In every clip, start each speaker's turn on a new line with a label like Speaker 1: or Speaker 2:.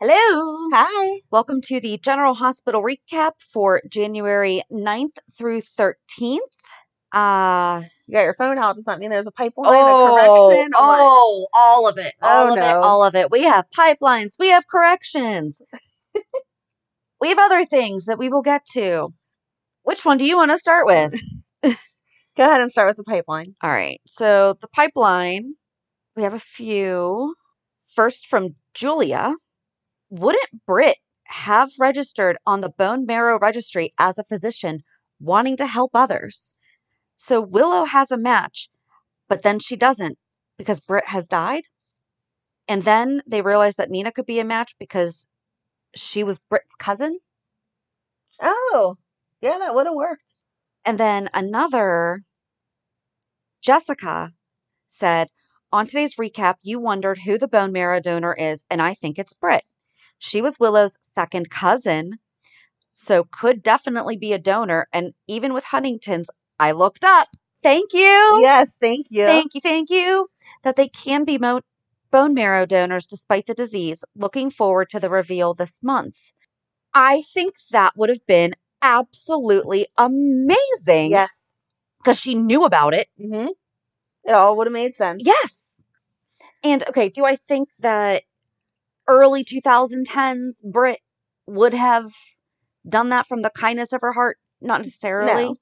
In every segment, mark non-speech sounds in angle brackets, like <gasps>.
Speaker 1: Hello. Hi. Welcome to the General Hospital recap for January 9th through 13th. Uh,
Speaker 2: You got your phone out. Does that mean there's a pipeline,
Speaker 1: oh,
Speaker 2: a correction? or what?
Speaker 1: oh, all of it. All
Speaker 2: Oh,
Speaker 1: of it.
Speaker 2: no.
Speaker 1: All of it. We have pipelines. We have corrections.
Speaker 2: <laughs>
Speaker 1: we have other things that we will get to. Which one do you want to start with?
Speaker 2: Go ahead and start with the pipeline.
Speaker 1: All right. So the pipeline, we have a few. First from Julia. Wouldn't Brit have registered on the bone marrow registry as a physician wanting to help others? So Willow has a match, but then she doesn't because Brit has died. And then they realize that Nina could be a match because she was Brit's cousin.
Speaker 2: Oh, yeah, that would have worked.
Speaker 1: And then another, Jessica said, On today's recap, you wondered who the bone marrow donor is, and I think it's Britt. She was Willow's second cousin, so could definitely be a donor. And even with Huntington's, I looked up. Thank you.
Speaker 2: Yes, thank you.
Speaker 1: Thank you. Thank you. That they can be mo- bone marrow donors despite the disease. Looking forward to the reveal this month. I think that would have been absolutely amazing
Speaker 2: Yes.
Speaker 1: because she knew about it.
Speaker 2: hmm It all would have made sense.
Speaker 1: Yes. And okay, do I think that early 2010s Brit would have done that from the kindness of her heart? Not necessarily.
Speaker 2: No.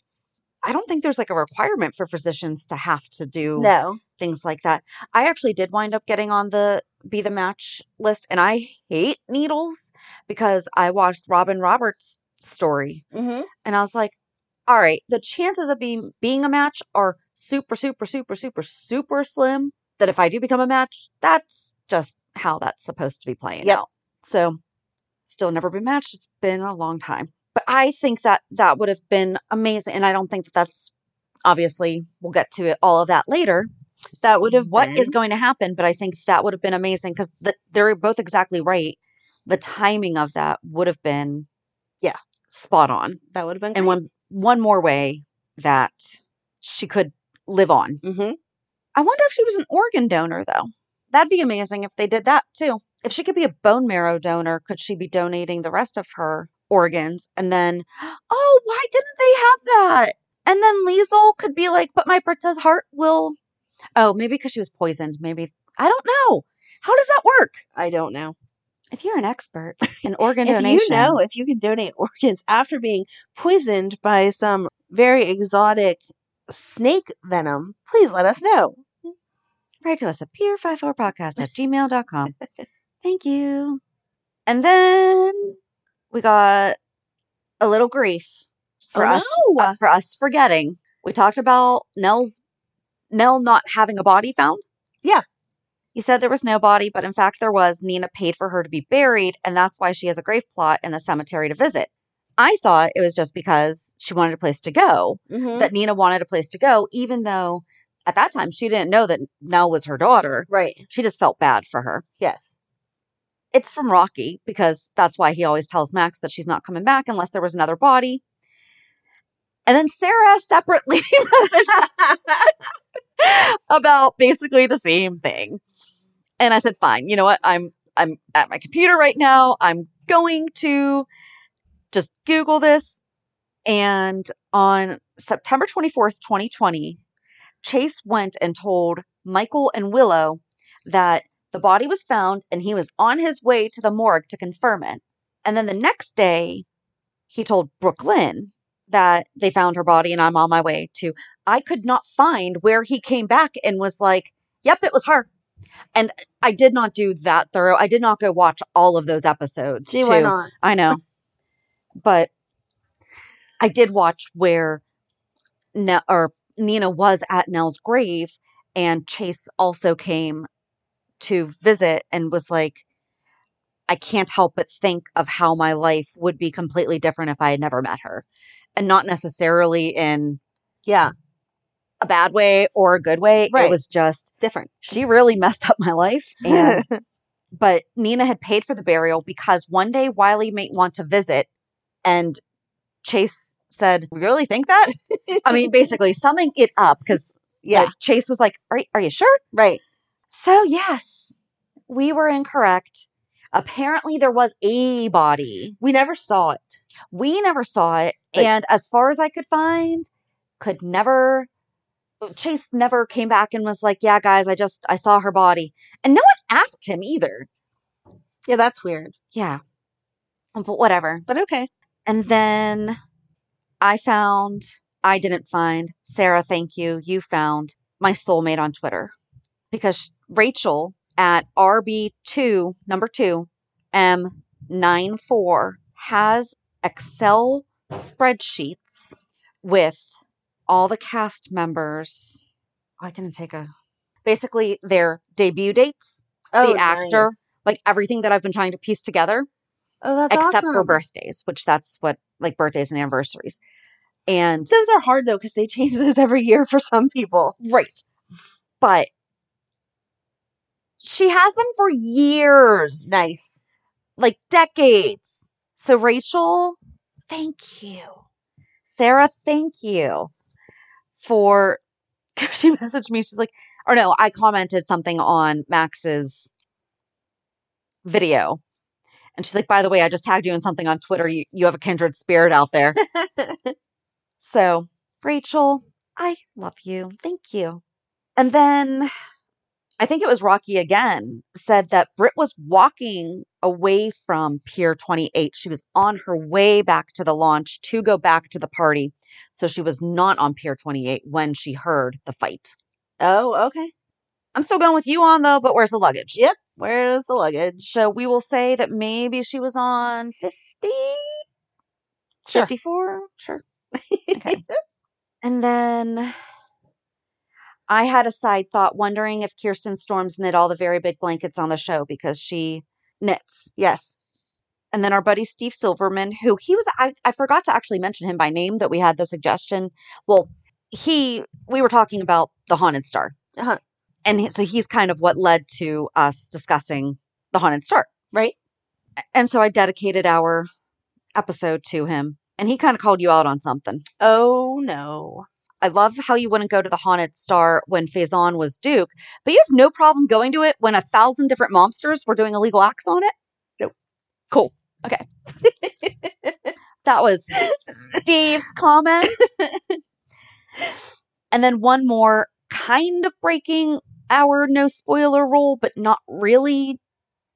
Speaker 1: I don't think there's like a requirement for physicians to have to do
Speaker 2: No.
Speaker 1: things like that. I actually did wind up getting on the be the match list and I hate needles because I watched Robin Roberts' story
Speaker 2: hmm
Speaker 1: and I was like, all right, the chances of being being a match are super, super, super, super, super slim. That if I do become a match, that's just how that's supposed to be playing
Speaker 2: Yep.
Speaker 1: out. So, still never been matched. It's been a long time, but I think that that would have been amazing. And I don't think that that's obviously we'll get to it, all of that later.
Speaker 2: That would have
Speaker 1: What is
Speaker 2: been.
Speaker 1: going to happen? But I think that would have been amazing because the, they're both exactly right. The timing of that would have been
Speaker 2: Yeah.
Speaker 1: spot on
Speaker 2: that would have been
Speaker 1: and one one more way that she could live on.
Speaker 2: hmm
Speaker 1: I wonder if she was an organ donor though. That'd be amazing if they did that too. If she could be a bone marrow donor, could she be donating the rest of her organs? And then, oh, why didn't they have that? And then Liesel could be like, but my Britta's heart will. Oh, maybe because she was poisoned. Maybe I don't know. How does that work?
Speaker 2: I don't know.
Speaker 1: If you're
Speaker 2: <laughs>
Speaker 1: an expert in organ
Speaker 2: if
Speaker 1: donation,
Speaker 2: you know if you can donate organs after being poisoned by some very exotic snake venom, please let us know.
Speaker 1: write to us at
Speaker 2: <laughs>
Speaker 1: peer54podcast at gmail.com. Thank you. And then we we got a little grief for
Speaker 3: Oh,
Speaker 1: us
Speaker 3: no.
Speaker 1: uh, for us forgetting. We talked about Nell's Nell not having a body found.
Speaker 3: Yeah.
Speaker 1: You said there was no body, but in fact there was. Nina paid for her to be buried, and that's why she has a grave plot in the cemetery to visit. I thought it was just because she wanted a place to go,
Speaker 3: Mhm.
Speaker 1: that Nina wanted a place to go, even though at that time she didn't know that Nell was her daughter.
Speaker 3: Right.
Speaker 1: She just felt bad for her
Speaker 3: Yes.
Speaker 1: it's from Rocky because that's why he always tells Max that she's not coming back unless there was another body. And then Sarah separately <laughs> messaged <laughs> about basically the same thing. And I said, "Fine. You know what? I'm I'm at my computer right now. I'm going to just Google this." And on September 24th, 2020, Chase went and told Michael and Willow that the body was found and he was on his way to the morgue to confirm it. And then the next day, he told Brooklyn that they found her body and I'm on my way to. I could not find where he came back and was like, yep, it was her. And I did not do that thorough. I did not go watch all of those episodes.
Speaker 3: See why
Speaker 1: to-
Speaker 3: not? <laughs>
Speaker 1: I know. But I did watch where ne- or Nina was at Nell's grave and Chase also came to visit and was like I can't help but think of how my life would be completely different if I had never met her and not necessarily in
Speaker 3: Yeah.
Speaker 1: a bad way or a good way. It
Speaker 3: Right.
Speaker 1: was just
Speaker 3: Different.
Speaker 1: she really <laughs> messed up my life and but Nina had paid for the burial because one day Wiley may want to visit. And Chase said, "You Really think that? I mean, basically summing it up because
Speaker 3: yeah.
Speaker 1: Chase was like, are, are you sure?
Speaker 3: Right.
Speaker 1: So, yes, we were incorrect. Apparently, there was a body.
Speaker 3: We never saw it.
Speaker 1: We never saw it.
Speaker 3: Like-
Speaker 1: and as far as I could find, could never. Chase never came back and was like, "Yeah, guys, I just I saw her body," and no one asked him either.
Speaker 3: Yeah, that's weird.
Speaker 1: Yeah, but whatever.
Speaker 3: But okay.
Speaker 1: And then I found, I didn't find, Sarah, thank you. You found my soulmate on Twitter because Rachel at RB2, number two, M94 has Excel spreadsheets with all the cast members. Oh, I didn't take a. Basically, their debut dates,
Speaker 3: Oh,
Speaker 1: actor.
Speaker 3: nice.
Speaker 1: like everything that I've been trying to piece together
Speaker 3: Oh, that's
Speaker 1: except
Speaker 3: awesome.
Speaker 1: for birthdays, which that's what like birthdays and anniversaries. And
Speaker 3: Those are hard though because they change those every year for some people.
Speaker 1: right. But she has them for years.
Speaker 3: Nice.
Speaker 1: Like decades. So Rachel, thank you. Sarah, thank you for she messaged me. She's like, or no, I commented something on Max's video. And she's like, by the way, I just tagged you in something on Twitter. You, you have a kindred spirit out
Speaker 3: <laughs>
Speaker 1: there. So, Rachel, I love you. Thank you. And then I think it was Rocky again said that Britt was walking away from Pier 28. She was on her way back to the launch to go back to the party. So she was not on Pier 28 when she heard the fight.
Speaker 3: oh, okay.
Speaker 1: I'm still going with you on though, but where's the luggage?
Speaker 3: Yep. Where's the luggage?
Speaker 1: So we will say that maybe she was on 50,
Speaker 3: Sure.
Speaker 1: 54, sure.
Speaker 3: <laughs>
Speaker 1: Okay. And then I had a side thought wondering if Kirsten Storms knit all the very big blankets on the show because she knits.
Speaker 3: yes.
Speaker 1: And then our buddy Steve Silverman, who he was, I, I forgot to actually mention him by name that we had the suggestion. Well, he, we were talking about the Haunted Star.
Speaker 3: Uh-huh.
Speaker 1: And he- so he's kind of what led to us discussing the Haunted Star.
Speaker 3: Right.
Speaker 1: A- And so I dedicated our episode to him. And he kind of called you out on something.
Speaker 3: Oh no.
Speaker 1: I love how you wouldn't go to the Haunted Star when Faison was Duke, but you have no problem going to it when a thousand different monsters were doing illegal acts on it.
Speaker 3: Nope.
Speaker 1: Cool. Okay. that was Steve's comment. and then one more kind of breaking our no spoiler rule, but not really,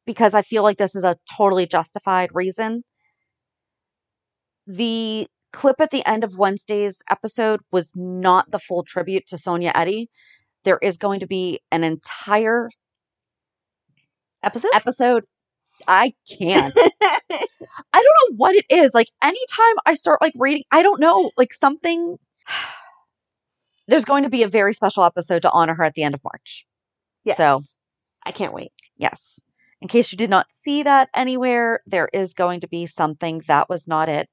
Speaker 1: because I feel like this is a totally justified reason. The clip at the end of Wednesday's episode was not the full tribute to Sonia Eddy. There is going to be an entire
Speaker 3: Episode.
Speaker 1: episode
Speaker 3: I can't. I don't know what it is. Like anytime I start like reading, I don't know, like something there's going to be a very special episode to honor her at the end of March.
Speaker 1: Yes.
Speaker 3: So-
Speaker 1: I can't wait.
Speaker 3: Yes. In case you did not see that anywhere, there is going to be something that was not it.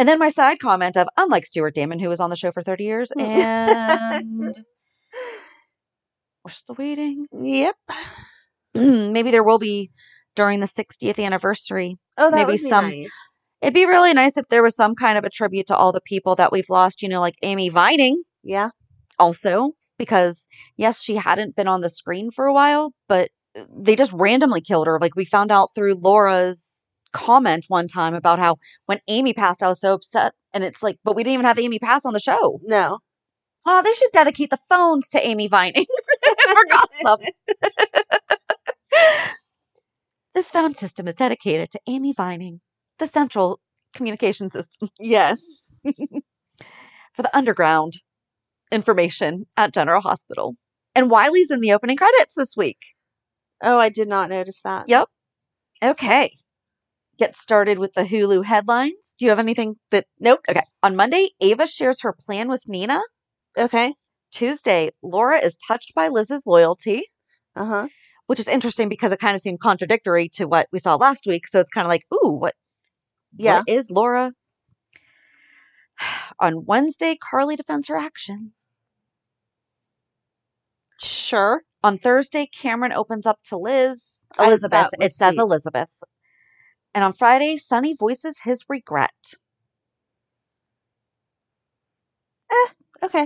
Speaker 3: And then my side comment of unlike Stuart Damon, who was on the show for 30 years, and we're still waiting.
Speaker 1: Yep.
Speaker 3: Maybe there will be during the 60th anniversary
Speaker 1: Oh, that
Speaker 3: Maybe
Speaker 1: would be
Speaker 3: some-
Speaker 1: nice.
Speaker 3: It'd be really nice if there was some kind of a tribute to all the people that we've lost, you know, like Amy Vining
Speaker 1: Yeah.
Speaker 3: also, because yes, she hadn't been on the screen for a while, but they just randomly killed her. Like we found out through Laura's comment one time about how when Amy passed, I was so upset. And it's like, but we didn't even have Amy pass on the show.
Speaker 1: No.
Speaker 3: Oh, they should dedicate the phones to Amy Vining for gossip. this phone system is dedicated to Amy Vining, the central communication system.
Speaker 1: Yes.
Speaker 3: for the underground information at General Hospital. And Wiley's in the opening credits this week.
Speaker 1: Oh, I did not notice that.
Speaker 3: Yep. Okay. Get started with the Hulu headlines. Do you have anything that? Nope. Okay. On Monday, Ava shares her plan with Nina.
Speaker 1: Okay.
Speaker 3: Tuesday, Laura is touched by Liz's loyalty,
Speaker 1: Uh huh.
Speaker 3: which is interesting because it kind of seemed contradictory to what we saw last week. So it's kind of like, ooh, what
Speaker 1: Yeah.
Speaker 3: What is Laura? On Wednesday, Carly defends her actions.
Speaker 1: Sure.
Speaker 3: On Thursday, Cameron opens up to Liz.
Speaker 1: I-
Speaker 3: Elizabeth.
Speaker 1: that was
Speaker 3: It says
Speaker 1: sweet.
Speaker 3: Elizabeth. And on Friday, Sonny voices his regret.
Speaker 1: Eh, Okay.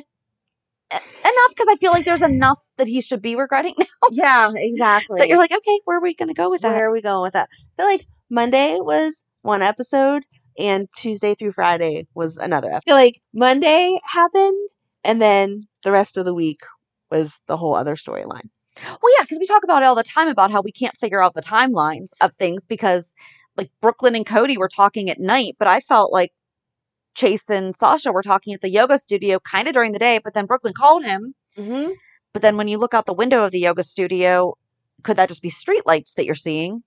Speaker 3: E, Enough because I feel like there's enough that he should be regretting <laughs> now
Speaker 1: Yeah, exactly.
Speaker 3: that you're like, okay, where are we going to go with that?
Speaker 1: Where are we going with that? I feel like Monday was one episode and Tuesday through Friday was another. I feel like Monday happened and then the rest of the week was the whole other storyline.
Speaker 3: Well, yeah, because we talk about it all the time about how we can't figure out the timelines of things because, like, Brooklyn and Cody were talking at night, but I felt like Chase and Sasha were talking at the yoga studio kind of during the day, but then Brooklyn called him
Speaker 1: Mm-hmm.
Speaker 3: But then when you look out the window of the yoga studio, could that just be streetlights that you're seeing?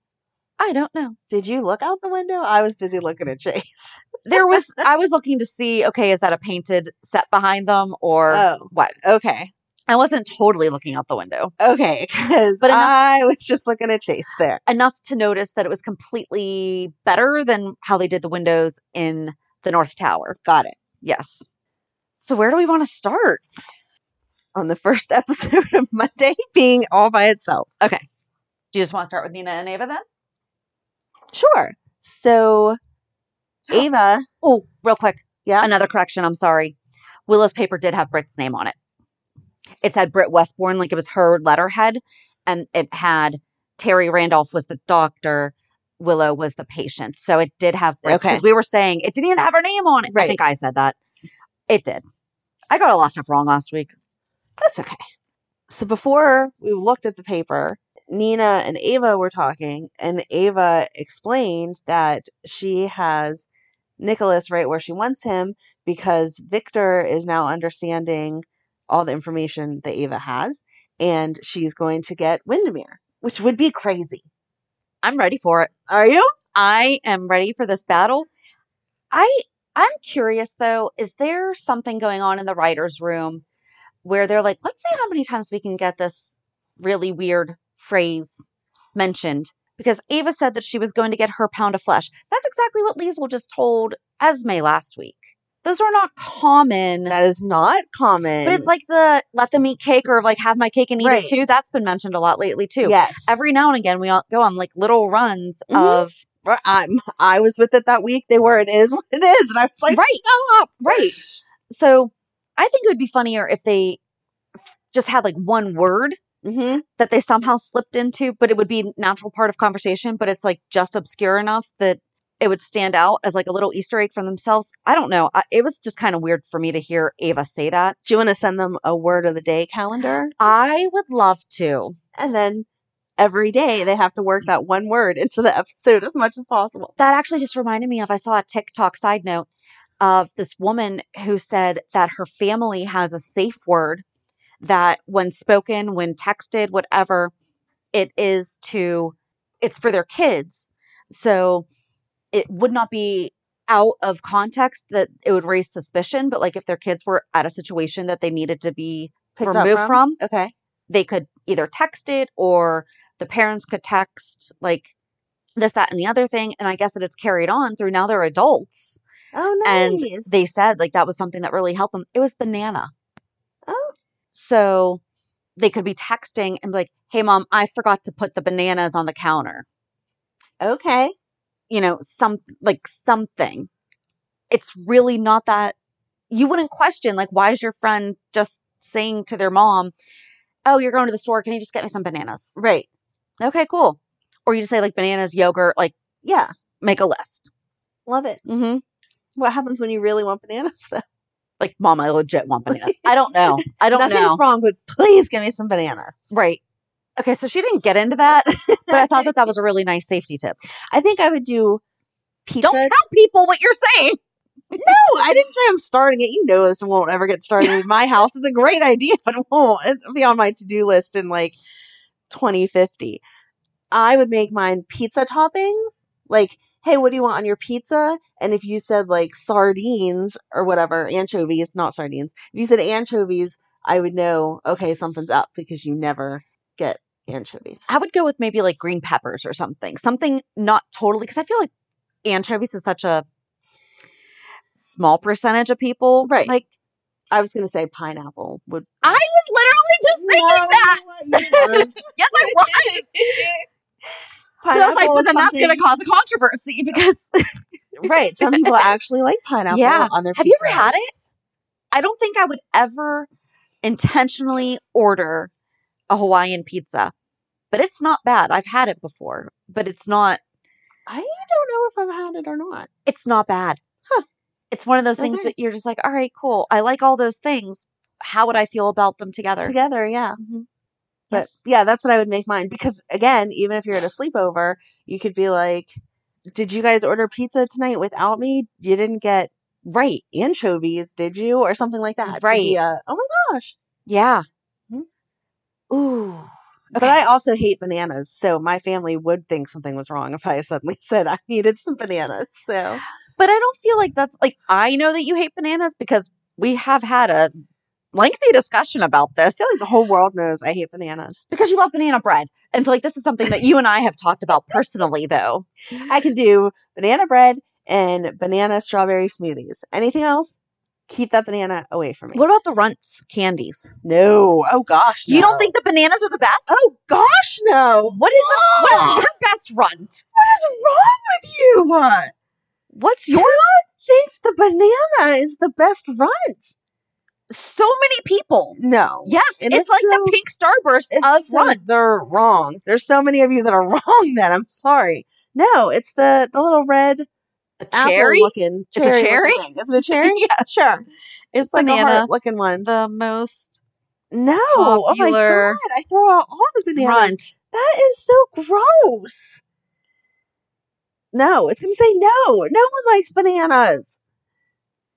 Speaker 3: I don't know.
Speaker 1: Did you look out the window? I was busy looking at Chase.
Speaker 3: There
Speaker 1: <laughs>
Speaker 3: was I was looking to see, okay, is that a painted set behind them or
Speaker 1: Oh.
Speaker 3: what?
Speaker 1: Okay.
Speaker 3: I wasn't totally looking out the window.
Speaker 1: Okay. Because
Speaker 3: But enough-
Speaker 1: I was just looking at Chase there.
Speaker 3: Enough to notice that it was completely better than how they did the windows in the North Tower.
Speaker 1: Got it.
Speaker 3: Yes. So where do we want to start?
Speaker 1: On the first episode of Monday being all by itself.
Speaker 3: Do you just want to start with Nina and Ava then?
Speaker 1: Sure. So Ava,
Speaker 3: Oh, real quick.
Speaker 1: Yeah?
Speaker 3: Another correction. I'm sorry. Willow's paper did have Britt's name on it. It said Britt Westbourne, like it was her letterhead, and it had Terry Randolph was the doctor, Willow was the patient. So it did have Britt
Speaker 1: Okay.
Speaker 3: because we were saying it didn't even have her name on it. I
Speaker 1: Right.
Speaker 3: think I said that. It did. I got a lot of stuff wrong last week.
Speaker 1: That's okay. So before we looked at the paper, Nina and Ava were talking, and Ava explained that she has Nicholas right where she wants him because Victor is now understanding all the information that Ava has, and she's going to get Windermere, which would be crazy.
Speaker 3: I'm ready for it.
Speaker 1: Are you?
Speaker 3: I am ready for this battle. I I'm curious though, is there something going on in the writers' room where they're like, let's see how many times we can get this really weird phrase mentioned? Because Ava said that she was going to get her pound of flesh. That's exactly what Liesel just told Esme last week. Those are not common.
Speaker 1: That is not common.
Speaker 3: but it's like the let them eat cake or like have my cake and eat
Speaker 1: Right.
Speaker 3: it too. That's been mentioned a lot lately too.
Speaker 1: yes,
Speaker 3: Every now and again, we all go on like little runs
Speaker 1: Mhm.
Speaker 3: of
Speaker 1: Or I'm, I was with it that week. They were. It is what it is, and I was like,
Speaker 3: Right.
Speaker 1: go up,
Speaker 3: Right. So I think it would be funnier if they just had like one word
Speaker 1: Mm-hmm.
Speaker 3: that they somehow slipped into, but it would be a natural part of conversation, but it's like just obscure enough that it would stand out as like a little Easter egg for themselves. I don't know. I, it was just kind of weird for me to hear Ava say that.
Speaker 1: Do you want to send them a word of the day calendar?
Speaker 3: I would love to.
Speaker 1: And then every day they have to work that one word into the episode as much as possible.
Speaker 3: That actually just reminded me of I saw a TikTok side note of this woman who said that her family has a safe word that when spoken, when texted, whatever, it is to it's for their kids. So it would not be out of context that it would raise suspicion, but like if their kids were at a situation that they needed to be
Speaker 4: Picked up
Speaker 3: removed
Speaker 4: from?
Speaker 3: from,
Speaker 4: Okay.
Speaker 3: they could either text it or the parents could text like this, that, and the other thing. And I guess that it's carried on through now they're adults.
Speaker 4: Oh, nice.
Speaker 3: And they said like that was something that really helped them. It was banana.
Speaker 4: Oh,
Speaker 3: So they could be texting and be like, hey, mom, I forgot to put the bananas on the counter.
Speaker 4: okay.
Speaker 3: you know, some like something. It's really not that you wouldn't question like why is your friend just saying to their mom, "Oh, you're going to the store, can you just get me some bananas?"
Speaker 4: Right.
Speaker 3: Okay, cool. Or you just say like bananas, yogurt, like
Speaker 4: Yeah.
Speaker 3: make a list.
Speaker 4: Love it.
Speaker 3: Mhm.
Speaker 4: What happens when you really want bananas, <laughs> though?
Speaker 3: Like mom, I legit want bananas. I don't know. I don't
Speaker 4: Nothing's
Speaker 3: know.
Speaker 4: wrong, but please give me some bananas.
Speaker 3: Right. Okay, so she didn't get into that, but I thought that that was a really nice safety tip.
Speaker 4: <laughs> I think I would do pizza.
Speaker 3: Don't tell people what you're saying.
Speaker 4: No, I didn't say I'm starting it. You know this won't ever get started in my house. It's a great idea, <laughs> but it won't. It'll be on my to-do list in like 2050. I would make mine pizza toppings. Like, hey, what do you want on your pizza? And if you said like sardines or whatever, anchovies, not sardines. If you said anchovies, I would know, okay, something's up because you never get anchovies.
Speaker 3: I would go with maybe like green peppers or something, something not totally, because I feel like anchovies is such a small percentage of people.
Speaker 4: Right.
Speaker 3: Like,
Speaker 4: I was going to say pineapple would.
Speaker 3: I was literally just thinking that.
Speaker 4: No, you weren't.
Speaker 3: <laughs> Yes, I was. But I was like,
Speaker 4: Pineapple
Speaker 3: but
Speaker 4: is
Speaker 3: then that's going
Speaker 4: something-
Speaker 3: to cause a controversy <laughs> because
Speaker 4: <laughs>
Speaker 3: <laughs>
Speaker 4: right. Some people actually like pineapple
Speaker 3: Yeah.
Speaker 4: on their
Speaker 3: Have you ever had
Speaker 4: pizzas.
Speaker 3: I don't think I would ever intentionally order a Hawaiian pizza, but it's not bad. I've had it before, but it's not,
Speaker 4: I don't know if I've had it or not.
Speaker 3: it's not bad. It's one of those things
Speaker 4: Okay.
Speaker 3: that you're just like, all right, cool. I like all those things. How would I feel about them together?
Speaker 4: Together, yeah.
Speaker 3: Mhm.
Speaker 4: But yeah, that's what I would make mine because again, even if you're at a sleepover, you could be like, "Did you guys order pizza tonight without me? You didn't get
Speaker 3: Right.
Speaker 4: anchovies, did you?" or something like that. To
Speaker 3: Right.
Speaker 4: be a, "Oh my gosh."
Speaker 3: Yeah.
Speaker 4: Mhm.
Speaker 3: Ooh.
Speaker 4: But I also hate bananas, so my family would think something was wrong if I suddenly <laughs> said I needed some bananas. So
Speaker 3: But I don't feel like that's like I know that you hate bananas because we have had a lengthy discussion about this
Speaker 4: I feel like the whole world knows I hate bananas.
Speaker 3: because you love banana bread. And so like this is something that you and I have talked about personally though.
Speaker 4: I can do banana bread and banana strawberry smoothies. Anything else? Keep that banana away from me.
Speaker 3: What about the runts candies?
Speaker 4: No. Oh gosh.
Speaker 3: You don't
Speaker 4: no.
Speaker 3: think the bananas are the best?
Speaker 4: Oh gosh, no.
Speaker 3: What is the what
Speaker 4: Ugh.
Speaker 3: is your best runt?
Speaker 4: What is wrong with you?
Speaker 3: What's your
Speaker 4: Who thinks the banana is the best runt?
Speaker 3: so many people?
Speaker 4: No.
Speaker 3: Yes,
Speaker 4: And
Speaker 3: it's,
Speaker 4: it's
Speaker 3: like
Speaker 4: so-
Speaker 3: the pink starburst of
Speaker 4: It's
Speaker 3: runts.
Speaker 4: so they're wrong. There's so many of you that are <laughs> wrong then. I'm sorry. No, it's the the little red
Speaker 3: A
Speaker 4: apple
Speaker 3: cherry?
Speaker 4: looking
Speaker 3: a
Speaker 4: cherry. looking
Speaker 3: cherry?
Speaker 4: thing. Is it a cherry?
Speaker 3: yeah.
Speaker 4: Sure.
Speaker 3: Is
Speaker 4: It's like a
Speaker 3: banana
Speaker 4: heart looking one.
Speaker 3: the most
Speaker 4: No. Oh my
Speaker 3: popular
Speaker 4: god. I throw out all the bananas.
Speaker 3: runt?
Speaker 4: That is so gross. No, it's going to say no. No one likes bananas.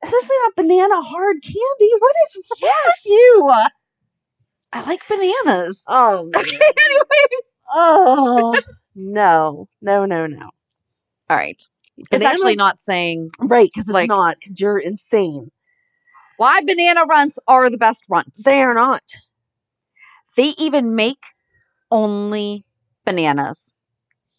Speaker 4: Especially not banana hard candy. What is wrong with you?
Speaker 3: I like bananas.
Speaker 4: Oh, man.
Speaker 3: Okay, anyway.
Speaker 4: oh, no, no, no, no.
Speaker 3: All right. It's
Speaker 4: Banana-
Speaker 3: actually not saying
Speaker 4: right because it's
Speaker 3: like-
Speaker 4: not because you're insane.
Speaker 3: why banana runts are the best runts.
Speaker 4: They are not.
Speaker 3: They even make only bananas.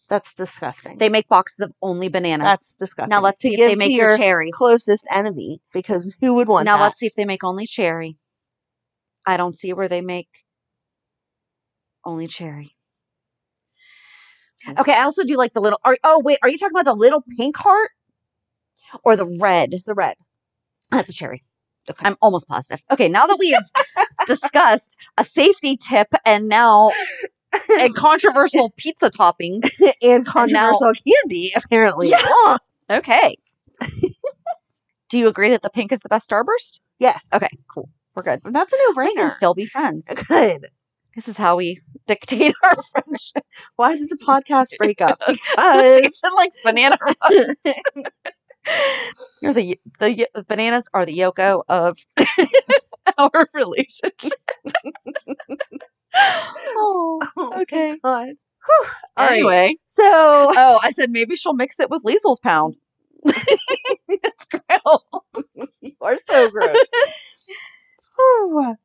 Speaker 4: That's disgusting.
Speaker 3: They make boxes of only bananas.
Speaker 4: That's disgusting.
Speaker 3: now let's
Speaker 4: to
Speaker 3: see if
Speaker 4: give
Speaker 3: they make
Speaker 4: to
Speaker 3: your
Speaker 4: your
Speaker 3: cherry.
Speaker 4: closest enemy because who would want
Speaker 3: Now
Speaker 4: that?
Speaker 3: let's see if they make only cherry. I don't see where they make only cherry.
Speaker 4: Hmm.
Speaker 3: Okay, I also do like the little. Are, oh wait, are you talking about the little pink heart or the red?
Speaker 4: the red.
Speaker 3: That's a cherry. I'm almost positive. Okay, now that
Speaker 4: <laughs>
Speaker 3: we have discussed a safety tip and now and controversial pizza toppings.
Speaker 4: <laughs> and controversial candy, apparently.
Speaker 3: <laughs> Yeah.
Speaker 4: Oh,
Speaker 3: Okay. Do you agree that the pink is the best starburst?
Speaker 4: yes.
Speaker 3: Okay, cool. We're good.
Speaker 4: That's a
Speaker 3: We can
Speaker 4: no-brainer.
Speaker 3: still be friends.
Speaker 4: Good.
Speaker 3: This is how we dictate our friendship.
Speaker 4: Why did the podcast break up? Because
Speaker 3: It's like banana. runs. You're the the bananas are the yoko of our relationship. oh,
Speaker 4: Oh my
Speaker 3: okay.
Speaker 4: God. Whew. All right.
Speaker 3: anyway,
Speaker 4: So
Speaker 3: oh, I said maybe she'll mix it with Liesl's pound. It's gross.
Speaker 4: you are so gross. Whew.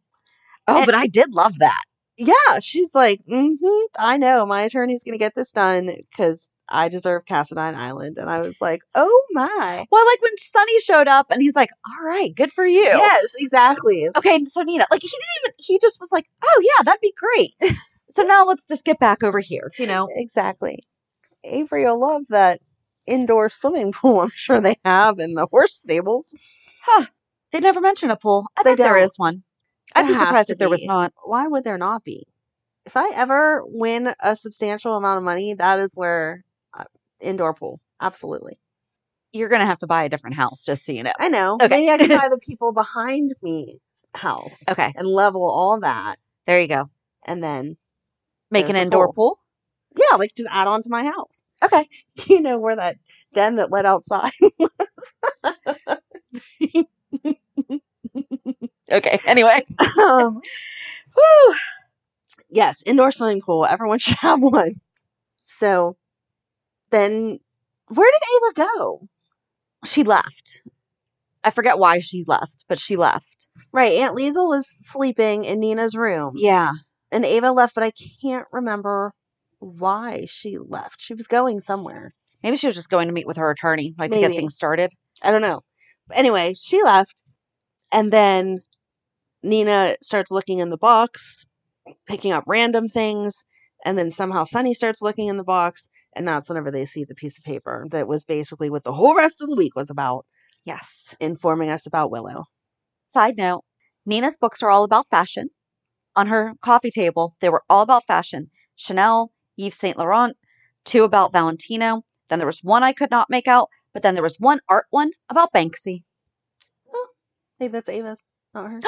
Speaker 3: Oh, but I did love that.
Speaker 4: yeah, she's like, mm-hmm, I know my attorney's going to get this done because I deserve Cassadine Island. And I was like, oh my.
Speaker 3: Well, like when Sonny showed up and he's like, "All right, good for you."
Speaker 4: Yes, exactly.
Speaker 3: Okay, so Nina, like he didn't even. He just was like, "Oh yeah, that'd be great." <laughs> so now let's just get back over here. You know.
Speaker 4: Exactly. Avery will love that indoor swimming <laughs> pool I'm sure they have in the horse stables.
Speaker 3: They never mention a pool. I
Speaker 4: They
Speaker 3: bet there
Speaker 4: don't.
Speaker 3: is one. I'd
Speaker 4: There
Speaker 3: be
Speaker 4: has
Speaker 3: surprised
Speaker 4: to
Speaker 3: if there was
Speaker 4: be.
Speaker 3: not.
Speaker 4: Why would there not be? If I ever win a substantial amount of money, that is where uh, indoor pool. Absolutely.
Speaker 3: You're gonna have to buy a different house, just so you know.
Speaker 4: I know.
Speaker 3: Okay.
Speaker 4: Maybe I
Speaker 3: <laughs>
Speaker 4: can buy the people behind me house
Speaker 3: Okay,
Speaker 4: and level all that.
Speaker 3: there you go.
Speaker 4: And then,
Speaker 3: Make
Speaker 4: There's
Speaker 3: an
Speaker 4: the
Speaker 3: indoor pool.
Speaker 4: yeah, like just add on to my house.
Speaker 3: Okay.
Speaker 4: <laughs> You know where that den that led outside <laughs>
Speaker 3: Okay. Anyway.
Speaker 4: <laughs>
Speaker 3: <laughs>
Speaker 4: um, whew. Yes, indoor swimming pool. Everyone <laughs> should have one. So then, where did Ayla go?
Speaker 3: she left. I forget why she left, but she left.
Speaker 4: Right, Aunt Liesel was sleeping in Nina's room,
Speaker 3: Yeah.
Speaker 4: and Ava left, but I can't remember why she left. She was going somewhere.
Speaker 3: Maybe she was just going to meet with her attorney, like to
Speaker 4: Maybe.
Speaker 3: get things started.
Speaker 4: I don't know. But anyway, she left, and then Nina starts looking in the box, picking up random things, and then somehow Sunny starts looking in the box, and that's whenever they see the piece of paper that was basically what the whole rest of the week was about,
Speaker 3: Yes.
Speaker 4: informing us about Willow.
Speaker 3: Side note Nina's books are all about fashion. On her coffee table, they were all about fashion Chanel, Yves Saint Laurent, two about Valentino. Then there was one I could not make out, but then there was one art one about Banksy.
Speaker 4: Maybe that's Ava's, not her.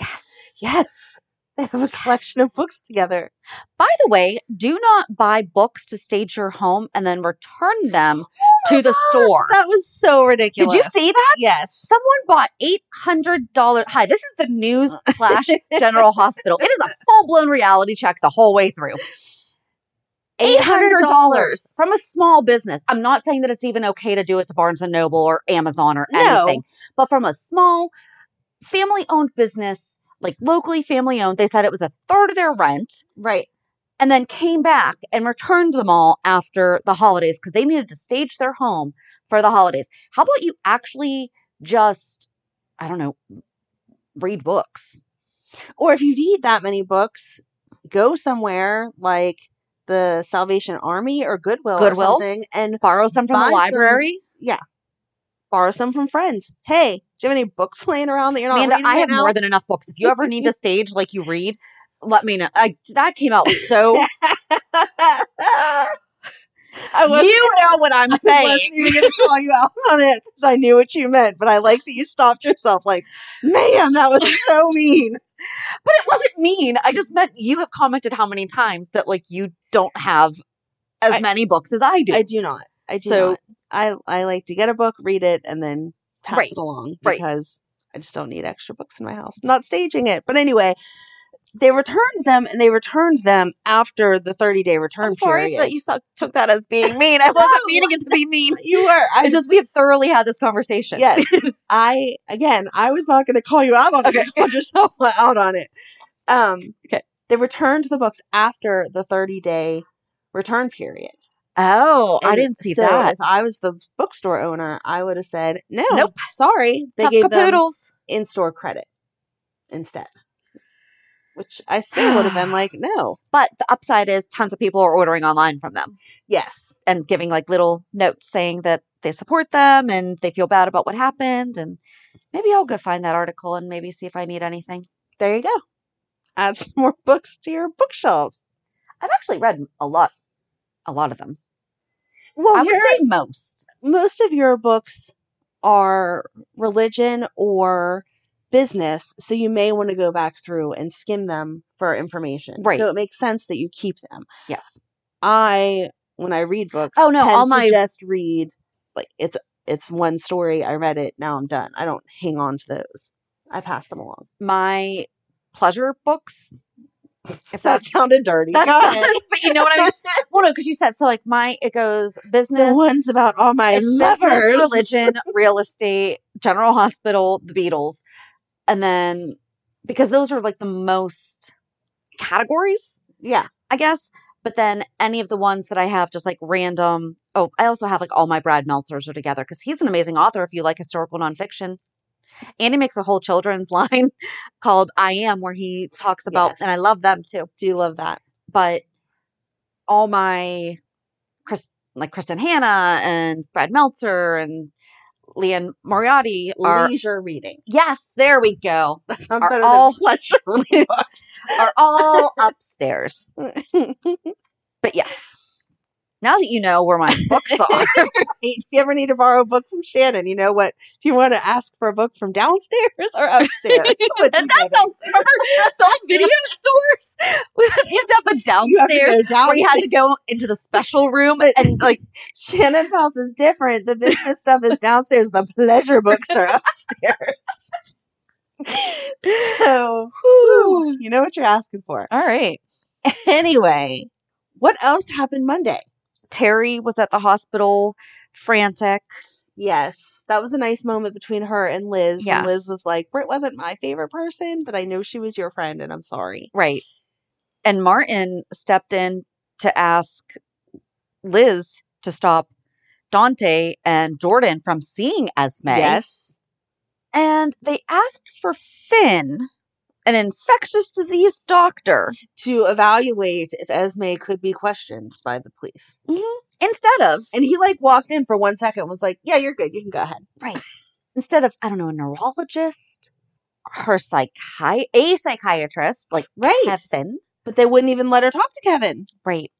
Speaker 3: yes.
Speaker 4: yes, they have a collection of books together.
Speaker 3: By the way, do not buy books to stage your home and then return them
Speaker 4: <gasps> Oh my
Speaker 3: to the
Speaker 4: gosh,
Speaker 3: store.
Speaker 4: That was so
Speaker 3: Did
Speaker 4: ridiculous.
Speaker 3: you see that?
Speaker 4: Yes.
Speaker 3: Someone bought eight hundred dollars. Hi, this is the news
Speaker 4: Uh. <laughs>
Speaker 3: slash General Hospital. It is a full blown reality check the whole way through. Eight hundred dollars from a small business. I'm not saying that it's even okay to do it to Barnes and Noble or Amazon or
Speaker 4: No.
Speaker 3: anything, but from a small family owned business, like locally family owned, they said it was a third of their rent
Speaker 4: Right.
Speaker 3: and then came back and returned them all after the holidays because they needed to stage their home for the holidays. How about you actually just, I don't know, read books?
Speaker 4: Or if you need that many books, go somewhere like the Salvation Army or Goodwill, or
Speaker 3: Goodwill.
Speaker 4: something and
Speaker 3: Borrow some from
Speaker 4: Buy
Speaker 3: the
Speaker 4: some
Speaker 3: library.
Speaker 4: borrow some from friends. Hey, do you have any books <laughs> laying around that you're not
Speaker 3: Amanda,
Speaker 4: reading
Speaker 3: I
Speaker 4: right
Speaker 3: have
Speaker 4: now?
Speaker 3: more than enough books. If you ever need to stage like you read, let me know. I, that came out so.
Speaker 4: I wasn't,
Speaker 3: you know what I'm
Speaker 4: I wasn't
Speaker 3: saying.
Speaker 4: even going to call you out on it because I knew what you meant, but I like that you stopped yourself. Like, man, that was so mean.
Speaker 3: But it wasn't mean. I just meant you have commented how many times that like you don't have as
Speaker 4: I-
Speaker 3: many books as I do.
Speaker 4: I do not. I do
Speaker 3: So-
Speaker 4: not. I I like to get a book, read it, and then pass
Speaker 3: Right.
Speaker 4: it along
Speaker 3: Right.
Speaker 4: because I just don't need extra books in my house. I'm not staging it, but anyway, they returned them, and they returned them after the 30 day return
Speaker 3: I'm sorry
Speaker 4: period.
Speaker 3: that you suck- took that as being mean. I wasn't
Speaker 4: No.
Speaker 3: meaning it to be mean.
Speaker 4: you were. I
Speaker 3: It's just we have thoroughly had this conversation.
Speaker 4: Yes. I again, I was not going to call you out on it.
Speaker 3: Okay.
Speaker 4: You called yourself out on it. Um,
Speaker 3: Okay.
Speaker 4: They returned the books after the 30 day return period.
Speaker 3: Oh, I
Speaker 4: And
Speaker 3: didn't see
Speaker 4: so
Speaker 3: that.
Speaker 4: If I was the bookstore owner, I would have said, "No,
Speaker 3: Nope.
Speaker 4: sorry." They
Speaker 3: Tough
Speaker 4: gave them
Speaker 3: capoodles.
Speaker 4: in store credit instead, which I still would have been like, "No,
Speaker 3: But the upside is tons of people are ordering online from them
Speaker 4: yes,
Speaker 3: and giving like little notes saying that they support them and they feel bad about what happened. And maybe I'll go find that article and maybe see if I need anything.
Speaker 4: there you go. Add some more books to your bookshelves."
Speaker 3: I've actually read a lot, a lot of them.
Speaker 4: Well,
Speaker 3: I would
Speaker 4: you're-
Speaker 3: say most.
Speaker 4: most of your books are religion or business, so you may want to go back through and skim them for information.
Speaker 3: Right.
Speaker 4: So it makes sense that you keep them.
Speaker 3: Yes.
Speaker 4: I when I read books,
Speaker 3: Oh, no,
Speaker 4: tend
Speaker 3: all
Speaker 4: to
Speaker 3: my-
Speaker 4: just read like it's it's one story. I read it, now I'm done. I don't hang on to those. I pass them along.
Speaker 3: My pleasure books If
Speaker 1: That sounded dirty.
Speaker 3: That's,
Speaker 1: Got it.
Speaker 3: but you know what I mean? Well, no, because you said so. Like my, it goes business,
Speaker 1: The one's about all my
Speaker 3: it's business,
Speaker 1: lovers.
Speaker 3: religion, real estate, General Hospital, the Beatles, and then because those are like the most categories,
Speaker 1: Yeah.
Speaker 3: I guess. But then any of the ones that I have, just like random. Oh, I also have like all my Brad Meltzers are together because he's an amazing author. If you like historical nonfiction, and he makes a whole children's <laughs> line called "I Am," where he talks about, and I
Speaker 1: Yes.
Speaker 3: love them too
Speaker 1: Do you love that?
Speaker 3: but all my Chris, like Kristen Hanna and Brad Meltzer and Leanne Moriarty are
Speaker 1: Leisure reading.
Speaker 3: yes, there we go.
Speaker 1: That sounds
Speaker 3: Are
Speaker 1: better
Speaker 3: all-
Speaker 1: than <laughs>
Speaker 3: <laughs>
Speaker 1: pleasure books.
Speaker 3: Are all
Speaker 1: <laughs>
Speaker 3: upstairs. But yes. Now that you know where my books are.
Speaker 1: if you ever need to borrow a book from Shannon, you know what? If you want to ask for a book from downstairs or upstairs,
Speaker 3: and
Speaker 1: would you
Speaker 3: that
Speaker 1: get it?
Speaker 3: sounds remember <laughs> the like video <laughs> stores you used to have the
Speaker 1: You have to
Speaker 3: downstairs
Speaker 1: go
Speaker 3: where you had
Speaker 1: downstairs.
Speaker 3: to go into the special room
Speaker 1: But-
Speaker 3: and like
Speaker 1: Shannon's house is different. The business stuff is downstairs. The pleasure books are upstairs. so, whew, you know what you're asking for.
Speaker 3: all right.
Speaker 1: Anyway, what else happened Monday?
Speaker 3: Terry was at the hospital frantic.
Speaker 1: Yes, that was a nice moment between her and Liz. when
Speaker 3: Yes.
Speaker 1: Liz was like, Britt wasn't my favorite person, but I know she was your friend, and I'm sorry.
Speaker 3: Right. And Martin stepped in to ask Liz to stop Dante and Jordan from seeing Esme.
Speaker 1: Yes.
Speaker 3: And they asked for Finn, an infectious disease doctor,
Speaker 1: To evaluate if Esme could be questioned by the police.
Speaker 3: instead of,
Speaker 1: And he like walked in for one second and was like, Yeah, you're good. You can go ahead.
Speaker 3: instead of, I don't know, a neurologist, her psychi- a psychiatrist, like
Speaker 1: Right.
Speaker 3: Kevin.
Speaker 1: But they wouldn't even let her talk to Kevin.
Speaker 3: Right.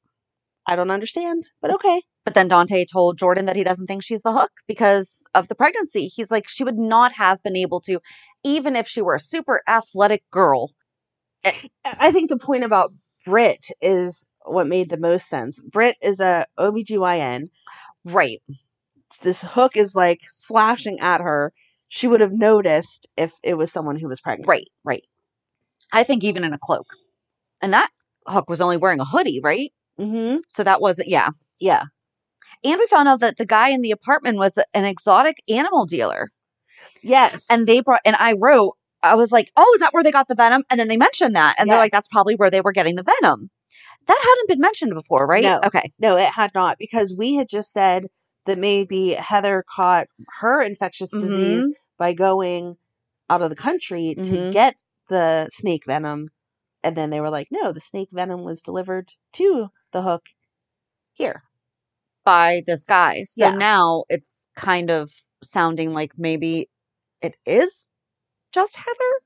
Speaker 1: I don't understand, but okay.
Speaker 3: But then Dante told Jordan that he doesn't think she's the hook because of the pregnancy. He's like, she would not have been able to, even if she were a super athletic girl.
Speaker 1: I I think the point about Brit is what made the most sense. Brit is a OBGYN.
Speaker 3: Right.
Speaker 1: This hook is like slashing at her. She would have noticed if it was someone who was pregnant.
Speaker 3: Right. Right. I think even in a cloak. And that hook was only wearing a hoodie, right?
Speaker 1: Mm-hmm.
Speaker 3: So that wasn't, yeah.
Speaker 1: Yeah.
Speaker 3: And we found out that the guy in the apartment was an exotic animal dealer.
Speaker 1: Yes.
Speaker 3: And they brought, and I wrote, I was like, oh, is that where they got the venom? And then they mentioned that. And they're like, that's
Speaker 1: Yes.
Speaker 3: probably where they were getting the venom. That hadn't been mentioned before, right?
Speaker 1: No.
Speaker 3: Okay.
Speaker 1: no, it had not because we had just said that maybe Heather caught her infectious
Speaker 3: Mm-hmm.
Speaker 1: disease by going out of the country to
Speaker 3: Mhm.
Speaker 1: get the snake venom. And then they were like, no, the snake venom was delivered to the hook here.
Speaker 3: by this guy. So
Speaker 1: Yeah.
Speaker 3: now it's kind of sounding like maybe it is just Heather.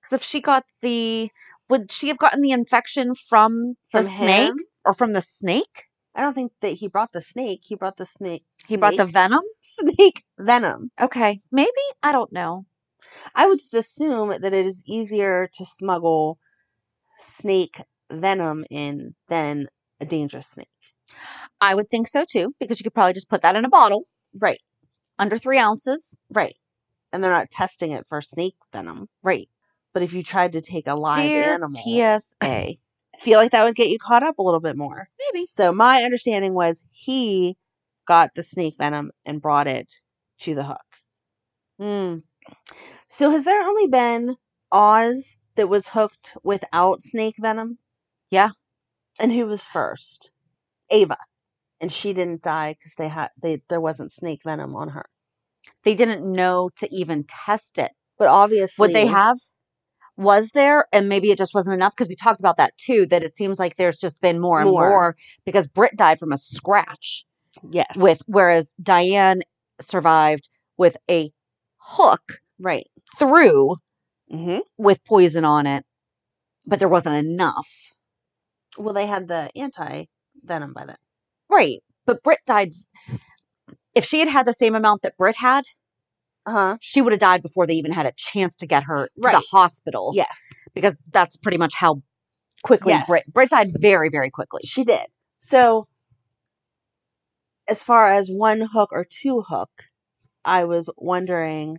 Speaker 3: Because if she got the, would she have gotten the infection from,
Speaker 1: From
Speaker 3: the snake
Speaker 1: him?
Speaker 3: or from the snake?
Speaker 1: I don't think that he brought the snake. He brought the snake.
Speaker 3: He brought the <laughs>
Speaker 1: snake-
Speaker 3: venom.
Speaker 1: snake venom.
Speaker 3: Okay, maybe I don't know.
Speaker 1: I would just assume that it is easier to smuggle snake venom in than a dangerous snake.
Speaker 3: I would think so too, because you could probably just put that in a bottle
Speaker 1: Right.
Speaker 3: under three ounces.
Speaker 1: Right. And they're not testing it for snake venom.
Speaker 3: Right,
Speaker 1: But if you tried to take a live
Speaker 3: dear
Speaker 1: animal,
Speaker 3: TSA.
Speaker 1: I feel like that would get you caught up a little bit more.
Speaker 3: maybe
Speaker 1: So my understanding was he got the snake venom and brought it to the hook.
Speaker 3: Mm,
Speaker 1: So has there only been Oz that was hooked without snake venom?
Speaker 3: Yeah.
Speaker 1: And who was first? Ava. And she didn't die because they had they there wasn't snake venom on her.
Speaker 3: they didn't know to even test it.
Speaker 1: But obviously
Speaker 3: would they have was there and maybe it just wasn't enough because we talked about that too that it seems like there's just been more and more,
Speaker 1: More.
Speaker 3: because Britt died from a scratch
Speaker 1: yes
Speaker 3: with whereas Diane survived with a hook
Speaker 1: right.
Speaker 3: through
Speaker 1: hmm
Speaker 3: with poison on it but there wasn't enough
Speaker 1: Well, they had the anti venom by then.
Speaker 3: right but Britt died if she had had the same amount that Britt had
Speaker 1: Uh huh.
Speaker 3: she would have died before they even had a chance to get her to
Speaker 1: Right.
Speaker 3: the hospital
Speaker 1: Yes,
Speaker 3: because that's pretty much how quickly
Speaker 1: Yes.
Speaker 3: Britt Britt died very very quickly
Speaker 1: she did. So, as far as one hook or two hooks, I was wondering.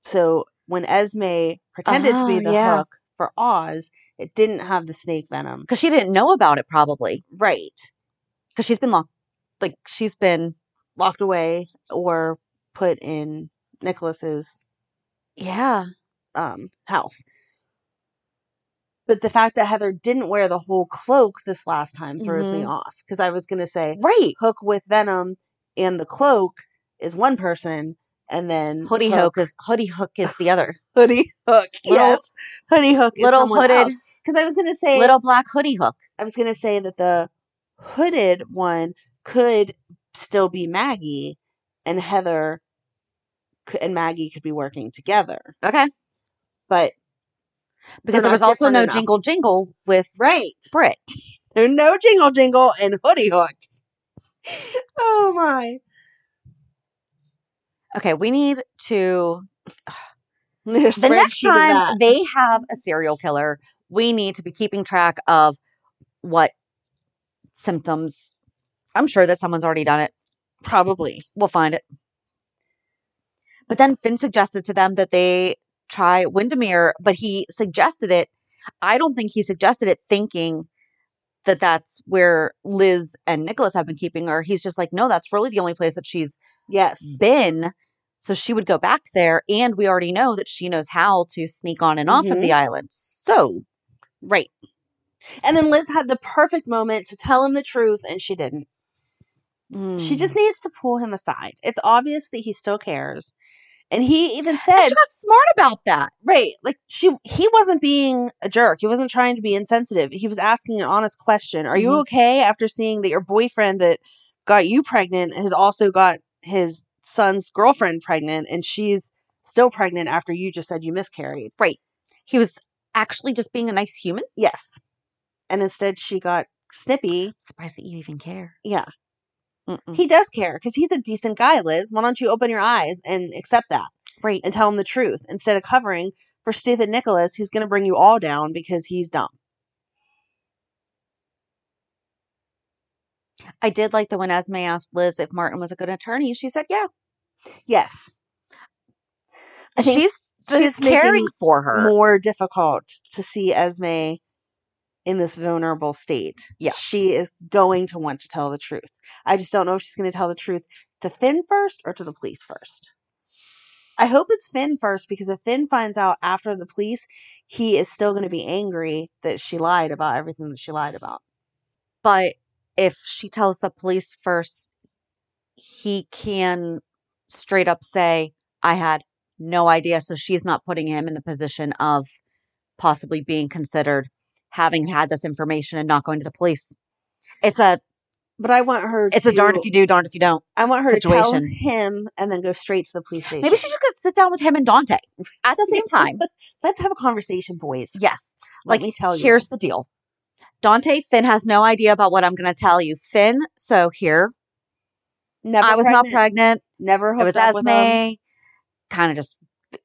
Speaker 1: So when Esme pretended to be
Speaker 3: Oh,
Speaker 1: the
Speaker 3: yeah.
Speaker 1: hook for Oz, it didn't have the snake venom.
Speaker 3: because she didn't know about it probably
Speaker 1: Right.
Speaker 3: because she's been locked, like she's been
Speaker 1: Locked away or put in Nicholas's
Speaker 3: yeah
Speaker 1: um, house. But the fact that Heather didn't wear the whole cloak this last time throws me
Speaker 3: Mhm.
Speaker 1: off because I was going to say
Speaker 3: right
Speaker 1: Hook with Venom and the cloak is one person, and then
Speaker 3: hoodie
Speaker 1: Hook-
Speaker 3: hook is hoodie hook
Speaker 1: <laughs>
Speaker 3: is the other
Speaker 1: Hoodie Hook,
Speaker 3: Little-
Speaker 1: yes, Hoodie Hook, is
Speaker 3: little
Speaker 1: someone
Speaker 3: hooded
Speaker 1: else. Because I was going to say
Speaker 3: little black hoodie hook
Speaker 1: I was going to say that the hooded one could still be Maggie, and Heather c- and Maggie could be working together,
Speaker 3: okay
Speaker 1: but
Speaker 3: because there
Speaker 1: not
Speaker 3: was also
Speaker 1: different
Speaker 3: no
Speaker 1: enough.
Speaker 3: jingle jingle with
Speaker 1: right.
Speaker 3: Brit
Speaker 1: There's no jingle jingle and hoodie hook. Oh my.
Speaker 3: okay we need to the
Speaker 1: The
Speaker 3: next time they have a serial killer, we need to be keeping track of what symptoms. I'm sure that someone's already done it.
Speaker 1: probably.
Speaker 3: We'll find it. But then Finn suggested to them that they try Windermere, but he suggested it. I don't think he suggested it thinking that that's where Liz and Nicholas have been keeping her. He's just like, no, that's really the only place that she's
Speaker 1: Yes.
Speaker 3: been. So she would go back there. And we already know that she knows how to sneak on and off of
Speaker 1: Mhm.
Speaker 3: the island. So
Speaker 1: Right. And then Liz had the perfect moment to tell him the truth and she didn't. She
Speaker 3: Mm.
Speaker 1: just needs to pull him aside. It's obvious that he still cares. And he even
Speaker 3: And
Speaker 1: said,
Speaker 3: she got smart about that.
Speaker 1: right, like she he wasn't being a jerk. He wasn't trying to be insensitive. He was asking an honest question. Are you
Speaker 3: Mhm.
Speaker 1: okay after seeing that your boyfriend that got you pregnant has also got his son's girlfriend pregnant and she's still pregnant after you just said you miscarried?
Speaker 3: He was actually just being a nice human.
Speaker 1: Yes. And instead she got snippy.
Speaker 3: Surprised that you even care.
Speaker 1: Yeah.
Speaker 3: Mm-mm.
Speaker 1: He does care because he's a decent guy, Liz. Why don't you open your eyes and accept that
Speaker 3: Right.
Speaker 1: and tell him the truth instead of covering for stupid Nicholas, who's going to bring you all down because he's dumb?
Speaker 3: I did like that when Esme asked Liz if Martin was a good attorney. She said, "Yeah,
Speaker 1: Yes. I think
Speaker 3: she's
Speaker 1: that
Speaker 3: she's
Speaker 1: it's making
Speaker 3: caring for her."
Speaker 1: More difficult to see Esme in this vulnerable state.
Speaker 3: Yeah.
Speaker 1: She is going to want to tell the truth. I just don't know if she's going to tell the truth to Finn first or to the police first. I hope it's Finn first because if Finn finds out after the police, he is still going to be angry that she lied about everything that she lied about.
Speaker 3: but if she tells the police first, he can straight up say, "I had no idea." So she's not putting him in the position of possibly being considered having had this information and not going to the police. It's a
Speaker 1: But I want her
Speaker 3: it's
Speaker 1: to
Speaker 3: a darn if you do, darn if you don't.
Speaker 1: I want her
Speaker 3: situation.
Speaker 1: to tell him and then go straight to the police station.
Speaker 3: Maybe she should go sit down with him and Dante at the same time.
Speaker 1: let's, let's have a conversation, boys.
Speaker 3: Yes. like,
Speaker 1: Let me tell you.
Speaker 3: Here's the deal. Dante, Finn has no idea about what I'm going to tell you. Finn, so here,
Speaker 1: never
Speaker 3: I was not pregnant.
Speaker 1: Never hooked
Speaker 3: It was
Speaker 1: up with him.
Speaker 3: Esme. Kind of just,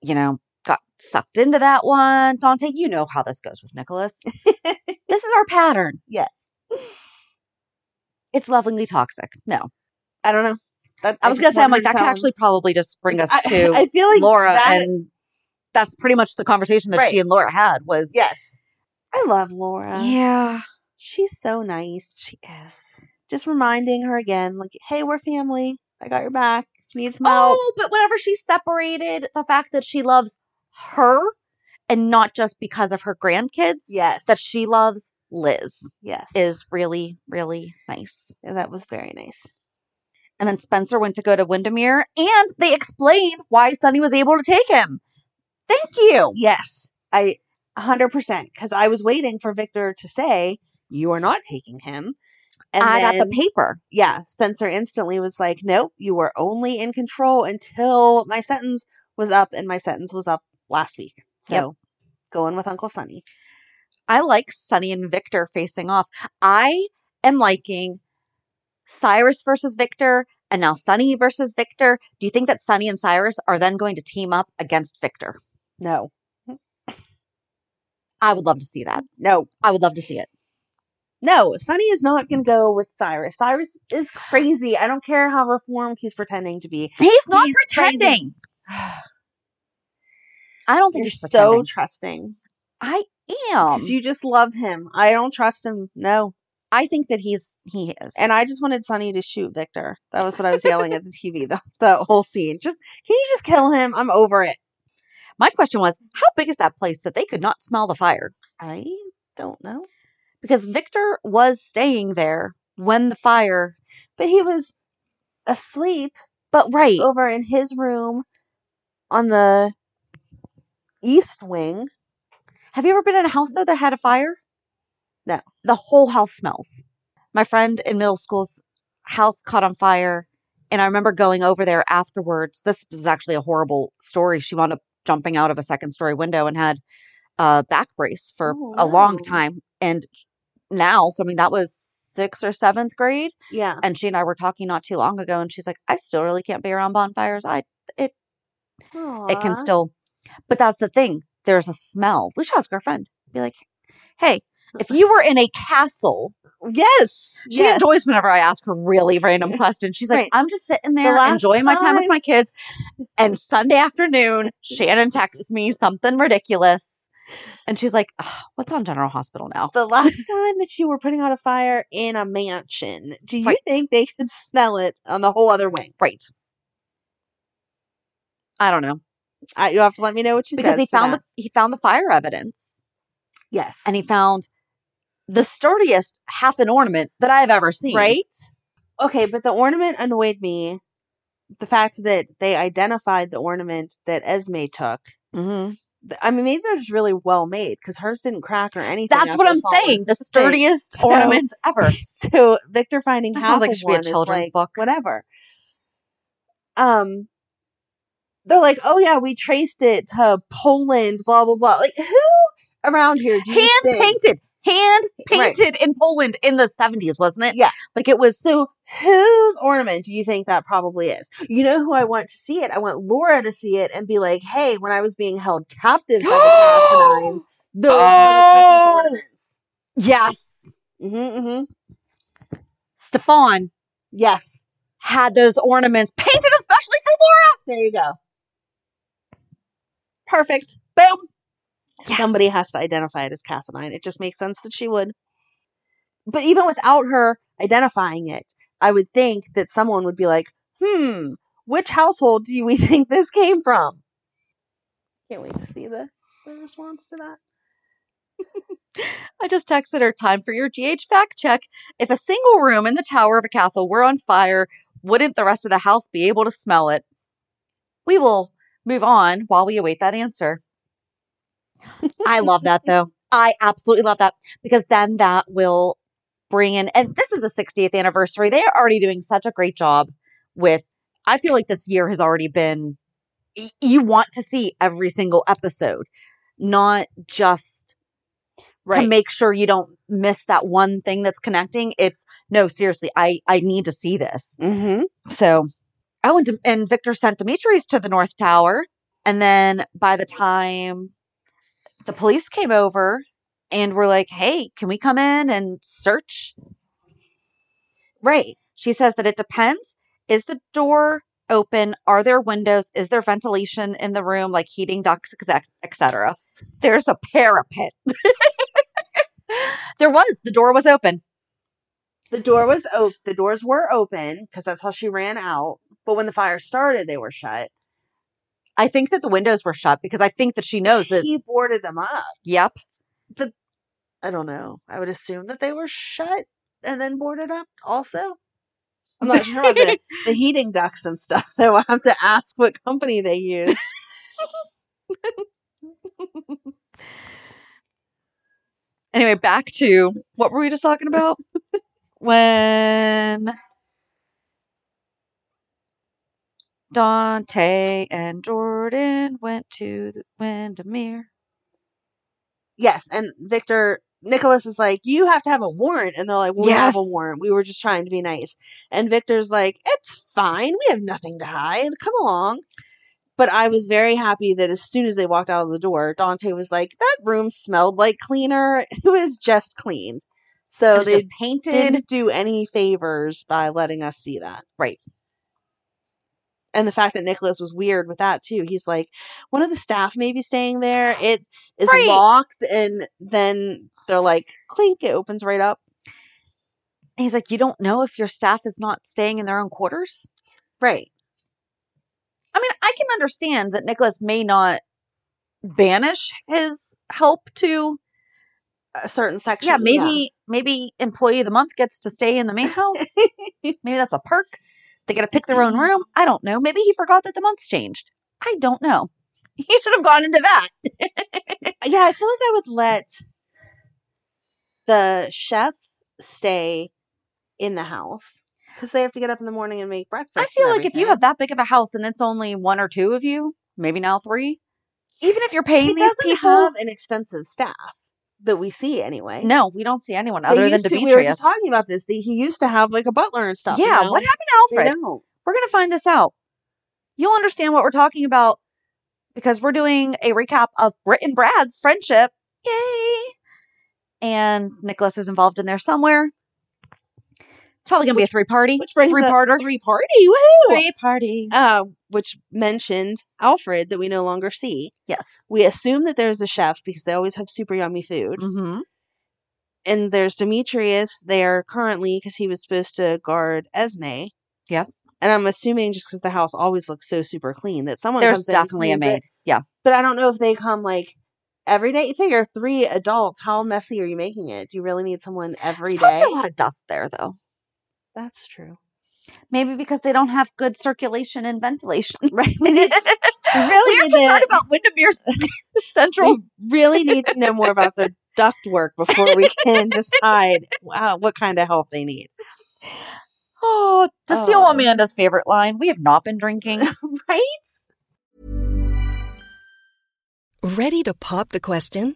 Speaker 3: you know, got sucked into that one. Dante, you know how this goes with Nicholas. this is our pattern.
Speaker 1: Yes.
Speaker 3: It's lovingly toxic. No.
Speaker 1: I don't know. That,
Speaker 3: I, was going
Speaker 1: just
Speaker 3: to say, I'm
Speaker 1: want
Speaker 3: like, that
Speaker 1: her to
Speaker 3: could
Speaker 1: tell him.
Speaker 3: actually probably just bring us
Speaker 1: I-
Speaker 3: to <laughs>
Speaker 1: I feel like
Speaker 3: Laura.
Speaker 1: that-
Speaker 3: and that's pretty much the conversation that she
Speaker 1: Right.
Speaker 3: and Laura had was,
Speaker 1: Yes. I love Laura.
Speaker 3: yeah.
Speaker 1: She's so nice.
Speaker 3: She is.
Speaker 1: Just reminding her again, like, hey, we're family. I got your back. If you Need some help.
Speaker 3: Oh, but whenever she's separated, the fact that she loves her and not just because of her grandkids,
Speaker 1: Yes.
Speaker 3: that she loves Liz
Speaker 1: yes.
Speaker 3: is really, really nice.
Speaker 1: And that was very nice.
Speaker 3: And then Spencer went to go to Windermere and they explained why Sonny was able to take him. Thank you.
Speaker 1: Yes. I 100% because I was waiting for Victor to say, you are not taking him. And
Speaker 3: I got
Speaker 1: then,
Speaker 3: the paper.
Speaker 1: yeah, Spencer instantly was like, nope, you were only in control until my sentence was up, and my sentence was up last week. So going with Uncle Sonny.
Speaker 3: I like Sonny and Victor facing off. I am liking Cyrus versus Victor and now Sonny versus Victor. Do you think that Sonny and Cyrus are then going to team up against Victor?
Speaker 1: No,
Speaker 3: I would love to see that.
Speaker 1: no,
Speaker 3: I would love to see it.
Speaker 1: No, Sonny is not going to go with Cyrus. Cyrus is crazy. I don't care how reformed he's pretending to be.
Speaker 3: He's not
Speaker 1: He's crazy.
Speaker 3: pretending.
Speaker 1: <sighs>
Speaker 3: I don't think
Speaker 1: You're
Speaker 3: he's
Speaker 1: so
Speaker 3: pretending.
Speaker 1: trusting.
Speaker 3: I am.
Speaker 1: 'Cause you just love him. I don't trust him. No.
Speaker 3: I think that he's he is.
Speaker 1: And I just wanted Sonny to shoot Victor. That was what I was yelling at the TV the, the whole scene. Just can you just kill him? I'm over it.
Speaker 3: My question was, how big is that place that they could not smell the fire?
Speaker 1: I don't know.
Speaker 3: Because Victor was staying there when the fire.
Speaker 1: But he was asleep
Speaker 3: But right,
Speaker 1: over in his room on the east wing.
Speaker 3: have you ever been in a house though that had a fire?
Speaker 1: No.
Speaker 3: The whole house smells. My friend in middle school's house caught on fire, and I remember going over there afterwards. This was actually a horrible story. She wound up jumping out of a second story window and had a back brace for
Speaker 1: Oh,
Speaker 3: a long
Speaker 1: no.
Speaker 3: time. And now, so I mean, that was sixth or seventh grade.
Speaker 1: Yeah.
Speaker 3: and she and I were talking not too long ago, and she's like, "I still really can't be around bonfires. I it can
Speaker 1: Aw.
Speaker 3: still, but that's the thing. There's a smell. We should ask our friend. Be like, hey, if you were in a castle,
Speaker 1: Yes.
Speaker 3: she
Speaker 1: yes.
Speaker 3: enjoys whenever I ask her really random questions. She's like,
Speaker 1: Right.
Speaker 3: I'm just sitting there
Speaker 1: last
Speaker 3: enjoying my time with my
Speaker 1: time-
Speaker 3: kids, and Sunday afternoon, Shannon texts me something ridiculous, and she's like, "Ugh, what's on General Hospital now?
Speaker 1: the last <laughs> time that you were putting out a fire in a mansion, do you
Speaker 3: Right.
Speaker 1: think they could smell it on the whole other wing?
Speaker 3: Right. I don't know
Speaker 1: I, you have to let me know what she
Speaker 3: because
Speaker 1: says.
Speaker 3: he
Speaker 1: to
Speaker 3: found the,
Speaker 1: that.
Speaker 3: he found the fire evidence.
Speaker 1: yes,
Speaker 3: and he found the sturdiest half an ornament that I've ever seen.
Speaker 1: right. Okay, but the ornament annoyed me. The fact that they identified the ornament that Esme took.
Speaker 3: Mm-hmm.
Speaker 1: Th- I mean, maybe they're just really well made because hers didn't crack or anything.
Speaker 3: That's what
Speaker 1: after
Speaker 3: I'm
Speaker 1: falling.
Speaker 3: saying. The sturdiest
Speaker 1: <laughs> So-
Speaker 3: ornament ever.
Speaker 1: So Victor finding
Speaker 3: That sounds
Speaker 1: half
Speaker 3: like it
Speaker 1: of
Speaker 3: should be a
Speaker 1: one is
Speaker 3: children's
Speaker 1: like
Speaker 3: book.
Speaker 1: whatever. Um, they're like, oh yeah, we traced it to Poland, blah blah blah. Like who around here do you
Speaker 3: Hand
Speaker 1: think? Eh,
Speaker 3: painted. Hand
Speaker 1: Right.
Speaker 3: painted in Poland in the 70s, wasn't it?
Speaker 1: Yeah.
Speaker 3: Like it was
Speaker 1: So whose ornament do you think that probably is? You know who I want to see it? I want Laura to see it and be like, hey, when I was being held captive by the Cassinines,
Speaker 3: <gasps>
Speaker 1: those
Speaker 3: Oh!
Speaker 1: were the
Speaker 3: Yes.
Speaker 1: Christmas ornaments. hmm hmm
Speaker 3: Stefan
Speaker 1: Yes,
Speaker 3: had those ornaments painted especially for
Speaker 1: there you go. Perfect.
Speaker 3: Laura. Boom. Yes.
Speaker 1: Somebody has to identify it as Cassinine. It just makes sense that she would. But even without her identifying it, I would think that someone would be like, hmm, which household do we <laughs> think this came from? Can't wait to see the, the response to that.
Speaker 3: I just texted her time for your GH fact check. If a single room in the tower of a castle were on fire, wouldn't the rest of the house be able to smell it? We will move on while we await that answer. I love that though. I absolutely love that because then that will bring in, and this is the 60th anniversary. They are already doing such a great job with, I feel like this year has already been, y- you want to see every single episode, not just to make sure you don't miss that one thing that's connecting. It's no, seriously, I I need to see this.
Speaker 1: Mm-hmm.
Speaker 3: So, oh, and, and Victor sent Demetrius to the North Tower, and then by the time the police came over and were like, "Hey, can we come in and search?"
Speaker 1: Right.
Speaker 3: She says that it depends. Is the door open? Are there windows? Is there ventilation in the room, like heating ducts, etc.? There's a
Speaker 1: <laughs>
Speaker 3: parapet. there was. The door was open.
Speaker 1: The door was open. The doors were open because that's how she ran out. But when the fire started, they were shut.
Speaker 3: I think that the windows were shut because I think that she knows that.
Speaker 1: He boarded them up.
Speaker 3: Yep.
Speaker 1: I don't know. I would assume that they were shut and then boarded up also. I'm not sure about the, the heating ducts and stuff, so I'll have to ask what company they use.
Speaker 3: Anyway, back to what were we just talking about? when Dante and Jordan went to the Windermere.
Speaker 1: Yes, and Victor Nicholas is like, You have to have a warrant and they're like, Well, we have a
Speaker 3: Yes.
Speaker 1: warrant. We were just trying to be nice. And Victor's like, It's fine, we have nothing to hide. Come along. But I was very happy that as soon as they walked out of the door, Dante was like, That room smelled like cleaner. <laughs> It was just cleaned.
Speaker 3: It
Speaker 1: So
Speaker 3: was
Speaker 1: they
Speaker 3: just painted.
Speaker 1: didn't do any favors by letting us see that.
Speaker 3: Right.
Speaker 4: and the fact that Nicholas was weird with that too. He's like, one of the staff may be staying
Speaker 3: <sighs>
Speaker 4: there. It is
Speaker 1: Right.
Speaker 4: locked, and then they're like, clink, it opens right up.
Speaker 1: And he's like, You don't know if your staff is not staying in their own quarters?
Speaker 4: Right.
Speaker 1: I mean, I can understand that Nicholas may not banish his help to
Speaker 4: A certain section.
Speaker 1: yeah maybe maybe employee of the month gets to stay in the main <laughs> house maybe that's a perk they get to pick their own room i don't know maybe he forgot that the months changed i don't know he should have gone into that
Speaker 4: yeah, I feel like I would let the chef stay in the house because they have to get up in the morning and make breakfast.
Speaker 1: i
Speaker 4: and
Speaker 1: feel like if you
Speaker 4: everything.
Speaker 1: have that big of a house and it's only one or two of you maybe now three even if you're paying
Speaker 4: he
Speaker 1: these
Speaker 4: doesn't
Speaker 1: people
Speaker 4: have an extensive staff that we see anyway.
Speaker 1: no we don't see anyone
Speaker 4: They
Speaker 1: other than
Speaker 4: used
Speaker 1: demetrius
Speaker 4: to, we were just talking about this. That he used to have like a butler and stuff. and
Speaker 1: yeah
Speaker 4: now
Speaker 1: what happened
Speaker 4: they
Speaker 1: to alfred
Speaker 4: don't.
Speaker 1: we're going to find this out. You'll understand what we're talking about because we're doing a recap of Britt and Brad's friendship. Yay! And Nicholas is involved in there somewhere. It's probably going to be a three party.
Speaker 4: Which brings
Speaker 1: three
Speaker 4: up
Speaker 1: parter.
Speaker 4: three party. Woohoo!
Speaker 1: Three party.
Speaker 4: Uh, which mentioned Alfred that we no longer see.
Speaker 1: Yes.
Speaker 4: We assume that there's a chef because they always have super yummy food.
Speaker 1: Mm-hmm.
Speaker 4: and there's Demetrius there currently because he was supposed to guard Esme.
Speaker 1: Yep.
Speaker 4: And I'm assuming just because the house always looks so super clean that someone
Speaker 1: There's
Speaker 4: comes in and
Speaker 1: definitely a
Speaker 4: cleans it.
Speaker 1: maid. Yeah.
Speaker 4: But I don't know if they come like every day. You figure three adults. How messy are you making it? Do you really need someone every
Speaker 1: There's
Speaker 4: day?
Speaker 1: probably a lot of dust there, though.
Speaker 4: That's true.
Speaker 1: Maybe because they don't have good circulation and ventilation.
Speaker 4: Right.
Speaker 1: we
Speaker 4: We need, really
Speaker 1: have
Speaker 4: need
Speaker 1: to talk
Speaker 4: to-
Speaker 1: about Windermere's
Speaker 4: we
Speaker 1: central.
Speaker 4: really need to know more about their duct work before
Speaker 1: <laughs>
Speaker 4: we can decide wow, what kind of help they need.
Speaker 1: Oh, to steal
Speaker 4: Oh.
Speaker 1: Amanda's favorite line, we have not
Speaker 4: <laughs>
Speaker 1: been drinking.
Speaker 4: Right?
Speaker 3: Ready to pop the question?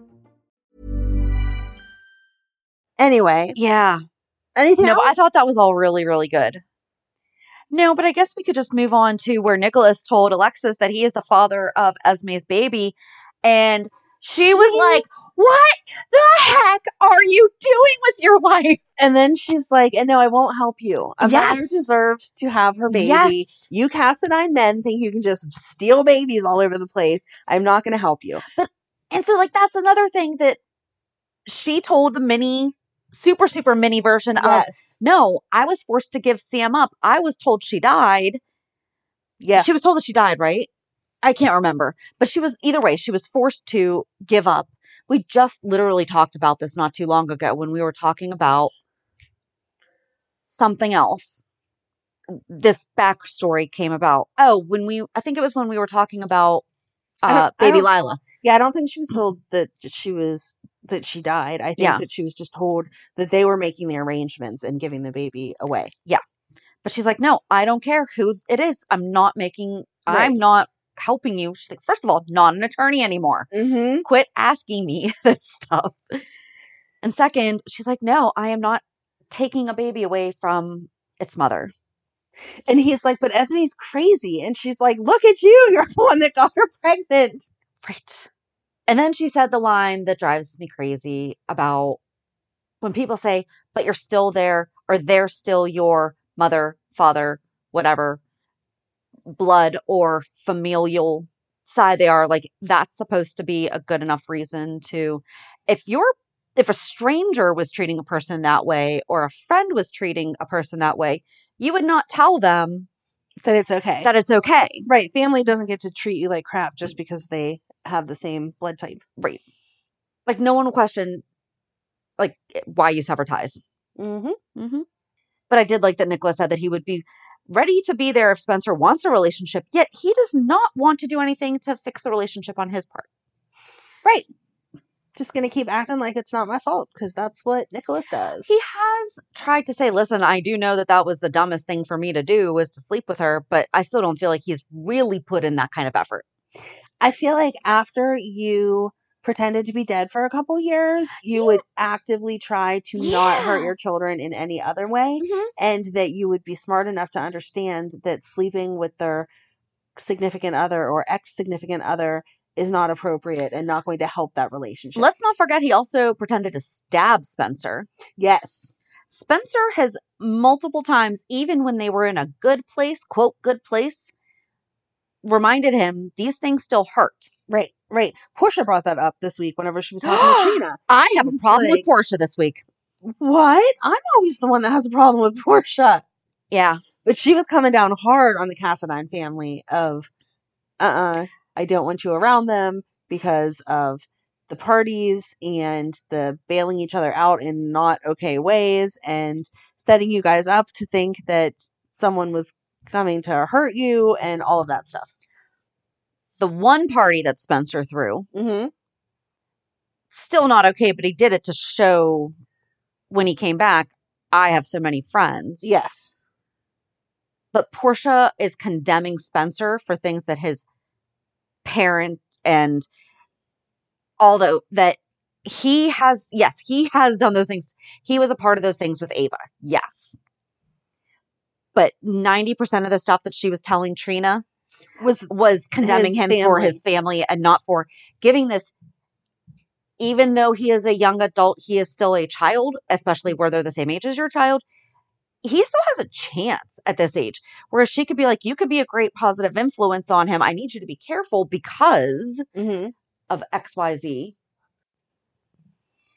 Speaker 4: Anyway,
Speaker 1: yeah.
Speaker 4: anything
Speaker 1: No, but I
Speaker 4: else?
Speaker 1: thought that was all really, really good. No, but I guess we could just move on to where Nicholas told Alexis that he is the father of Esme's baby. And she was
Speaker 4: She-
Speaker 1: like, What the heck are you doing with your life?
Speaker 4: And then she's like, and no, I won't help you. A
Speaker 1: Yes.
Speaker 4: mother deserves to have her baby.
Speaker 1: Yes.
Speaker 4: You Cassadine men think you can just steal babies all over the place. I'm not going to help you.
Speaker 1: And so, like, that's another thing that she told the mini, super, super mini version of
Speaker 4: Yes.
Speaker 1: No, I was forced to give Sam up. I was told she died.
Speaker 4: Yeah.
Speaker 1: She was told that she died, right? I can't remember. But she was, either way, she was forced to give up. We just literally talked about this not too long ago when we were talking about something else. This backstory came about. Oh, when we, I think it was when we were talking about
Speaker 4: I don't-
Speaker 1: uh,
Speaker 4: I
Speaker 1: baby
Speaker 4: don't-
Speaker 1: Lila. Mm.
Speaker 4: Yeah. I don't think she was told that she was, that she died. I think
Speaker 1: Yeah.
Speaker 4: that she was just told that they were making the arrangements and giving the baby away.
Speaker 1: But she's like, no, I don't care who it is. I'm not making,
Speaker 4: Right.
Speaker 1: I'm not helping you. She's like, first of all, not an attorney anymore.
Speaker 4: Mm-hmm.
Speaker 1: quit asking me <laughs> this stuff. And second, she's like, no, I am not taking a baby away from its mother.
Speaker 4: And he's like, but Esme's crazy. And she's like, look at you. You're the one that got her pregnant.
Speaker 1: Right. And then she said the line that drives me crazy about when people say, but you're still there, or they're still your mother, father, whatever, blood or familial side they are. Like, that's supposed to be a good enough reason to, if you're, if a stranger was treating a person that way or a friend was treating a person that way, you would not tell them
Speaker 3: that it's okay.
Speaker 1: That it's okay. Mm.
Speaker 3: Right. Family doesn't get to treat you like crap just because they have the same blood type.
Speaker 1: Right. Like no one will question like why you sever ties.
Speaker 3: Mm-hmm.
Speaker 1: Mm-hmm. But I did like that Nicholas said that he would be ready to be there if Spencer wants a relationship, yet he does not want to do anything to fix the relationship on his part.
Speaker 3: Right. Just going to keep acting like it's not my fault because that's what Nicholas does.
Speaker 1: He has tried to say, listen, I do know that that was the dumbest thing for me to do was to sleep with her, but I still don't feel like he's really put in that kind of effort.
Speaker 3: I feel like after you pretended to be dead for a couple years, you would actively try to not
Speaker 1: Yeah. Mm-hmm.
Speaker 3: hurt your children in any other way, and that you would be smart enough to understand that sleeping with their significant other or ex significant other is not appropriate and not going to help that relationship.
Speaker 1: Let's not forget he also pretended to stab Spencer.
Speaker 3: yes.
Speaker 1: Spencer has multiple times, even when they were in a good place, quote, good place, reminded him these things still hurt.
Speaker 3: Right, right. Portia brought that up this week whenever she was
Speaker 1: <gasps>
Speaker 3: talking to Trina.
Speaker 1: I
Speaker 3: She
Speaker 1: have a
Speaker 3: was
Speaker 1: problem with
Speaker 3: like,
Speaker 1: Portia this week.
Speaker 3: What? I'm always the one that has a problem with Portia.
Speaker 1: Yeah.
Speaker 3: But she was coming down hard on the Cassadine family of uh uh I don't want you around them because of the parties and the bailing each other out in not okay ways and setting you guys up to think that someone was coming to hurt you and all of that stuff.
Speaker 1: The one party that Spencer threw,
Speaker 3: Mm-hmm.
Speaker 1: still not okay, but he did it to show when he came back, I have so many friends.
Speaker 3: Yes.
Speaker 1: But Portia is condemning Spencer for things that his parent and although that he has, yes, he has done those things. He was a part of those things with Ava. Yes. But 90% of the stuff that she was telling Trina
Speaker 3: Was
Speaker 1: was condemning
Speaker 3: his
Speaker 1: him for
Speaker 3: family.
Speaker 1: his family and not for giving this even though he is a young adult he is still a child especially where they're the same age as your child he still has a chance at this age whereas she could be like you could be a great positive influence on him i need you to be careful because
Speaker 3: mm-hmm.
Speaker 1: of xyz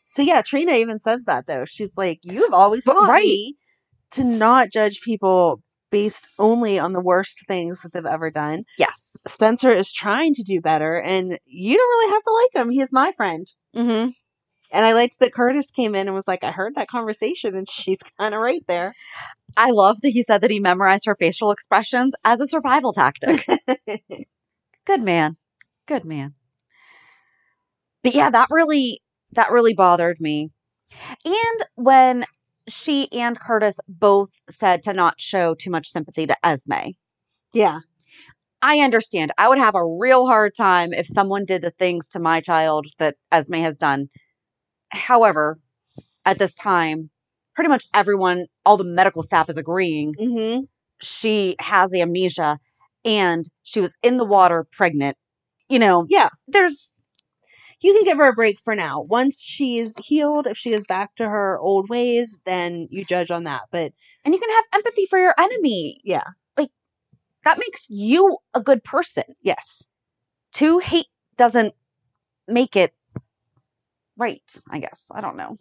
Speaker 3: So yeah, Trina even says that though. She's like, "You've always
Speaker 1: But
Speaker 3: taught
Speaker 1: right.
Speaker 3: me to not judge people based only on the worst things that they've ever done."
Speaker 1: yes
Speaker 3: Spencer is trying to do better, and you don't really have to like him. He is my friend,
Speaker 1: mm-hmm.
Speaker 3: and I liked that Curtis came in and was like, "I heard that conversation, and <laughs> she's kind of right there."
Speaker 1: i love that he said that he memorized her facial expressions as a survival tactic good man good man but yeah that really that really bothered me and when she and curtis both said to not show too much sympathy to esme
Speaker 3: <laughs> yeah,
Speaker 1: i understand i would have a real hard time if someone did the things to my child that esme has done however at this time pretty much everyone all the medical staff is agreeing
Speaker 3: hmm
Speaker 1: she has amnesia and she was in the water pregnant you know
Speaker 3: yeah.
Speaker 1: there's
Speaker 3: You can give her a break for now. Once she's healed, if she is back to her old ways, then you judge on that. But
Speaker 1: and you can have empathy for your enemy
Speaker 3: yeah,
Speaker 1: that makes you a good person
Speaker 3: yes,
Speaker 1: to hate doesn't make it right i guess i don't know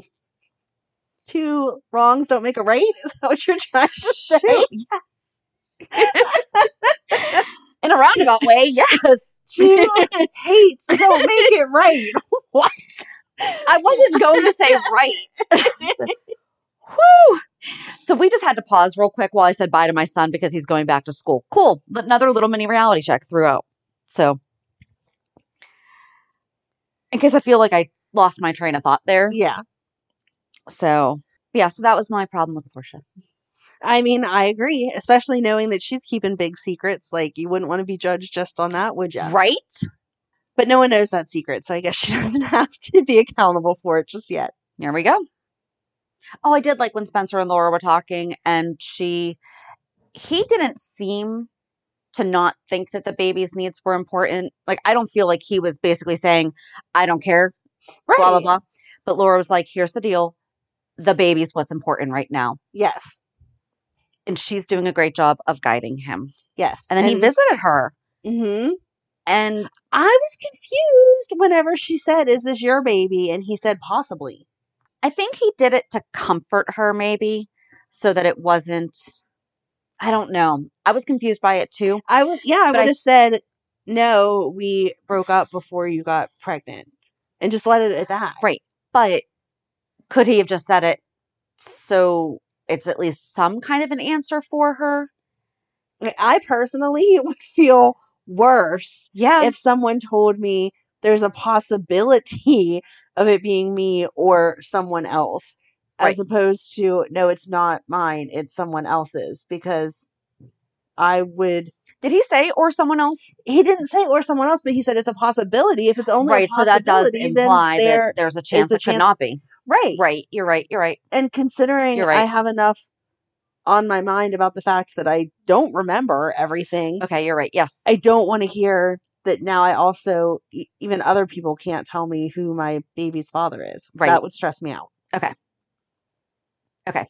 Speaker 1: <laughs>
Speaker 3: two wrongs don't make a right. <laughs> Is that what you're trying
Speaker 1: <laughs>
Speaker 3: to say?
Speaker 1: yes in a roundabout way yes
Speaker 3: two hates don't make it right. <laughs> What?
Speaker 1: i wasn't going to say right <laughs> Whew. so we just had to pause real quick while i said bye to my son because he's going back to school cool another little mini reality check throughout so in case i feel like i lost my train of thought there
Speaker 3: Yeah.
Speaker 1: So yeah, so that was my problem with Portia.
Speaker 3: I mean, I agree, especially knowing that she's keeping big secrets. Like, you wouldn't want to be judged just on that, would you?
Speaker 1: Right?
Speaker 3: But no one knows that secret, so I guess she <laughs> doesn't have to be accountable for it just yet.
Speaker 1: There we go. Oh, I did like when Spencer and Laura were talking and she he didn't seem to not think that the baby's needs were important. Like I don't feel like he was basically saying, I don't care, blah blah blah. But Laura was like, here's the deal. The baby's what's important right now.
Speaker 3: Yes.
Speaker 1: And she's doing a great job of guiding him.
Speaker 3: Yes.
Speaker 1: And then he visited her.
Speaker 3: hmm
Speaker 1: And
Speaker 3: I was confused whenever she said, Is this your baby? And he said, Possibly.
Speaker 1: I think he did it to comfort her, maybe, so that it wasn't I don't know. I was confused by it too.
Speaker 3: I would, yeah, I would have said, no, we broke up before you got pregnant and just let it at that.
Speaker 1: Right. But could he have just said it so it's at least some kind of an answer for her?
Speaker 3: I personally <laughs> would feel worse
Speaker 1: yeah.
Speaker 3: if someone told me there's a possibility <laughs> of it being me or someone else as
Speaker 1: Right.
Speaker 3: opposed to no it's not mine it's someone else's because i would
Speaker 1: Did he say or someone else?
Speaker 3: he didn't say or someone else but he said it's a possibility if it's only
Speaker 1: right.
Speaker 3: a
Speaker 1: So that does
Speaker 3: possibility then
Speaker 1: imply
Speaker 3: there
Speaker 1: that there's a
Speaker 3: is
Speaker 1: chance it could not be.
Speaker 3: right
Speaker 1: Right. You're right. You're right.
Speaker 3: and considering
Speaker 1: You're right.
Speaker 3: i have enough on my mind about the fact that i don't remember everything
Speaker 1: Okay. You're right. Yes.
Speaker 3: I don't want to hear that now I also, e- even other people can't tell me who my baby's father is.
Speaker 1: Right.
Speaker 3: That would stress me out.
Speaker 1: Okay. Okay.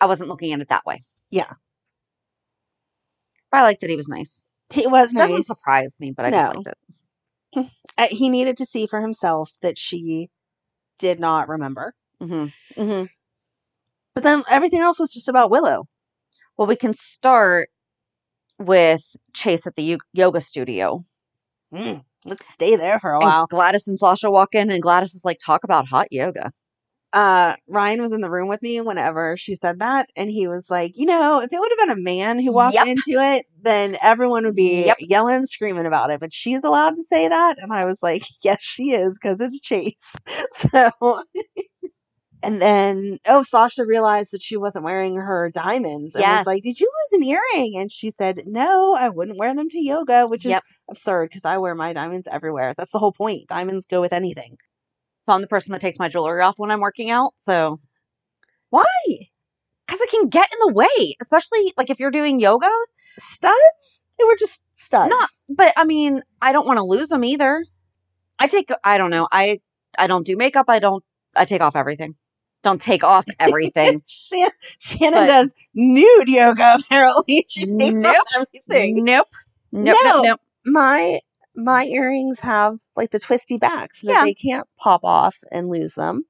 Speaker 1: I wasn't looking at it that way.
Speaker 3: Yeah.
Speaker 1: But I like that he was nice.
Speaker 3: It was
Speaker 1: It doesn't
Speaker 3: nice.
Speaker 1: surprise me, but I just
Speaker 3: No.
Speaker 1: liked it.
Speaker 3: <laughs> Uh, He needed to see for himself that she did not remember.
Speaker 1: Mm-hmm. Mm-hmm.
Speaker 3: But then everything else was just about Willow.
Speaker 1: Well, we can start with Chase at the yo- yoga studio.
Speaker 3: Mm, let's stay there for a
Speaker 1: And
Speaker 3: while.
Speaker 1: Gladys and Sasha walk in, and Gladys is like, talk about hot yoga.
Speaker 3: Uh, Ryan was in the room with me whenever she said that. And he was like, you know, if it would have been a man who walked
Speaker 1: Yep.
Speaker 3: into it, then everyone would be
Speaker 1: Yep.
Speaker 3: yelling and screaming about it. But she's allowed to say that. And I was like, <laughs> yes, she is because it's Chase. <laughs> So, and then, oh, Sasha realized that she wasn't wearing her diamonds and
Speaker 1: Yes.
Speaker 3: was like, did you lose an earring? And she said, no, I wouldn't wear them to yoga, which
Speaker 1: Yep.
Speaker 3: is absurd because I wear my diamonds everywhere. That's the whole point. Diamonds go with anything.
Speaker 1: So I'm the person that takes my jewelry off when I'm working out. So,
Speaker 3: Why?
Speaker 1: because it can get in the way, especially like if you're doing yoga.
Speaker 3: Studs? They were just studs.
Speaker 1: Not, but I mean, I don't want to lose them either. I take, I don't know, I I don't do makeup. I don't, I take off everything. Don't
Speaker 3: <laughs>
Speaker 1: take off everything.
Speaker 3: Shan- Shannon
Speaker 1: But-
Speaker 3: does nude yoga. Apparently, <laughs> she takes
Speaker 1: Nope.
Speaker 3: off everything.
Speaker 1: nope. Nope.
Speaker 3: No.
Speaker 1: Nope. Nope.
Speaker 3: My my earrings have like the twisty back, so that
Speaker 1: Yeah.
Speaker 3: they can't pop off and lose them.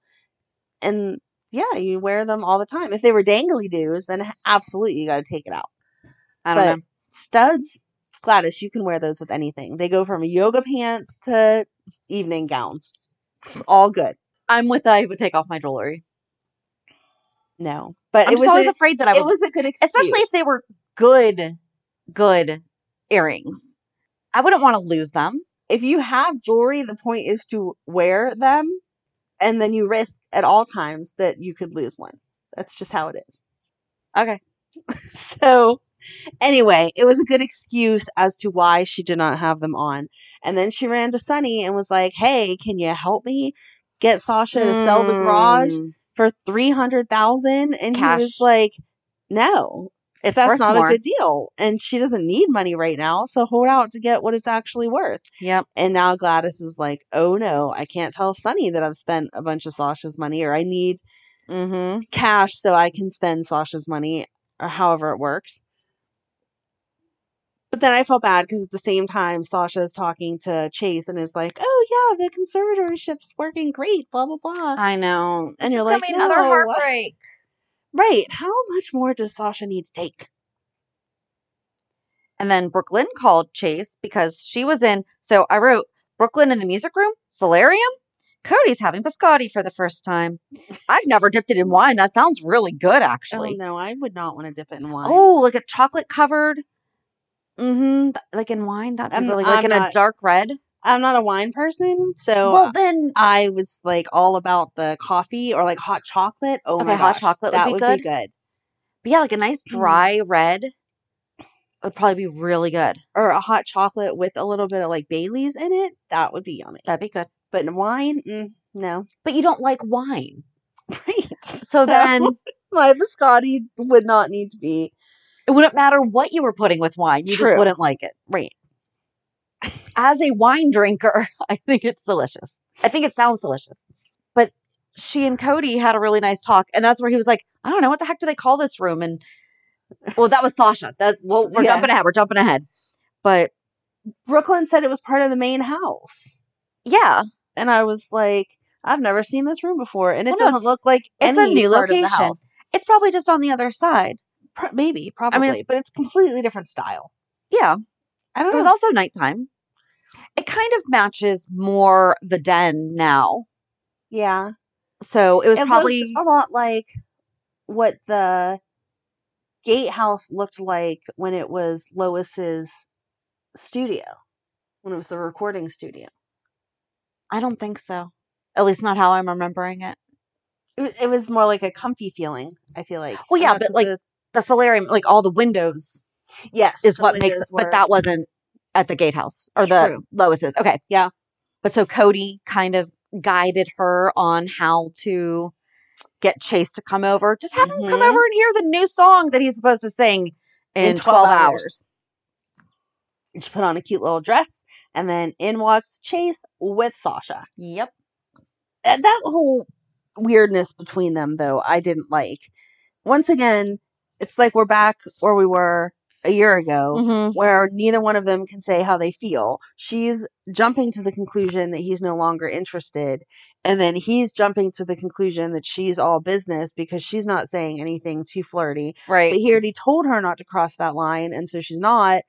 Speaker 3: And yeah, you wear them all the time. If they were dangly doos, then h- absolutely you got to take it out.
Speaker 1: I don't
Speaker 3: But-
Speaker 1: know.
Speaker 3: Studs, Gladys, you can wear those with anything. They go from yoga pants to evening gowns. It's all good.
Speaker 1: I'm with. I would take off my jewelry.
Speaker 3: No, but
Speaker 1: I'm
Speaker 3: it was
Speaker 1: just always
Speaker 3: a,
Speaker 1: afraid that I
Speaker 3: it
Speaker 1: would,
Speaker 3: was a good excuse,
Speaker 1: especially if they were good, good earrings. I wouldn't want to lose them.
Speaker 3: if you have jewelry, the point is to wear them, and then you risk at all times that you could lose one. That's just how it is.
Speaker 1: Okay.
Speaker 3: <laughs> So, anyway, it was a good excuse as to why she did not have them on. And then she ran to Sunny and was like, "Hey, can you help me get Sasha to sell the garage
Speaker 1: Mm,
Speaker 3: for three hundred thousand? And
Speaker 1: Cash.
Speaker 3: he was like, "No."
Speaker 1: It's
Speaker 3: that's
Speaker 1: worth
Speaker 3: not
Speaker 1: more.
Speaker 3: a good deal. And she doesn't need money right now. So hold out to get what it's actually worth.
Speaker 1: Yep.
Speaker 3: And now Gladys is like, oh no, I can't tell Sunny that I've spent a bunch of Sasha's money or I need
Speaker 1: Mm-hmm.
Speaker 3: cash so I can spend Sasha's money or however it works. But then I felt bad because at the same time, Sasha is talking to Chase and is like, oh yeah, the conservatorship's working great, blah, blah, blah.
Speaker 1: I know. It's
Speaker 3: And you're
Speaker 1: just gonna
Speaker 3: like,
Speaker 1: be another
Speaker 3: "No."
Speaker 1: heartbreak.
Speaker 3: right. How much more does Sasha need to take?
Speaker 1: And then Brooklyn called Chase because she was in. So I wrote Brooklyn in the music room, solarium. Cody's having biscotti for the first time. I've never dipped it in wine. That sounds really good,
Speaker 3: Oh
Speaker 1: actually.
Speaker 3: no, I would not want to dip it in wine.
Speaker 1: Oh, like a chocolate covered. Mm-hmm. Like in wine, that'd be
Speaker 3: I'm-
Speaker 1: really like
Speaker 3: I'm
Speaker 1: in a
Speaker 3: not-
Speaker 1: dark red.
Speaker 3: I'm not a wine person, so
Speaker 1: well, then
Speaker 3: I was like all about the coffee or like hot chocolate. Oh my
Speaker 1: Okay, hot
Speaker 3: gosh,
Speaker 1: chocolate would
Speaker 3: that
Speaker 1: be
Speaker 3: would
Speaker 1: good.
Speaker 3: be good.
Speaker 1: but yeah, like a nice
Speaker 3: Mm.
Speaker 1: dry red would probably be really good.
Speaker 3: Or a hot chocolate with a little bit of like Bailey's in it. That would be yummy.
Speaker 1: That'd be good.
Speaker 3: But in wine, mm, no.
Speaker 1: But you don't like wine,
Speaker 3: <laughs> Right.
Speaker 1: so then
Speaker 3: <laughs> my biscotti would not need to be
Speaker 1: it wouldn't matter what you were putting with wine. You
Speaker 3: True.
Speaker 1: just wouldn't like it.
Speaker 3: right.
Speaker 1: as a wine drinker, <laughs> I think it's delicious. I think it sounds delicious. But she and Cody had a really nice talk, and that's where he was like, "I don't know what the heck do they call this room?" And well, that was Sasha. That well, we're
Speaker 3: Yeah.
Speaker 1: jumping ahead. We're jumping ahead. But
Speaker 3: Brooklyn said it was part of the main house,
Speaker 1: yeah,
Speaker 3: and I was like, I've never seen this room before, and it
Speaker 1: Well, no,
Speaker 3: doesn't look like
Speaker 1: it's a
Speaker 3: any
Speaker 1: new
Speaker 3: part of
Speaker 1: location.
Speaker 3: the house.
Speaker 1: It's probably just on the other side.
Speaker 3: Pro- maybe, probably, but it's completely different style.
Speaker 1: Yeah.
Speaker 3: I don't
Speaker 1: It was
Speaker 3: know.
Speaker 1: also nighttime. It kind of matches more the den now.
Speaker 3: Yeah.
Speaker 1: So it was
Speaker 3: looked
Speaker 1: probably
Speaker 3: a lot like what the gatehouse looked like when it was Lois's studio, when it was the recording studio.
Speaker 1: I don't think so. At least not how I'm remembering it.
Speaker 3: It, wa- it was more like a comfy feeling. I feel like.
Speaker 1: Well,
Speaker 3: And
Speaker 1: yeah,
Speaker 3: that's
Speaker 1: but
Speaker 3: what
Speaker 1: like the, solarium, like all the windows
Speaker 3: the- yes,
Speaker 1: is
Speaker 3: the
Speaker 1: what makes
Speaker 3: windows
Speaker 1: it,
Speaker 3: were-
Speaker 1: but that wasn't at the gatehouse or the
Speaker 3: True.
Speaker 1: Lois's. Okay.
Speaker 3: yeah,
Speaker 1: But so Cody kind of guided her on how to get Chase to come over. Just have him come
Speaker 3: Mhm.
Speaker 1: over and hear the new song that he's supposed to sing in, 12, hours.
Speaker 3: She put on a cute little dress, and then in walks Chase with Sasha.
Speaker 1: Yep.
Speaker 3: And that whole weirdness between them, though, I didn't like. Once again, it's like we're back where we were a year ago.
Speaker 1: Mhm.
Speaker 3: where neither one of them can say how they feel. She's jumping to the conclusion that he's no longer interested. And then he's jumping to the conclusion that she's all business because she's not saying anything too flirty.
Speaker 1: Right.
Speaker 3: But he already told her not to cross that line. And so she's not.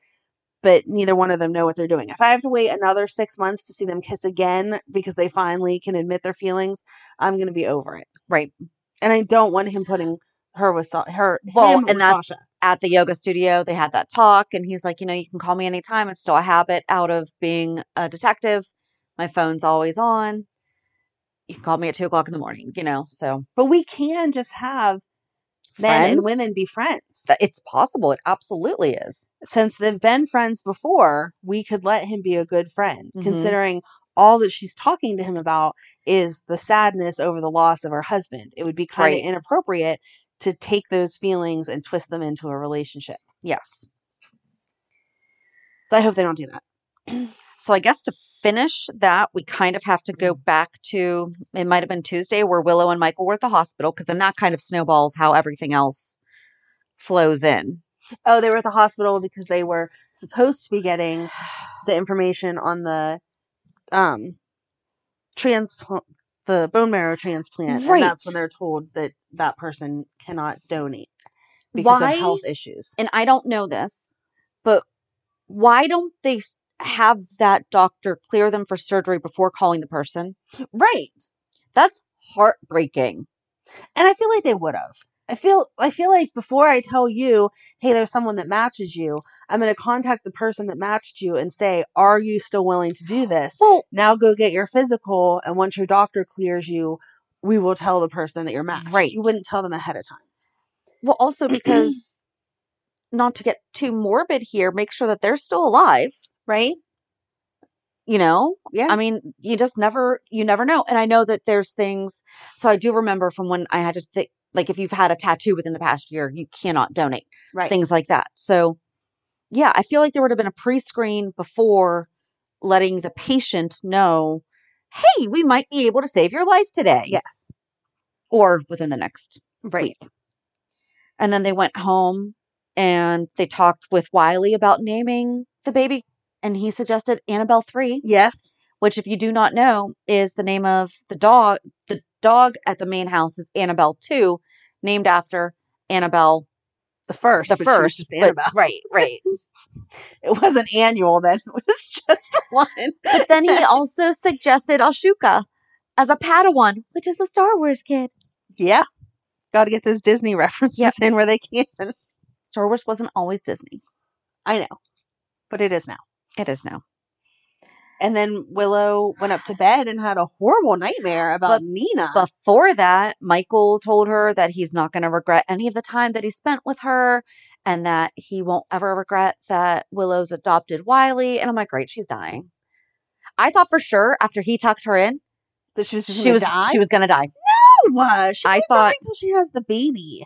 Speaker 3: But neither one of them know what they're doing. If I have to wait another six months to see them kiss again because they finally can admit their feelings, I'm going to be over it.
Speaker 1: Right.
Speaker 3: And I don't want him putting her with Sa- her
Speaker 1: Well,
Speaker 3: him
Speaker 1: and
Speaker 3: with
Speaker 1: that's-
Speaker 3: Sasha.
Speaker 1: at the yoga studio they had that talk and he's like you know you can call me anytime it's still a habit out of being a detective my phone's always on you can call me at two o'clock in the morning you know so
Speaker 3: But we can just have men and
Speaker 1: Friends?
Speaker 3: women be friends.
Speaker 1: that- it's possible it absolutely is
Speaker 3: Since they've been friends before, we could let him be a good friend,
Speaker 1: Mhm.
Speaker 3: considering all that she's talking to him about is the sadness over the loss of her husband. It would be kind of
Speaker 1: Right.
Speaker 3: inappropriate to take those feelings and twist them into a relationship.
Speaker 1: yes
Speaker 3: So I hope they don't do that.
Speaker 1: so i guess to finish that we kind of have to go back to it might have been tuesday where willow and michael were at the hospital because then that kind of snowballs how everything else flows in
Speaker 3: Oh, they were at the hospital because they were supposed to be
Speaker 1: <sighs>
Speaker 3: getting the information on the um transplant the bone marrow transplant
Speaker 1: Right.
Speaker 3: and that's when they're told that that person cannot donate because
Speaker 1: Why-
Speaker 3: of health issues
Speaker 1: and I don't know this, but why don't they s- have that doctor clear them for surgery before calling the person?
Speaker 3: right
Speaker 1: That's heartbreaking.
Speaker 3: and i feel like they would have i feel i feel like before i tell you hey there's someone that matches you i'm going to contact the person that matched you and say are you still willing to do this
Speaker 1: Well,
Speaker 3: now go get your physical and once your doctor clears you we will tell the person that you're matched
Speaker 1: Right.
Speaker 3: you wouldn't tell them ahead of time
Speaker 1: well,
Speaker 3: <clears throat>
Speaker 1: also because not to get too morbid here, make sure that they're still alive.
Speaker 3: right
Speaker 1: You know,
Speaker 3: yeah
Speaker 1: I mean, you just never, you never know. And I know that there's things. So I do remember from when I had to think, like, if you've had a tattoo within the past year, you cannot donate.
Speaker 3: right
Speaker 1: things like that. So, yeah, I feel like there would have been a pre screen before letting the patient know, hey, we might be able to save your life today
Speaker 3: Yes.
Speaker 1: or within the next.
Speaker 3: Right.
Speaker 1: And then they went home and they talked with Wiley about naming the baby. And he suggested Annabelle 3,
Speaker 3: Yes.
Speaker 1: which, if you do not know, is the name of the dog. The dog at the main house is Annabelle 2, named after Annabelle
Speaker 3: The first.
Speaker 1: the
Speaker 3: but she was
Speaker 1: first.
Speaker 3: just
Speaker 1: but-
Speaker 3: Annabelle.
Speaker 1: right, right.
Speaker 3: <laughs> It wasn't annual then. It was <laughs> just one.
Speaker 1: But
Speaker 3: <laughs>
Speaker 1: then he also suggested Ashoka as a Padawan, which is a Star Wars kid.
Speaker 3: yeah. Got to get those Disney references
Speaker 1: Yep.
Speaker 3: in where they can. <laughs>
Speaker 1: Star Wars wasn't always Disney.
Speaker 3: I know. But it is now.
Speaker 1: It is now.
Speaker 3: And then Willow went
Speaker 1: <sighs>
Speaker 3: up to bed and had a horrible nightmare about
Speaker 1: But-
Speaker 3: Nina.
Speaker 1: Before that, Michael told her that he's not going to regret any of the time that he spent with her and that he won't ever regret that Willow's adopted Wiley. And I'm like, great, she's dying. I thought for sure after he tucked her in,
Speaker 3: that she was just
Speaker 1: she was she was going to die.
Speaker 3: No, uh, she
Speaker 1: I
Speaker 3: can't die
Speaker 1: thought-
Speaker 3: until she has the baby.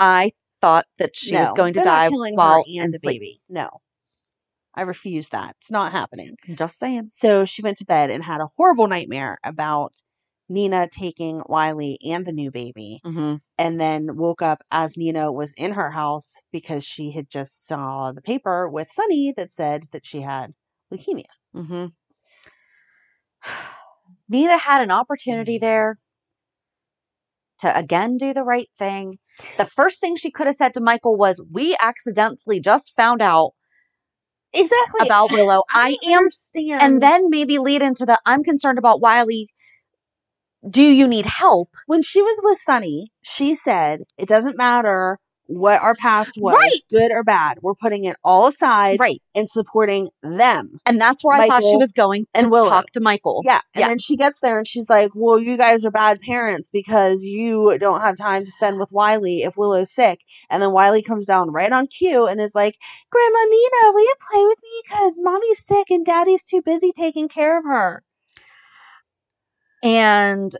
Speaker 1: I thought that she was
Speaker 3: No,
Speaker 1: going to
Speaker 3: they're not
Speaker 1: die
Speaker 3: killing her
Speaker 1: while in
Speaker 3: and the
Speaker 1: sleep.
Speaker 3: baby. No. I refuse that. It's not happening.
Speaker 1: I'm just saying.
Speaker 3: So she went to bed and had a horrible nightmare about Nina taking Wiley and the new baby.
Speaker 1: hmm
Speaker 3: and then woke up as Nina was in her house because she had just saw the paper with Sunny that said that she had leukemia.
Speaker 1: hmm Nina had an opportunity there to again do the right thing. The first thing she could have said to Michael was, "We accidentally just found out
Speaker 3: exactly
Speaker 1: about Willow. I, am
Speaker 3: understand.
Speaker 1: and then maybe lead into the I'm concerned about Wiley. Do you need help?
Speaker 3: When she was with Sunny, she said, It doesn't matter what our past was,
Speaker 1: Right.
Speaker 3: good or bad. We're putting it all aside
Speaker 1: Right.
Speaker 3: and supporting them.
Speaker 1: And that's where I thought she
Speaker 3: Michael
Speaker 1: was going to
Speaker 3: and Willow.
Speaker 1: talk to Michael.
Speaker 3: Yeah. And
Speaker 1: Yeah.
Speaker 3: then she gets there and she's like, Well, you guys are bad parents because you don't have time to spend with Wiley if Willow's sick. And then Wiley comes down right on cue and is like, Grandma Nina, will you play with me? Because mommy's sick and daddy's too busy taking care of her.
Speaker 1: And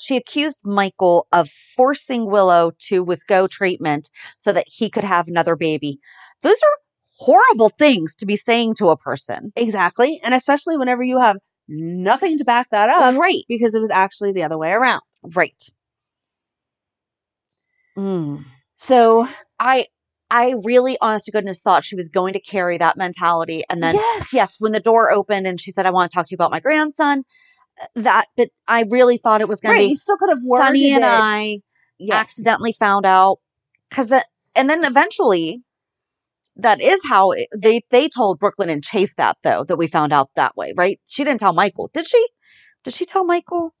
Speaker 1: she accused Michael of forcing Willow to withgo treatment so that he could have another baby. Those are horrible things to be saying to a person.
Speaker 3: Exactly. And especially whenever you have nothing to back that up.
Speaker 1: Right,
Speaker 3: because it was actually the other way around.
Speaker 1: right.
Speaker 3: Mm. So
Speaker 1: I I really honest to goodness thought she was going to carry that mentality and then
Speaker 3: yes,
Speaker 1: yes, when the door opened and she said, I want to talk to you about my grandson, uh, that, but I really thought it was going
Speaker 3: right,
Speaker 1: to
Speaker 3: you
Speaker 1: be
Speaker 3: still could have worded
Speaker 1: Sunny and
Speaker 3: it.
Speaker 1: I
Speaker 3: yes.
Speaker 1: accidentally found out because that, and then eventually that is how it, they, they told Brooklyn and Chase that though, that we found out that way, right? She didn't tell Michael. Did she? Did she tell Michael?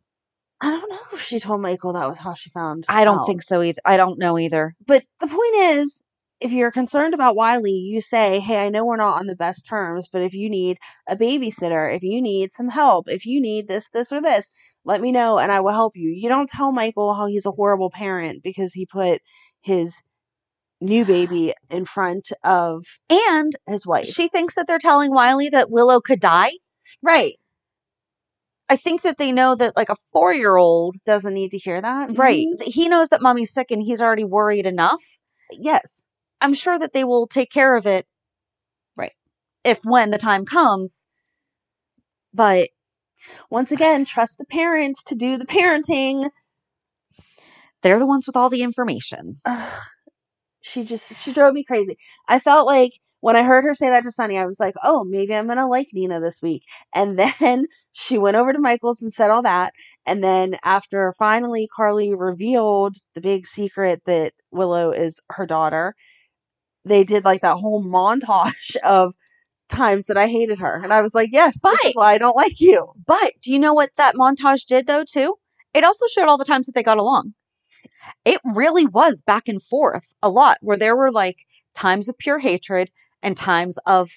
Speaker 3: I don't know if she told Michael that was how she found.
Speaker 1: I don't
Speaker 3: out.
Speaker 1: think so either. I don't know either.
Speaker 3: But the point is, if you're concerned about Wiley, you say, "Hey, I know we're not on the best terms, but if you need a babysitter, if you need some help, if you need this, this, or this, let me know, and I will help you." You don't tell Michael how he's a horrible parent because he put his
Speaker 1: <sighs>
Speaker 3: new baby in front of
Speaker 1: And
Speaker 3: his wife.
Speaker 1: she thinks that they're telling Wiley that Willow could die.
Speaker 3: right
Speaker 1: I think that they know that like a four year old
Speaker 3: doesn't need to hear that,
Speaker 1: Right.
Speaker 3: Mhm.
Speaker 1: Th- He knows that mommy's sick and he's already worried enough.
Speaker 3: Yes.
Speaker 1: I'm sure that they will take care of it.
Speaker 3: Right.
Speaker 1: If when the time comes. But
Speaker 3: Once again, trust the parents to do the parenting.
Speaker 1: they're the ones with all the information.
Speaker 3: Ugh. she just she drove me crazy. I felt like when I heard her say that to Sunny, I was like, "Oh, maybe I'm gonna like Nina this week." And <laughs> then she went over to Michael's and said all that. And then after finally Carly revealed the big secret that Willow is her daughter, they did like that whole montage <laughs> of times that I hated her, and I was like, "Yes, this
Speaker 1: But-
Speaker 3: is why I don't like you."
Speaker 1: But do you know what that montage did though too? It also showed all the times that they got along. It really was back and forth a lot where there were like times of pure hatred and times of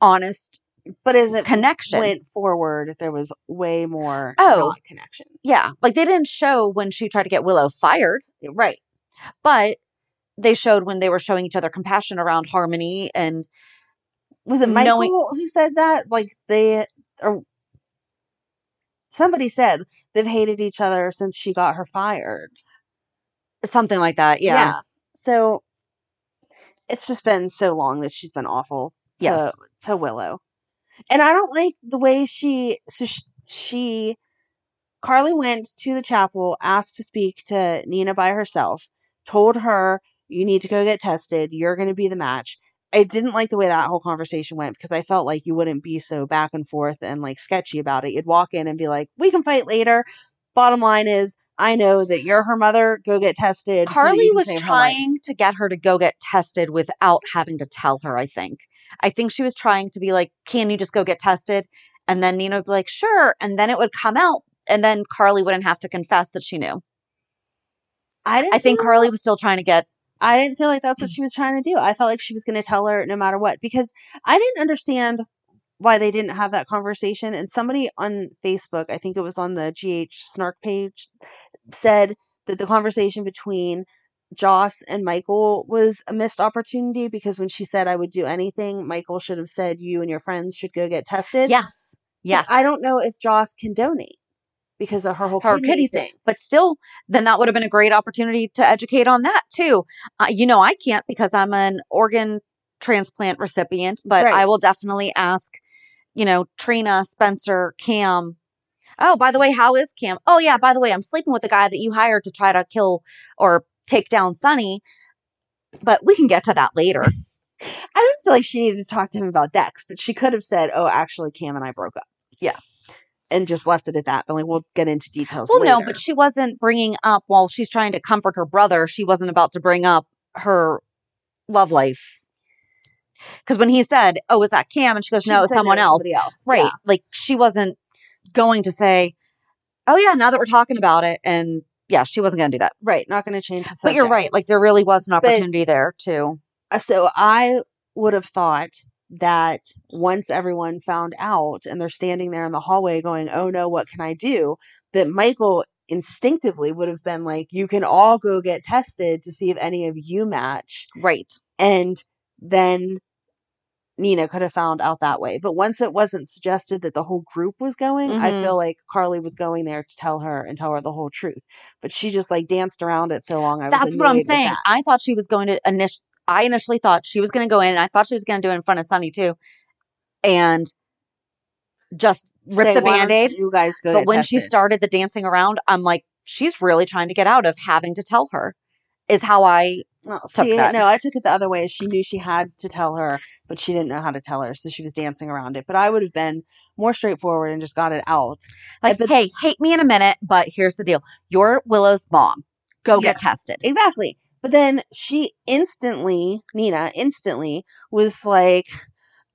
Speaker 1: honest
Speaker 3: But as it
Speaker 1: connection.
Speaker 3: went forward, there was way more
Speaker 1: Oh.
Speaker 3: not connection.
Speaker 1: yeah. Like they didn't show oh, when she tried to get Willow fired.
Speaker 3: Right.
Speaker 1: but they showed when they were showing each other compassion around harmony and
Speaker 3: Was it Michael
Speaker 1: Knowing-
Speaker 3: who said that? Like they or somebody said they've hated each other since she got her fired.
Speaker 1: something like that. Yeah.
Speaker 3: So it's just been so long that she's been awful to
Speaker 1: Yes.
Speaker 3: to Willow. And I don't like the way she so she, she Carly went to the chapel, asked to speak to Nina by herself, told her you need to go get tested, you're going to be the match. I didn't like the way that whole conversation went because I felt like you wouldn't be so back and forth and like sketchy about it. You'd walk in and be like, "We can fight later." Bottom line is, I know that you're her mother. Go get tested. so that
Speaker 1: Carly
Speaker 3: you can
Speaker 1: was
Speaker 3: save her life."
Speaker 1: trying to get her to go get tested without having to tell her, I think. I think she was trying to be like, can you just go get tested? And then Nina would be like, sure. And then it would come out. And then Carly wouldn't have to confess that she knew.
Speaker 3: I didn't.
Speaker 1: I think
Speaker 3: feel-
Speaker 1: Carly was still trying to get, Mm.
Speaker 3: I didn't feel like that's what she was trying to do. I felt like she was going to tell her no matter what because I didn't understand why they didn't have that conversation. And somebody on Facebook, I think it was on the GH Snark page, said that the conversation between Joss and Michael was a missed opportunity because when she said I would do anything, Michael should have said you and your friends should go get tested.
Speaker 1: yes,
Speaker 3: But
Speaker 1: yes.
Speaker 3: I don't know if Joss can donate because of her whole
Speaker 1: her
Speaker 3: kidney
Speaker 1: kidney
Speaker 3: thing.
Speaker 1: thing. But still, then that would have been a great opportunity to educate on that too. Uh, you know, I can't because I'm an organ transplant recipient, but I
Speaker 3: Right.
Speaker 1: will definitely ask, you know, Trina, Spencer, Cam. Oh, by the way, how is Cam? Oh, yeah, by the way, I'm sleeping with the guy that you hired to try to kill or take down Sunny. But we can get to that later.
Speaker 3: I didn't feel like she needed to talk to him about Dex, but she could have said, "Oh, actually, Cam and I broke up."
Speaker 1: Yeah.
Speaker 3: and just left it at that. But like, we'll get into details.
Speaker 1: Well, no,
Speaker 3: later.
Speaker 1: but she wasn't bringing up while she's trying to comfort her brother. She wasn't about to bring up her love life. Because when he said, "Oh, is that Cam?" and she goes,
Speaker 3: She
Speaker 1: "No, it's
Speaker 3: said, "No,
Speaker 1: someone
Speaker 3: it's
Speaker 1: else."
Speaker 3: somebody else.
Speaker 1: right?
Speaker 3: Yeah.
Speaker 1: Like she wasn't going to say, "Oh yeah, now that we're talking about it," and yeah, she wasn't going to do that.
Speaker 3: right, not going to change. The
Speaker 1: But you're
Speaker 3: subject.
Speaker 1: right. Like there really was an
Speaker 3: But-
Speaker 1: opportunity there too.
Speaker 3: Uh, so I would have thought that once everyone found out and they're standing there in the hallway going, "Oh no, what can I do?" that Michael instinctively would have been like, "You can all go get tested to see if any of you match."
Speaker 1: Right.
Speaker 3: And then Nina could have found out that way. But once it wasn't suggested that the whole group was going, I
Speaker 1: Mhm.
Speaker 3: feel like Carly was going there to tell her and tell her the whole truth. But she just like danced around it so long. I was
Speaker 1: That's what I'm
Speaker 3: annoyed with
Speaker 1: saying.
Speaker 3: that.
Speaker 1: I thought she was going to initially. I initially thought she was going to go in, and I thought she was going to do it in front of Sunny too, and just rip
Speaker 3: Say,
Speaker 1: the
Speaker 3: "Why don't
Speaker 1: band aid.
Speaker 3: You guys go.
Speaker 1: But
Speaker 3: get
Speaker 1: when she
Speaker 3: tested?"
Speaker 1: started the dancing around, I'm like, she's really trying to get out of having to tell her. Is how I
Speaker 3: Well,
Speaker 1: took
Speaker 3: see,
Speaker 1: that.
Speaker 3: no, I took it the other way. She knew she had to tell her, but she didn't know how to tell her, so she was dancing around it. But I would have been more straightforward and just got it out.
Speaker 1: like, hey, hate me in a minute, but here's the deal: you're Willow's mom. Go get
Speaker 3: Yes.
Speaker 1: tested.
Speaker 3: Exactly. But then she instantly, Nina, instantly was like,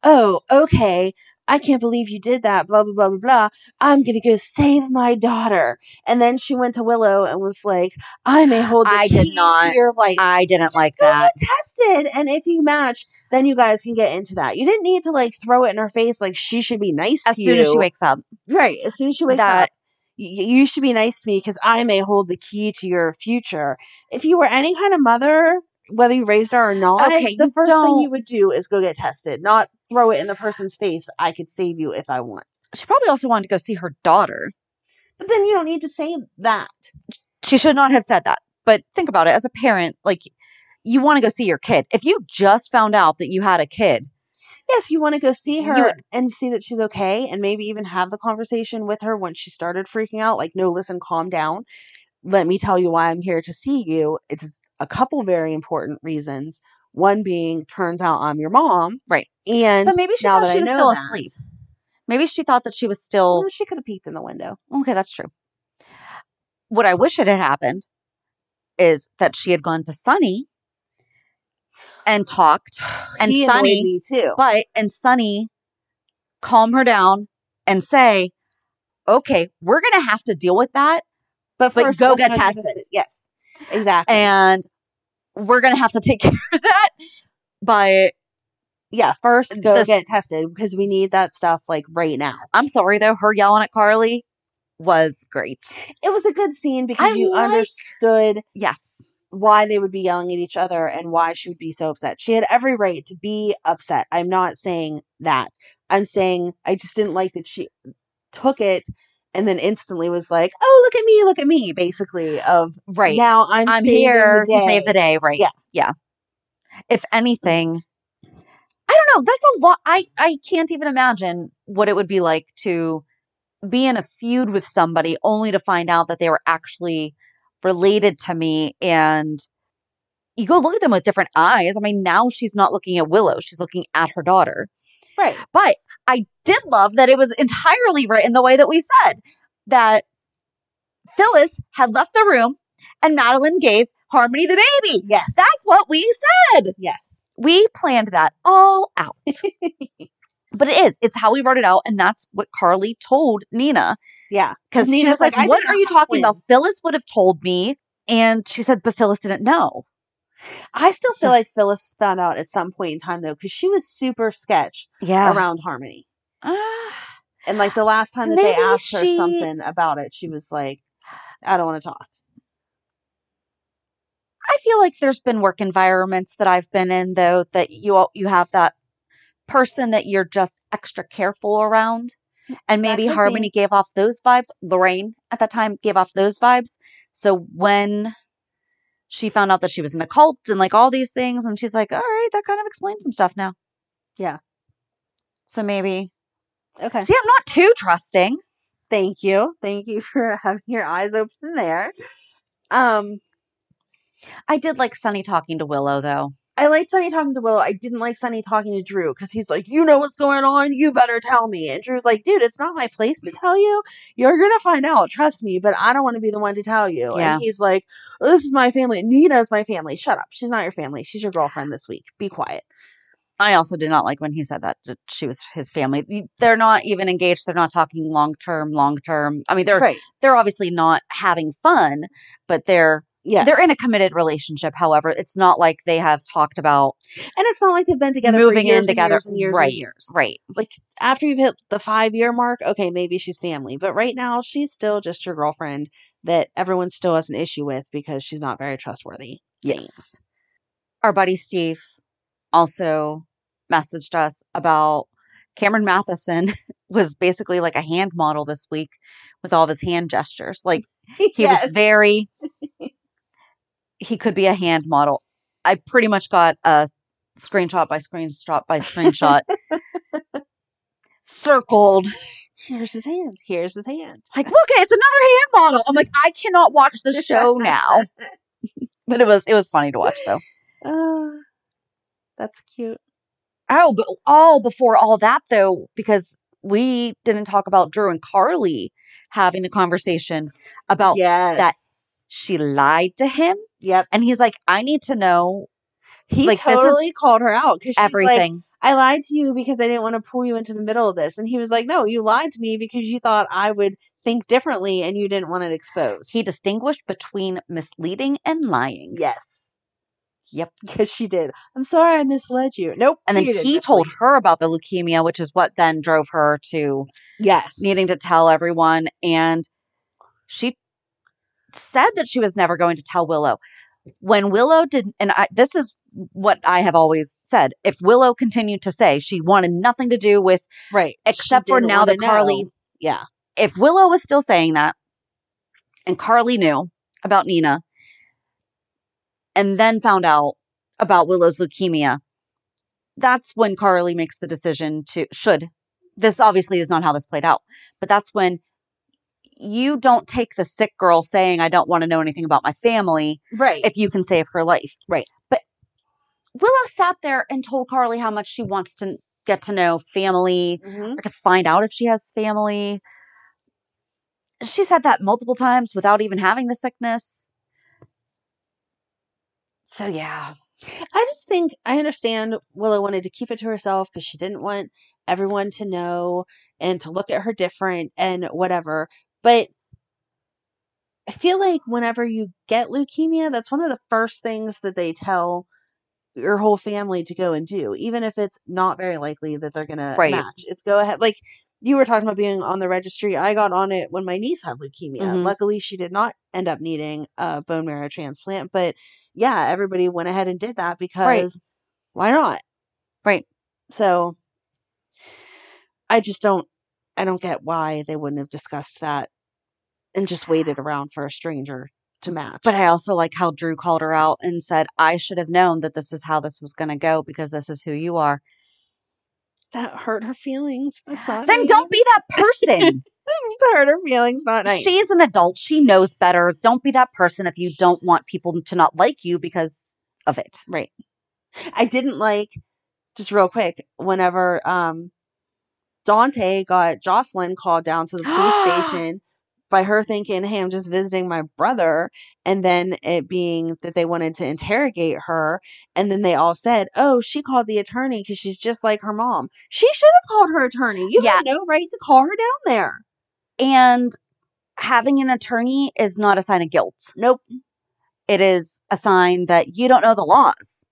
Speaker 3: "Oh, okay. I can't believe you did that. Blah blah blah blah blah. I'm gonna go save my daughter." And then she went to Willow and was like, "I may hold the
Speaker 1: I
Speaker 3: key
Speaker 1: did not.
Speaker 3: to your life."
Speaker 1: I didn't like
Speaker 3: go
Speaker 1: that.
Speaker 3: get tested and if you match then you guys can get into that you didn't need to like throw it in her face like she should be nice
Speaker 1: As
Speaker 3: to
Speaker 1: soon
Speaker 3: you
Speaker 1: as she wakes up,
Speaker 3: right as soon as she wakes
Speaker 1: That-
Speaker 3: up y- you should be nice to me because i may hold the key to your future if you were any kind of mother whether you raised her or not
Speaker 1: Okay,
Speaker 3: the
Speaker 1: you
Speaker 3: 1st thing you
Speaker 1: don't-
Speaker 3: would do is go get tested not throw it in the person's face i could save you if i want
Speaker 1: she probably also wanted to go see her daughter.
Speaker 3: but then you don't need to say that
Speaker 1: she should not have said that. But think about it as a parent, like you want to go see your kid. If you just found out that you had a kid,
Speaker 3: yes, you want to go see
Speaker 1: You
Speaker 3: her
Speaker 1: would-
Speaker 3: and see that she's okay, and maybe even have the conversation with her once she started freaking out. Like, no, listen, calm down. Let me tell you why I'm here to see you. It's a couple very important reasons. One being, turns out I'm your mom,
Speaker 1: right?
Speaker 3: and
Speaker 1: But maybe she
Speaker 3: now
Speaker 1: thought
Speaker 3: that
Speaker 1: she
Speaker 3: I
Speaker 1: was
Speaker 3: know
Speaker 1: still
Speaker 3: that-
Speaker 1: asleep. Maybe she thought that she was still
Speaker 3: Well, she could have peeked in the window.
Speaker 1: okay. That's true. What I wish it had happened is that she had gone to Sunny and talked, and
Speaker 3: he annoyed
Speaker 1: Sunny,
Speaker 3: me too.
Speaker 1: but and Sunny calm her down and say, "Okay, we're gonna have to deal with that."
Speaker 3: But
Speaker 1: but
Speaker 3: first,
Speaker 1: go
Speaker 3: let's
Speaker 1: get
Speaker 3: the
Speaker 1: tested.
Speaker 3: sti- Yes, exactly.
Speaker 1: and we're gonna have to take <laughs> care of that by
Speaker 3: yeah, first go
Speaker 1: the-
Speaker 3: get tested because we need that stuff like right now.
Speaker 1: i'm sorry though her yelling at carly was great
Speaker 3: It was a good scene because
Speaker 1: I
Speaker 3: you
Speaker 1: like-
Speaker 3: understood
Speaker 1: yes
Speaker 3: why they would be yelling at each other and why she would be so upset. She had every right to be upset. I'm not saying that. I'm saying I just didn't like that she took it and then instantly was like, "Oh, look at me, look at me," basically of
Speaker 1: right
Speaker 3: now I'm,
Speaker 1: i'm
Speaker 3: saving
Speaker 1: here
Speaker 3: the day.
Speaker 1: to save the day right
Speaker 3: Yeah.
Speaker 1: yeah if anything i don't know that's a lot i i can't even imagine what it would be like to be in a feud with somebody only to find out that they were actually related to me and you go look at them with different eyes i mean now she's not looking at willow she's looking at her daughter
Speaker 3: Right.
Speaker 1: But I did love that it was entirely written the way that we said that Phyllis had left the room and Madeline gave Harmony the baby.
Speaker 3: Yes.
Speaker 1: That's what we said.
Speaker 3: yes.
Speaker 1: We planned that all out.
Speaker 3: <laughs>
Speaker 1: but it is, it's how we wrote it out. And that's what Carly told Nina.
Speaker 3: Yeah.
Speaker 1: Because she
Speaker 3: Nina's
Speaker 1: was like,
Speaker 3: like, "I
Speaker 1: What
Speaker 3: did
Speaker 1: are
Speaker 3: not
Speaker 1: you
Speaker 3: have
Speaker 1: talking about?
Speaker 3: twins."
Speaker 1: Phyllis would have told me. And she said, But Phyllis didn't know.
Speaker 3: I still feel
Speaker 1: So-
Speaker 3: like Phyllis found out at some point in time though cuz she was super sketch
Speaker 1: Yeah.
Speaker 3: around Harmony.
Speaker 1: Ah.
Speaker 3: And like the last time that they
Speaker 1: Maybe
Speaker 3: asked her
Speaker 1: she-
Speaker 3: something about it, she was like, "I don't want to talk."
Speaker 1: I feel like there's been work environments that I've been in though that you all, you have that person that you're just extra careful around. And
Speaker 3: Mm, That
Speaker 1: maybe
Speaker 3: could be.
Speaker 1: Harmony gave off those vibes. Lorraine at that time gave off those vibes. So when she found out that she was in a cult and like all these things, and she's like, all right, that kind of explains some stuff now.
Speaker 3: Yeah.
Speaker 1: So maybe.
Speaker 3: Okay.
Speaker 1: See, I'm not too trusting.
Speaker 3: thank you thank you <laughs> for having your eyes open there um
Speaker 1: I did like Sunny talking to Willow though.
Speaker 3: I liked Sunny talking to Willow. I didn't like Sunny talking to Drew because he's like, you know what's going on. You better tell me. And Drew's like, dude, it's not my place to tell you. You're going to find out. Trust me, but I don't want to be the one to tell you.
Speaker 1: Yeah.
Speaker 3: And he's like, this is my family. Nina's my family. Shut up. She's not your family. She's your girlfriend this week. Be quiet.
Speaker 1: I also did not like when he said that that she was his family. They're not even engaged. They're not talking long term, long term. I mean, they're
Speaker 3: Right.
Speaker 1: they're obviously not having fun, but they're
Speaker 3: Yes.
Speaker 1: they're in a committed relationship. However, it's not like they have talked about
Speaker 3: And it's not like they've been together
Speaker 1: moving
Speaker 3: for years
Speaker 1: in together
Speaker 3: and years and years
Speaker 1: right,
Speaker 3: and years.
Speaker 1: Right.
Speaker 3: Like after you've hit the five year mark, okay, maybe she's family. But right now, she's still just your girlfriend that everyone still has an issue with because she's not very trustworthy.
Speaker 1: Yes. Our buddy Steve also messaged us about Cameron Matheson was basically like a hand model this week with all of his hand gestures. Like
Speaker 3: <laughs>
Speaker 1: he
Speaker 3: Yes. <laughs>
Speaker 1: was very he could be a hand model. I pretty much got a screenshot by screenshot by screenshot circled.
Speaker 3: <laughs> Here's his hand. Here's his hand.
Speaker 1: Like, look, it's another hand model. I'm like, I cannot watch
Speaker 3: <laughs>
Speaker 1: the show now. But it was it was funny to watch though.
Speaker 3: Uh, that's cute.
Speaker 1: Oh, but all before all that though, because we didn't talk about Drew and Carly having the conversation about
Speaker 3: yes.
Speaker 1: that she lied to him.
Speaker 3: Yep.
Speaker 1: And he's like, I need to know
Speaker 3: He
Speaker 1: like, this is
Speaker 3: totally called her out because she's like,
Speaker 1: everything.
Speaker 3: I lied to you because I didn't want to pull you into the middle of this. And he was like, No, you lied to me because you thought I would think differently and you didn't want it exposed.
Speaker 1: he distinguished between misleading and lying.
Speaker 3: yes. <laughs>
Speaker 1: Yep.
Speaker 3: Because she did. I'm sorry I misled you. Nope.
Speaker 1: And then
Speaker 3: you didn't
Speaker 1: he
Speaker 3: mislead
Speaker 1: told
Speaker 3: me.
Speaker 1: her about the leukemia, which is what then drove her to
Speaker 3: Yes.
Speaker 1: needing to tell everyone. And she said that she was never going to tell Willow. When Willow did, and I, this is what I have always said if Willow continued to say she wanted nothing to do with,
Speaker 3: Right. She
Speaker 1: except for
Speaker 3: didn't
Speaker 1: now
Speaker 3: wanna
Speaker 1: that Carly,
Speaker 3: know. Yeah.
Speaker 1: if Willow was still saying that and Carly knew about Nina and then found out about Willow's leukemia, that's when Carly makes the decision to should. This obviously is not how this played out, but that's when you don't take the sick girl saying, I don't want to know anything about my family
Speaker 3: Right.
Speaker 1: if you can save her life.
Speaker 3: Right.
Speaker 1: But Willow sat there and told Carly how much she wants to get to know family,
Speaker 3: Mhm.
Speaker 1: or to find out if she has family. She said that multiple times without even having the sickness. So yeah,
Speaker 3: I just think I understand Willow wanted to keep it to herself because she didn't want everyone to know and to look at her different and whatever. But I feel like whenever you get leukemia, that's one of the first things that they tell your whole family to go and do, even if it's not very likely that they're going
Speaker 1: Right.
Speaker 3: to match. It's go ahead. Like you were talking about being on the registry. I got on it when my niece had leukemia.
Speaker 1: Mhm.
Speaker 3: Luckily, she did not end up needing a bone marrow transplant, but yeah, everybody went ahead and did that because why not?
Speaker 1: Right.
Speaker 3: So I just don't I don't get why they wouldn't have discussed that and just waited around for a stranger to match.
Speaker 1: But I also like how Drew called her out and said, "I should have known that this is how this was going to go because this is who you are."
Speaker 3: that hurt her feelings. That's not
Speaker 1: Then don't be
Speaker 3: nice.
Speaker 1: that <laughs> person.
Speaker 3: <laughs> that hurt her feelings, not nice.
Speaker 1: She's an adult. She knows better. Don't be that person if you don't want people to not like you because of it.
Speaker 3: Right. I didn't like just real quick whenever um Dante got Jocelyn called down to the police <gasps> station by her thinking, "Hey, I'm just visiting my brother," and then it being that they wanted to interrogate her, and then they all said, "Oh, she called the attorney because she's just like her mom. She should have called her attorney. You
Speaker 1: Yeah.
Speaker 3: have no right to call her down there."
Speaker 1: And having an attorney is not a sign of guilt.
Speaker 3: Nope.
Speaker 1: It is a sign that you don't know the laws,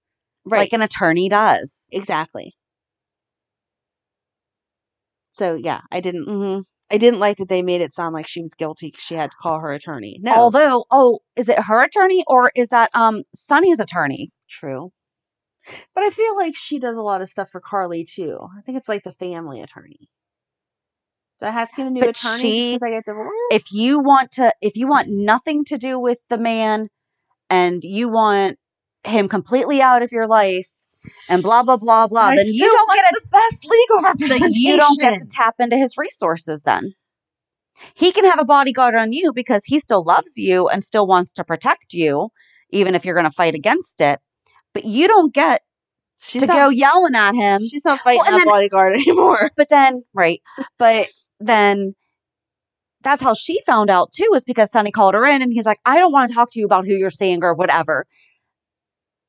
Speaker 3: Right.
Speaker 1: like an attorney does.
Speaker 3: exactly. So yeah, I didn't
Speaker 1: hmm
Speaker 3: I didn't like that they made it sound like she was guilty 'cause she had to call her attorney. No,
Speaker 1: Although, oh, is it her attorney or is that um Sonny's attorney?
Speaker 3: true. But I feel like she does a lot of stuff for Carly too. I think it's like the family attorney. Do I have to get a new
Speaker 1: But
Speaker 3: attorney
Speaker 1: she-
Speaker 3: because I get divorced?
Speaker 1: If you want to, if you want nothing to do with the man, and you want him completely out of your life, and blah blah blah blah,
Speaker 3: I
Speaker 1: then you
Speaker 3: still
Speaker 1: don't
Speaker 3: want
Speaker 1: get a
Speaker 3: the best legal
Speaker 1: <laughs> then
Speaker 3: representation.
Speaker 1: you don't get to tap into his resources then. He can have a bodyguard on you because he still loves you and still wants to protect you, even if you're going to fight against it. but you don't get
Speaker 3: She's
Speaker 1: to
Speaker 3: not-
Speaker 1: go yelling at him.
Speaker 3: She's not fighting
Speaker 1: Well, and
Speaker 3: that
Speaker 1: then-
Speaker 3: bodyguard <laughs> anymore.
Speaker 1: But then, right. But then that's how she found out too, is because Sonny called her in and he's like, I don't want to talk to you about who you're seeing or whatever.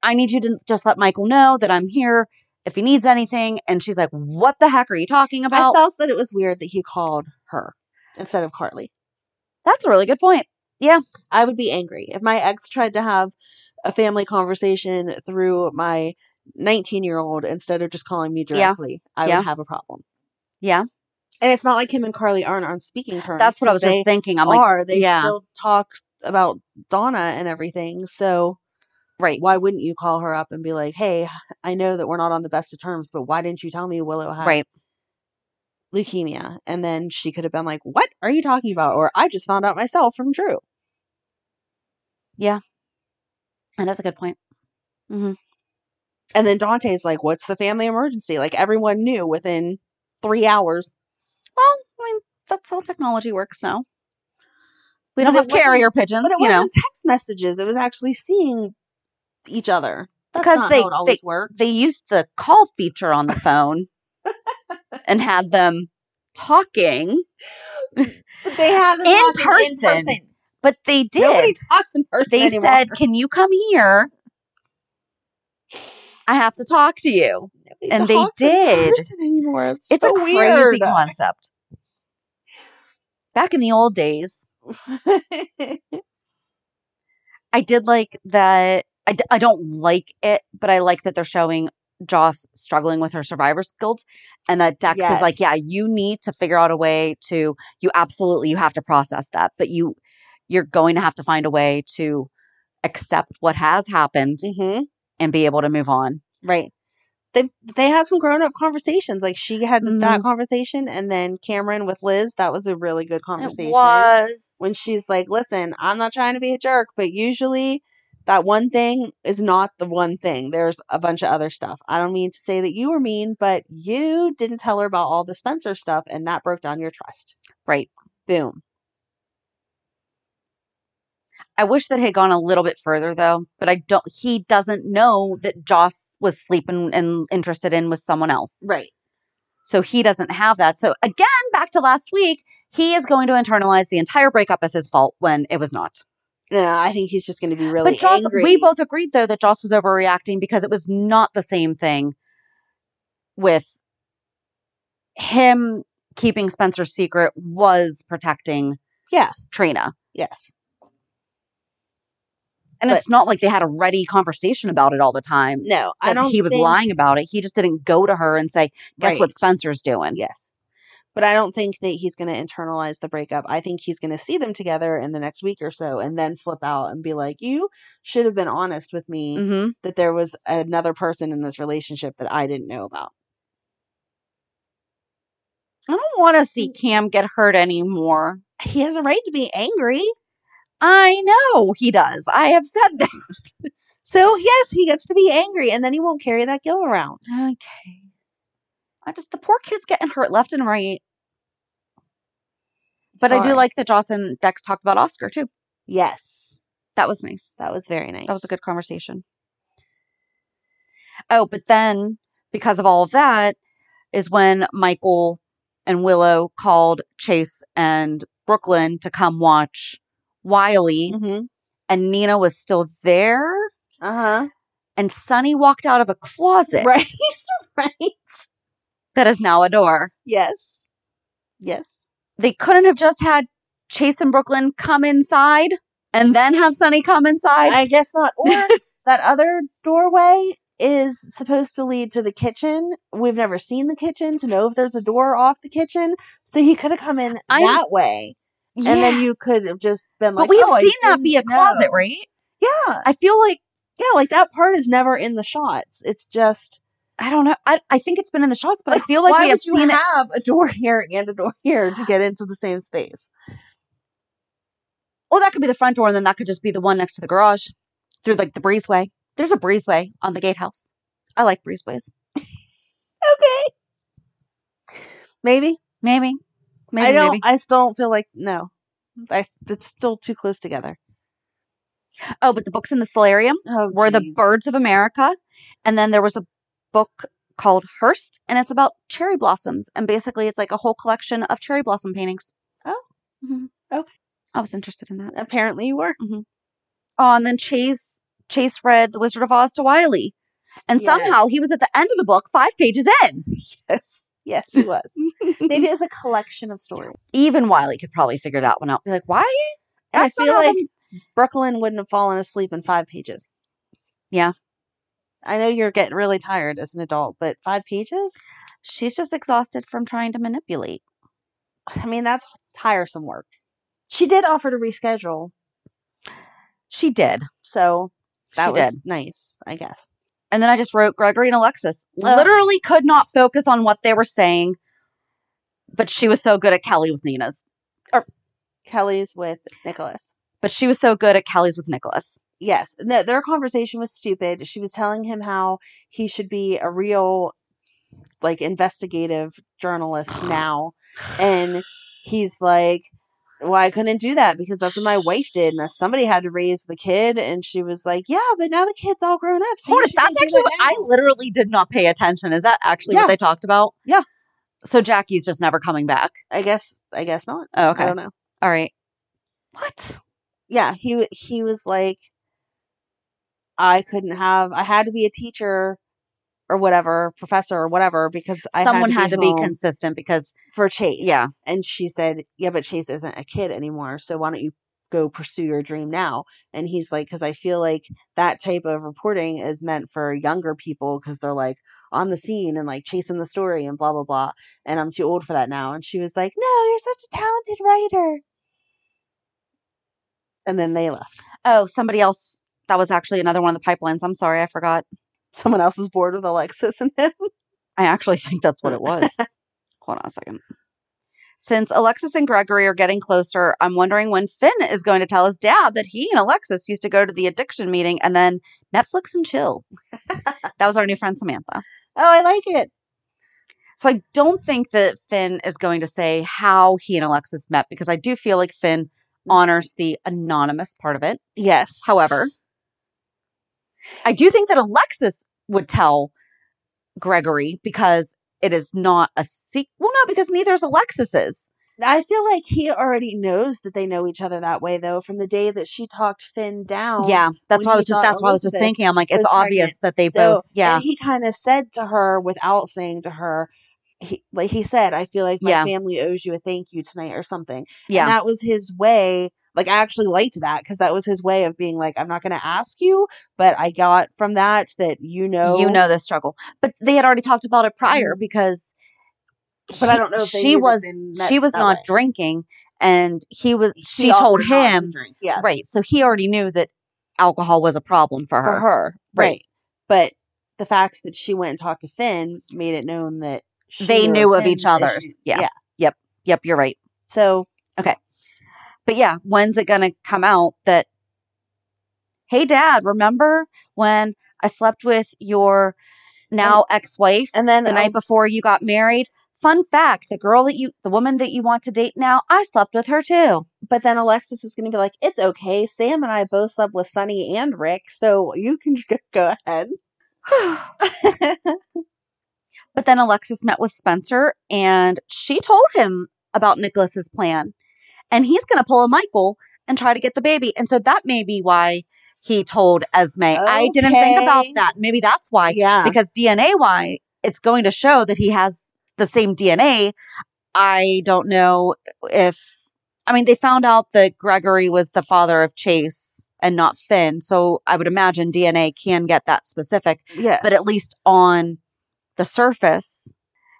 Speaker 1: I need you to just let Michael know that I'm here if he needs anything. And she's like, What the heck are you talking
Speaker 3: I
Speaker 1: about?
Speaker 3: felt that it was weird that he called her instead of Carly.
Speaker 1: that's a really good point. Yeah.
Speaker 3: I would be angry if my ex tried to have a family conversation through my 19 year old instead of just calling me
Speaker 1: Yeah.
Speaker 3: directly. I
Speaker 1: Yeah.
Speaker 3: would have a problem.
Speaker 1: Yeah.
Speaker 3: And it's not like him and Carly aren't on speaking terms.
Speaker 1: That's what I
Speaker 3: 'cause
Speaker 1: was just
Speaker 3: they
Speaker 1: thinking. I'm like,
Speaker 3: are. they
Speaker 1: yeah.
Speaker 3: still talk about Donna and everything. So,
Speaker 1: right.
Speaker 3: Why wouldn't you call her up and be like, "Hey, I know that we're not on the best of terms, but why didn't you tell me Willow had
Speaker 1: Right.
Speaker 3: leukemia?" And then she could have been like, "What are you talking about?" Or I just found out myself from Drew.
Speaker 1: Yeah. And that's a good point. hmm
Speaker 3: And then Dante's like, "What's the family emergency?" Like everyone knew within three hours.
Speaker 1: Well, I mean, that's how technology works now.
Speaker 3: But
Speaker 1: We don't
Speaker 3: it
Speaker 1: have
Speaker 3: wasn't-
Speaker 1: carrier pigeons,
Speaker 3: But it
Speaker 1: you know.
Speaker 3: wasn't text messages; it was actually seeing each other. That's
Speaker 1: because
Speaker 3: not
Speaker 1: they
Speaker 3: how it always
Speaker 1: they,
Speaker 3: worked.
Speaker 1: they used the call feature on the
Speaker 3: <laughs>
Speaker 1: phone and had them talking
Speaker 3: But they have them
Speaker 1: in,
Speaker 3: talking
Speaker 1: person, But they did.
Speaker 3: Nobody talks in person
Speaker 1: they
Speaker 3: anymore.
Speaker 1: said, "Can you come here? I have to talk to you."
Speaker 3: Nobody
Speaker 1: and they
Speaker 3: talks in
Speaker 1: did.
Speaker 3: person anymore. It's,
Speaker 1: It's
Speaker 3: so
Speaker 1: a crazy
Speaker 3: weird.
Speaker 1: concept. Back in the old days, <laughs> I did like that. I, d- I don't like it, but I like that they're showing Joss struggling with her survivor's guilt and that Dex is like,
Speaker 3: Yes.
Speaker 1: yeah, you need to figure out a way to, you absolutely, you have to process that, but you, you're going to have to find a way to accept what has happened
Speaker 3: hmm
Speaker 1: and be able to move on.
Speaker 3: Right. They they had some grown up conversations. Like she had that
Speaker 1: Mhm.
Speaker 3: conversation, and then Cameron with Liz. That was a really good conversation.
Speaker 1: It was.
Speaker 3: When she's like, "Listen, I'm not trying to be a jerk, but usually." That one thing is not the one thing. There's a bunch of other stuff. I don't mean to say that you were mean, but you didn't tell her about all the Spencer stuff, and that broke down your trust.
Speaker 1: Right.
Speaker 3: Boom.
Speaker 1: I wish that had gone a little bit further though, but I don't, he doesn't know that Joss was sleeping and interested in with someone else.
Speaker 3: Right.
Speaker 1: So he doesn't have that. So again, back to last week, he is going to internalize the entire breakup as his fault when it was not.
Speaker 3: No, I think he's just going to be really
Speaker 1: but Joss,
Speaker 3: angry.
Speaker 1: we both agreed though that Joss was overreacting because it was not the same thing with him keeping Spencer's secret was protecting
Speaker 3: yes,
Speaker 1: Trina.
Speaker 3: yes,
Speaker 1: And
Speaker 3: But-
Speaker 1: it's not like they had a ready conversation about it all the time.
Speaker 3: no, I
Speaker 1: that
Speaker 3: don't.
Speaker 1: he was
Speaker 3: think-
Speaker 1: lying about it. He just didn't go to her and say, "Guess
Speaker 3: Right.
Speaker 1: what Spencer's doing?"
Speaker 3: Yes, but I don't think that he's going to internalize the breakup. I think he's going to see them together in the next week or so, and then flip out and be like, "You should have been honest with me
Speaker 1: hmm
Speaker 3: that there was another person in this relationship that I didn't know about."
Speaker 1: I don't want to see Cam get hurt anymore.
Speaker 3: He has a right Mm. to be angry.
Speaker 1: I know he does. I have said that.
Speaker 3: Mm.
Speaker 1: <laughs>
Speaker 3: So yes, he gets to be angry, and then he won't carry that guilt around.
Speaker 1: Okay. I just the poor kid's getting hurt left and right. But I do
Speaker 3: Sorry.
Speaker 1: like that Joss and Dex talked about Oscar too.
Speaker 3: Yes,
Speaker 1: That was nice.
Speaker 3: that was very nice.
Speaker 1: That was a good conversation. Oh, but then because of all of that is when Michael and Willow called Chase and Brooklyn to come watch Wiley,
Speaker 3: Mm-hmm.
Speaker 1: and Nina was still there,
Speaker 3: Uh
Speaker 1: and Sunny walked out of a
Speaker 3: huh.
Speaker 1: closet
Speaker 3: Right. <laughs> right.
Speaker 1: that is now a door.
Speaker 3: Yes. Yes.
Speaker 1: They couldn't have just had Chase and Brooklyn come inside and then have Sunny come inside.
Speaker 3: I guess
Speaker 1: <laughs>
Speaker 3: not. Or that other doorway is supposed to lead to the kitchen. We've never seen the kitchen to know if there's a door off the kitchen. So he could have come in
Speaker 1: I-
Speaker 3: that way. And then you could have just been
Speaker 1: but
Speaker 3: like,
Speaker 1: we've
Speaker 3: "Oh, I
Speaker 1: seen that be a
Speaker 3: didn't
Speaker 1: closet,
Speaker 3: know."
Speaker 1: right?
Speaker 3: Yeah.
Speaker 1: I feel like
Speaker 3: Yeah. Like that part is never in the shots. It's just,
Speaker 1: I don't know. I, I think it's been in the shots, but I feel like
Speaker 3: why
Speaker 1: we have
Speaker 3: would you
Speaker 1: seen it.
Speaker 3: have a door <laughs> here and a door here to get into the same space?
Speaker 1: Oh, that could be the front door, and then that could just be the one next to the garage through like the breezeway. There's a breezeway on the gatehouse. I like breezeways.
Speaker 3: <laughs> Okay. Maybe.
Speaker 1: Maybe. Maybe.
Speaker 3: I don't,
Speaker 1: maybe.
Speaker 3: I still don't feel like, no. I, it's still too close together.
Speaker 1: Oh, but the books in the solarium
Speaker 3: Oh,
Speaker 1: were the Birds of America. And then there was a book called Hearst, and it's about cherry blossoms. And basically, it's like a whole collection of cherry blossom paintings.
Speaker 3: Oh.
Speaker 1: Mhm.
Speaker 3: Okay.
Speaker 1: I was interested in that.
Speaker 3: Apparently, you were.
Speaker 1: hmm Oh, and then Chase Chase read The Wizard of Oz to Wiley. And
Speaker 3: Yes.
Speaker 1: somehow he was at the end of the book, five pages in.
Speaker 3: Yes. Yes, he
Speaker 1: <laughs>
Speaker 3: was. Maybe it's a collection of stories.
Speaker 1: Even Wiley could probably figure that one out. Be like, why?
Speaker 3: And I
Speaker 1: That's not
Speaker 3: feel
Speaker 1: how
Speaker 3: like
Speaker 1: them-
Speaker 3: Brooklyn wouldn't have fallen asleep in five pages.
Speaker 1: Yeah.
Speaker 3: I know you're getting really tired as an adult, but five pages?
Speaker 1: She's just exhausted from trying to manipulate.
Speaker 3: I mean, that's tiresome work. She did offer to reschedule,
Speaker 1: She did.
Speaker 3: so that
Speaker 1: She
Speaker 3: was
Speaker 1: did.
Speaker 3: nice, I guess.
Speaker 1: And then I just wrote Gregory and Alexis.
Speaker 3: Ugh.
Speaker 1: Literally could not focus on what they were saying, but she was so good at Kelly with Nina's.
Speaker 3: Kelly's with Nicholas.
Speaker 1: But she was so good at Kelly's with Nicholas.
Speaker 3: Yes, no, their conversation was stupid. She was telling him how he should be a real, like, investigative journalist now. And he's like, well, I couldn't do that because that's what my wife did. And somebody had to raise the kid. And she was like, yeah, but now the kid's all grown up. So you
Speaker 1: Hold it,
Speaker 3: shouldn't
Speaker 1: that's
Speaker 3: do
Speaker 1: actually
Speaker 3: that
Speaker 1: what I
Speaker 3: now."
Speaker 1: literally did not pay attention. Is that actually
Speaker 3: Yeah.
Speaker 1: what they talked about?
Speaker 3: Yeah.
Speaker 1: So Jackie's just never coming back.
Speaker 3: I guess, I guess not.
Speaker 1: Oh, okay.
Speaker 3: I don't know.
Speaker 1: All right. What?
Speaker 3: yeah he w- he was like i couldn't have i had to be a teacher or whatever professor or whatever because i
Speaker 1: Someone
Speaker 3: had to be, home
Speaker 1: consistent because
Speaker 3: for chase
Speaker 1: yeah,
Speaker 3: and she said yeah but chase isn't a kid anymore so why don't you go pursue your dream now and he's like because i feel like that type of reporting is meant for younger people because they're like on the scene and like chasing the story and blah blah blah and i'm too old for that now and she was like no you're such a talented writer and then they left <laughs>
Speaker 1: Oh, somebody else. That was actually another one of the pipelines. I'm sorry, I forgot.
Speaker 3: someone else was bored with Alexis and him.
Speaker 1: I actually <laughs> think that's what it was. Hold on a second. Since Alexis and Gregory are getting closer, I'm wondering when Finn is going to tell his dad that he and Alexis used to go to the addiction meeting and then Netflix and chill. that was our new friend
Speaker 3: Oh,
Speaker 1: Samantha.
Speaker 3: I like it.
Speaker 1: So I don't think that Finn is going to say how he and Alexis met because I do feel like Finn
Speaker 3: Mm.
Speaker 1: honors the anonymous part of it.
Speaker 3: Yes.
Speaker 1: However, I do think that Alexis would tell Gregory because it is not a secret. Well, no, because neither is Alexis's.
Speaker 3: I feel like he already knows that they know each other that way, though, from the day that she talked Finn down.
Speaker 1: yeah,
Speaker 3: Oh,
Speaker 1: that's
Speaker 3: when
Speaker 1: why I
Speaker 3: he
Speaker 1: was just
Speaker 3: thought
Speaker 1: that's why I was just
Speaker 3: Elizabeth
Speaker 1: thinking. I'm like,
Speaker 3: was
Speaker 1: it's obvious
Speaker 3: pregnant.
Speaker 1: that they
Speaker 3: So-
Speaker 1: both. Yeah,
Speaker 3: And he kind of said to her without saying to her, he, like he said, I feel like my
Speaker 1: Yeah.
Speaker 3: family owes you a thank you tonight or something.
Speaker 1: yeah,
Speaker 3: And that was his way. Like, I actually liked that because that was his way of being like, I'm not going to ask you, but I got from that that you know.
Speaker 1: you know the struggle, but they had already talked about it prior because.
Speaker 3: Mm. But I
Speaker 1: he-
Speaker 3: don't know if they
Speaker 1: she
Speaker 3: knew that
Speaker 1: was
Speaker 3: they met
Speaker 1: she was
Speaker 3: that
Speaker 1: not
Speaker 3: way.
Speaker 1: drinking, and he was. She,
Speaker 3: He
Speaker 1: told
Speaker 3: offered not to
Speaker 1: him
Speaker 3: drink. Yes.
Speaker 1: right, so he already knew that alcohol was a problem for her.
Speaker 3: for her,
Speaker 1: Uh-huh. Right.
Speaker 3: right. But the fact that she went and talked to Finn made it known that she
Speaker 1: They knew of
Speaker 3: Finn's
Speaker 1: each other's.
Speaker 3: issues.
Speaker 1: Yeah. Yep, you're right.
Speaker 3: So
Speaker 1: But yeah, when's it going to come out that, hey, dad, remember when I slept with your now ex wife
Speaker 3: and then um,
Speaker 1: the night before you got married? Fun fact the girl that you, the woman that you want to date now, I slept with her too.
Speaker 3: but then Alexis is going to be like, "It's okay. Sam and I both slept with Sunny and Rick, so you can just <laughs> go ahead."
Speaker 1: <sighs> But then Alexis met with Spencer and she told him about Nicholas's plan. And he's going to pull a Michael and try to get the baby. And so that may be why he told Esme. I didn't think about
Speaker 3: Okay.
Speaker 1: that. Maybe that's why.
Speaker 3: yeah.
Speaker 1: because DNA wise, it's going to show that he has the same DNA. I don't know if, I mean, they found out that Gregory was the father of Chase and not Finn. So I would imagine DNA can get that specific,
Speaker 3: yes.
Speaker 1: but at least on the surface,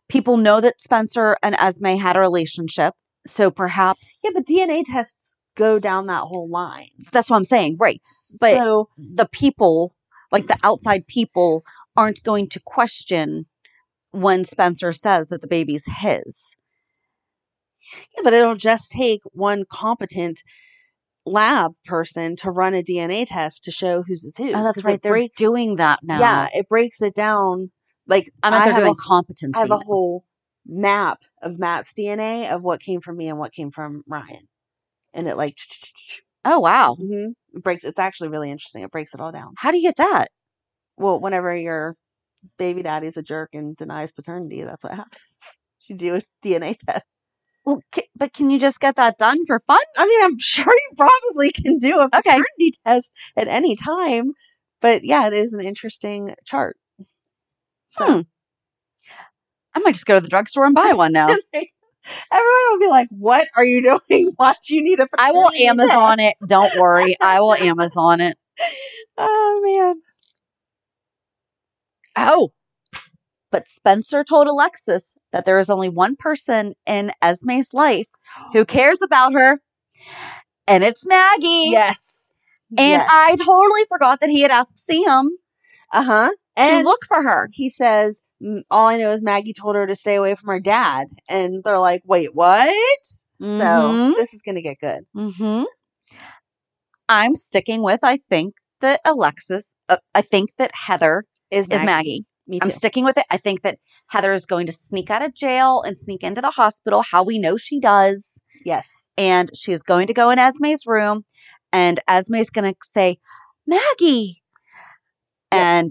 Speaker 1: people know that Spencer and Esme had a relationship. So perhaps
Speaker 3: yeah, but DNA tests go down that whole line.
Speaker 1: that's what I'm saying. Right. But-
Speaker 3: so
Speaker 1: the people, like the outside people, aren't going to question when Spencer says that the baby's his.
Speaker 3: yeah, but it'll just take one competent lab person to run a DNA test to show who's is whose.
Speaker 1: Oh, that's
Speaker 3: 'cause
Speaker 1: right.
Speaker 3: it
Speaker 1: They're
Speaker 3: breaks-
Speaker 1: doing that now.
Speaker 3: Yeah, it breaks it down. Like
Speaker 1: I mean,
Speaker 3: I
Speaker 1: they're
Speaker 3: have a
Speaker 1: doing competency.
Speaker 3: I have
Speaker 1: now.
Speaker 3: a whole map of Matt's DNA of what came from me and what came from Ryan, and it like
Speaker 1: oh wow,
Speaker 3: mhm, It breaks. It's actually really interesting. It breaks it all down.
Speaker 1: How do you get that?
Speaker 3: Well, whenever your baby daddy's a jerk and denies paternity, that's what <laughs> happens. You do a DNA test.
Speaker 1: Well, ca- but can you just get that done for fun?
Speaker 3: I mean, I'm <laughs> sure you probably can do a paternity test at any time, but yeah, it is an interesting chart. So
Speaker 1: I might just go to the drugstore and buy one
Speaker 3: <laughs>
Speaker 1: now.
Speaker 3: everyone will be like, "What are you <laughs> doing? What do you need a?"
Speaker 1: I will
Speaker 3: paternity
Speaker 1: Amazon
Speaker 3: test?"
Speaker 1: it. Don't worry.
Speaker 3: <laughs>
Speaker 1: I will Amazon it.
Speaker 3: Oh man.
Speaker 1: Oh. But Spencer told Alexis that there is only one person in Esme's life
Speaker 3: <gasps>
Speaker 1: who cares about her, and it's Maggie.
Speaker 3: Yes.
Speaker 1: And
Speaker 3: Yes.
Speaker 1: I totally forgot that he had asked Sam
Speaker 3: Uh huh.
Speaker 1: to look for her.
Speaker 3: He says, "M- "All I know is Maggie told her to stay away from her dad," and they're like, "Wait, what?" So
Speaker 1: Mhm.
Speaker 3: this is gonna get good.
Speaker 1: Mm-hmm. I'm sticking with I think that Alexis, uh, I think that Heather
Speaker 3: Is
Speaker 1: Maggie.
Speaker 3: Me
Speaker 1: I'm
Speaker 3: too.
Speaker 1: sticking with it. I think that Heather is going to sneak out of jail and sneak into the hospital, how we know she does.
Speaker 3: yes.
Speaker 1: and she is going to go in Esme's room, and Esme's going to say, Maggie. And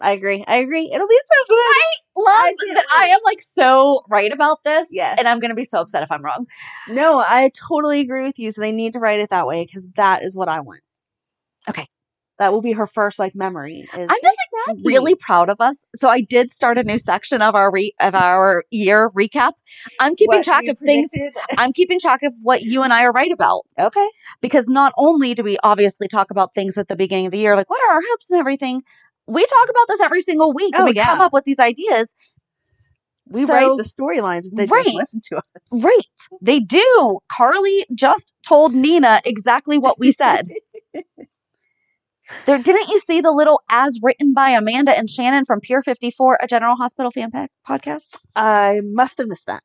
Speaker 3: I agree. I agree. It'll be so good.
Speaker 1: love
Speaker 3: I can't
Speaker 1: that I
Speaker 3: wait.
Speaker 1: am like so right about this.
Speaker 3: Yes.
Speaker 1: And I'm going to be so upset if I'm wrong.
Speaker 3: No, I totally agree with you. So they need to write it that way because that is what I want.
Speaker 1: Okay.
Speaker 3: That will be her first like memory. Is,
Speaker 1: I'm just
Speaker 3: "Here's
Speaker 1: like
Speaker 3: Maggie."
Speaker 1: really proud of us. So I did start
Speaker 3: <laughs>
Speaker 1: a new section of our re- of our year recap. I'm keeping
Speaker 3: What
Speaker 1: track
Speaker 3: you
Speaker 1: of things.
Speaker 3: <laughs> predicted.
Speaker 1: I'm keeping track of what you and I are right about
Speaker 3: Okay.
Speaker 1: because not only do we obviously talk about things at the beginning of the year like what are our hopes and everything, we talk about this every single week
Speaker 3: Oh,
Speaker 1: and we
Speaker 3: yeah.
Speaker 1: come up with these ideas
Speaker 3: We
Speaker 1: So-
Speaker 3: write the storylines if they
Speaker 1: Right.
Speaker 3: just listen to us.
Speaker 1: Right. They do. Carly just told Nina exactly what we
Speaker 5: <laughs>
Speaker 1: said. there didn't you see the little as written by Amanda and Shannon from Pier 54, a General Hospital fan pack podcast?
Speaker 3: I must have missed that.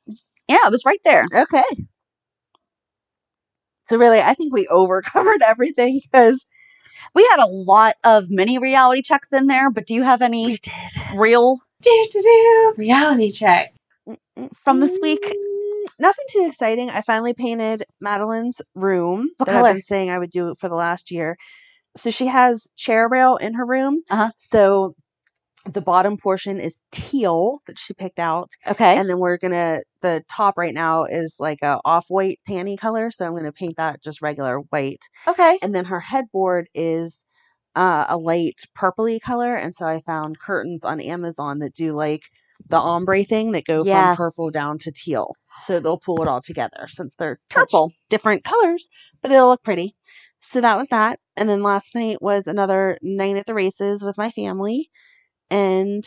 Speaker 1: Yeah, it was right there.
Speaker 3: Okay. So really, I think we overcovered <laughs> everything because
Speaker 1: We had a lot of mini reality checks in there, but do you have any real
Speaker 5: Do do do reality check.
Speaker 1: from this week?
Speaker 3: Mm, Nothing too exciting. I finally painted Madeline's room
Speaker 1: What
Speaker 3: that
Speaker 1: color?
Speaker 3: I've been saying I would do it for the last year. So she has chair rail in her room.
Speaker 1: Uh-huh.
Speaker 3: So the bottom portion is teal that she picked out,
Speaker 1: Okay.
Speaker 3: and then we're gonna the top right now is like a off white tanny color. So I'm gonna paint that just regular white,
Speaker 1: okay.
Speaker 3: and then her headboard is uh, a light purpley color. And so I found curtains on Amazon that do like the ombre thing that go
Speaker 1: Mm-hmm. Yes.
Speaker 3: from purple down to teal. So they'll pull it all together since they're touch
Speaker 1: Purple.
Speaker 3: different colors, but it'll look pretty. So that was that. And then last night was another night at the races with my family. And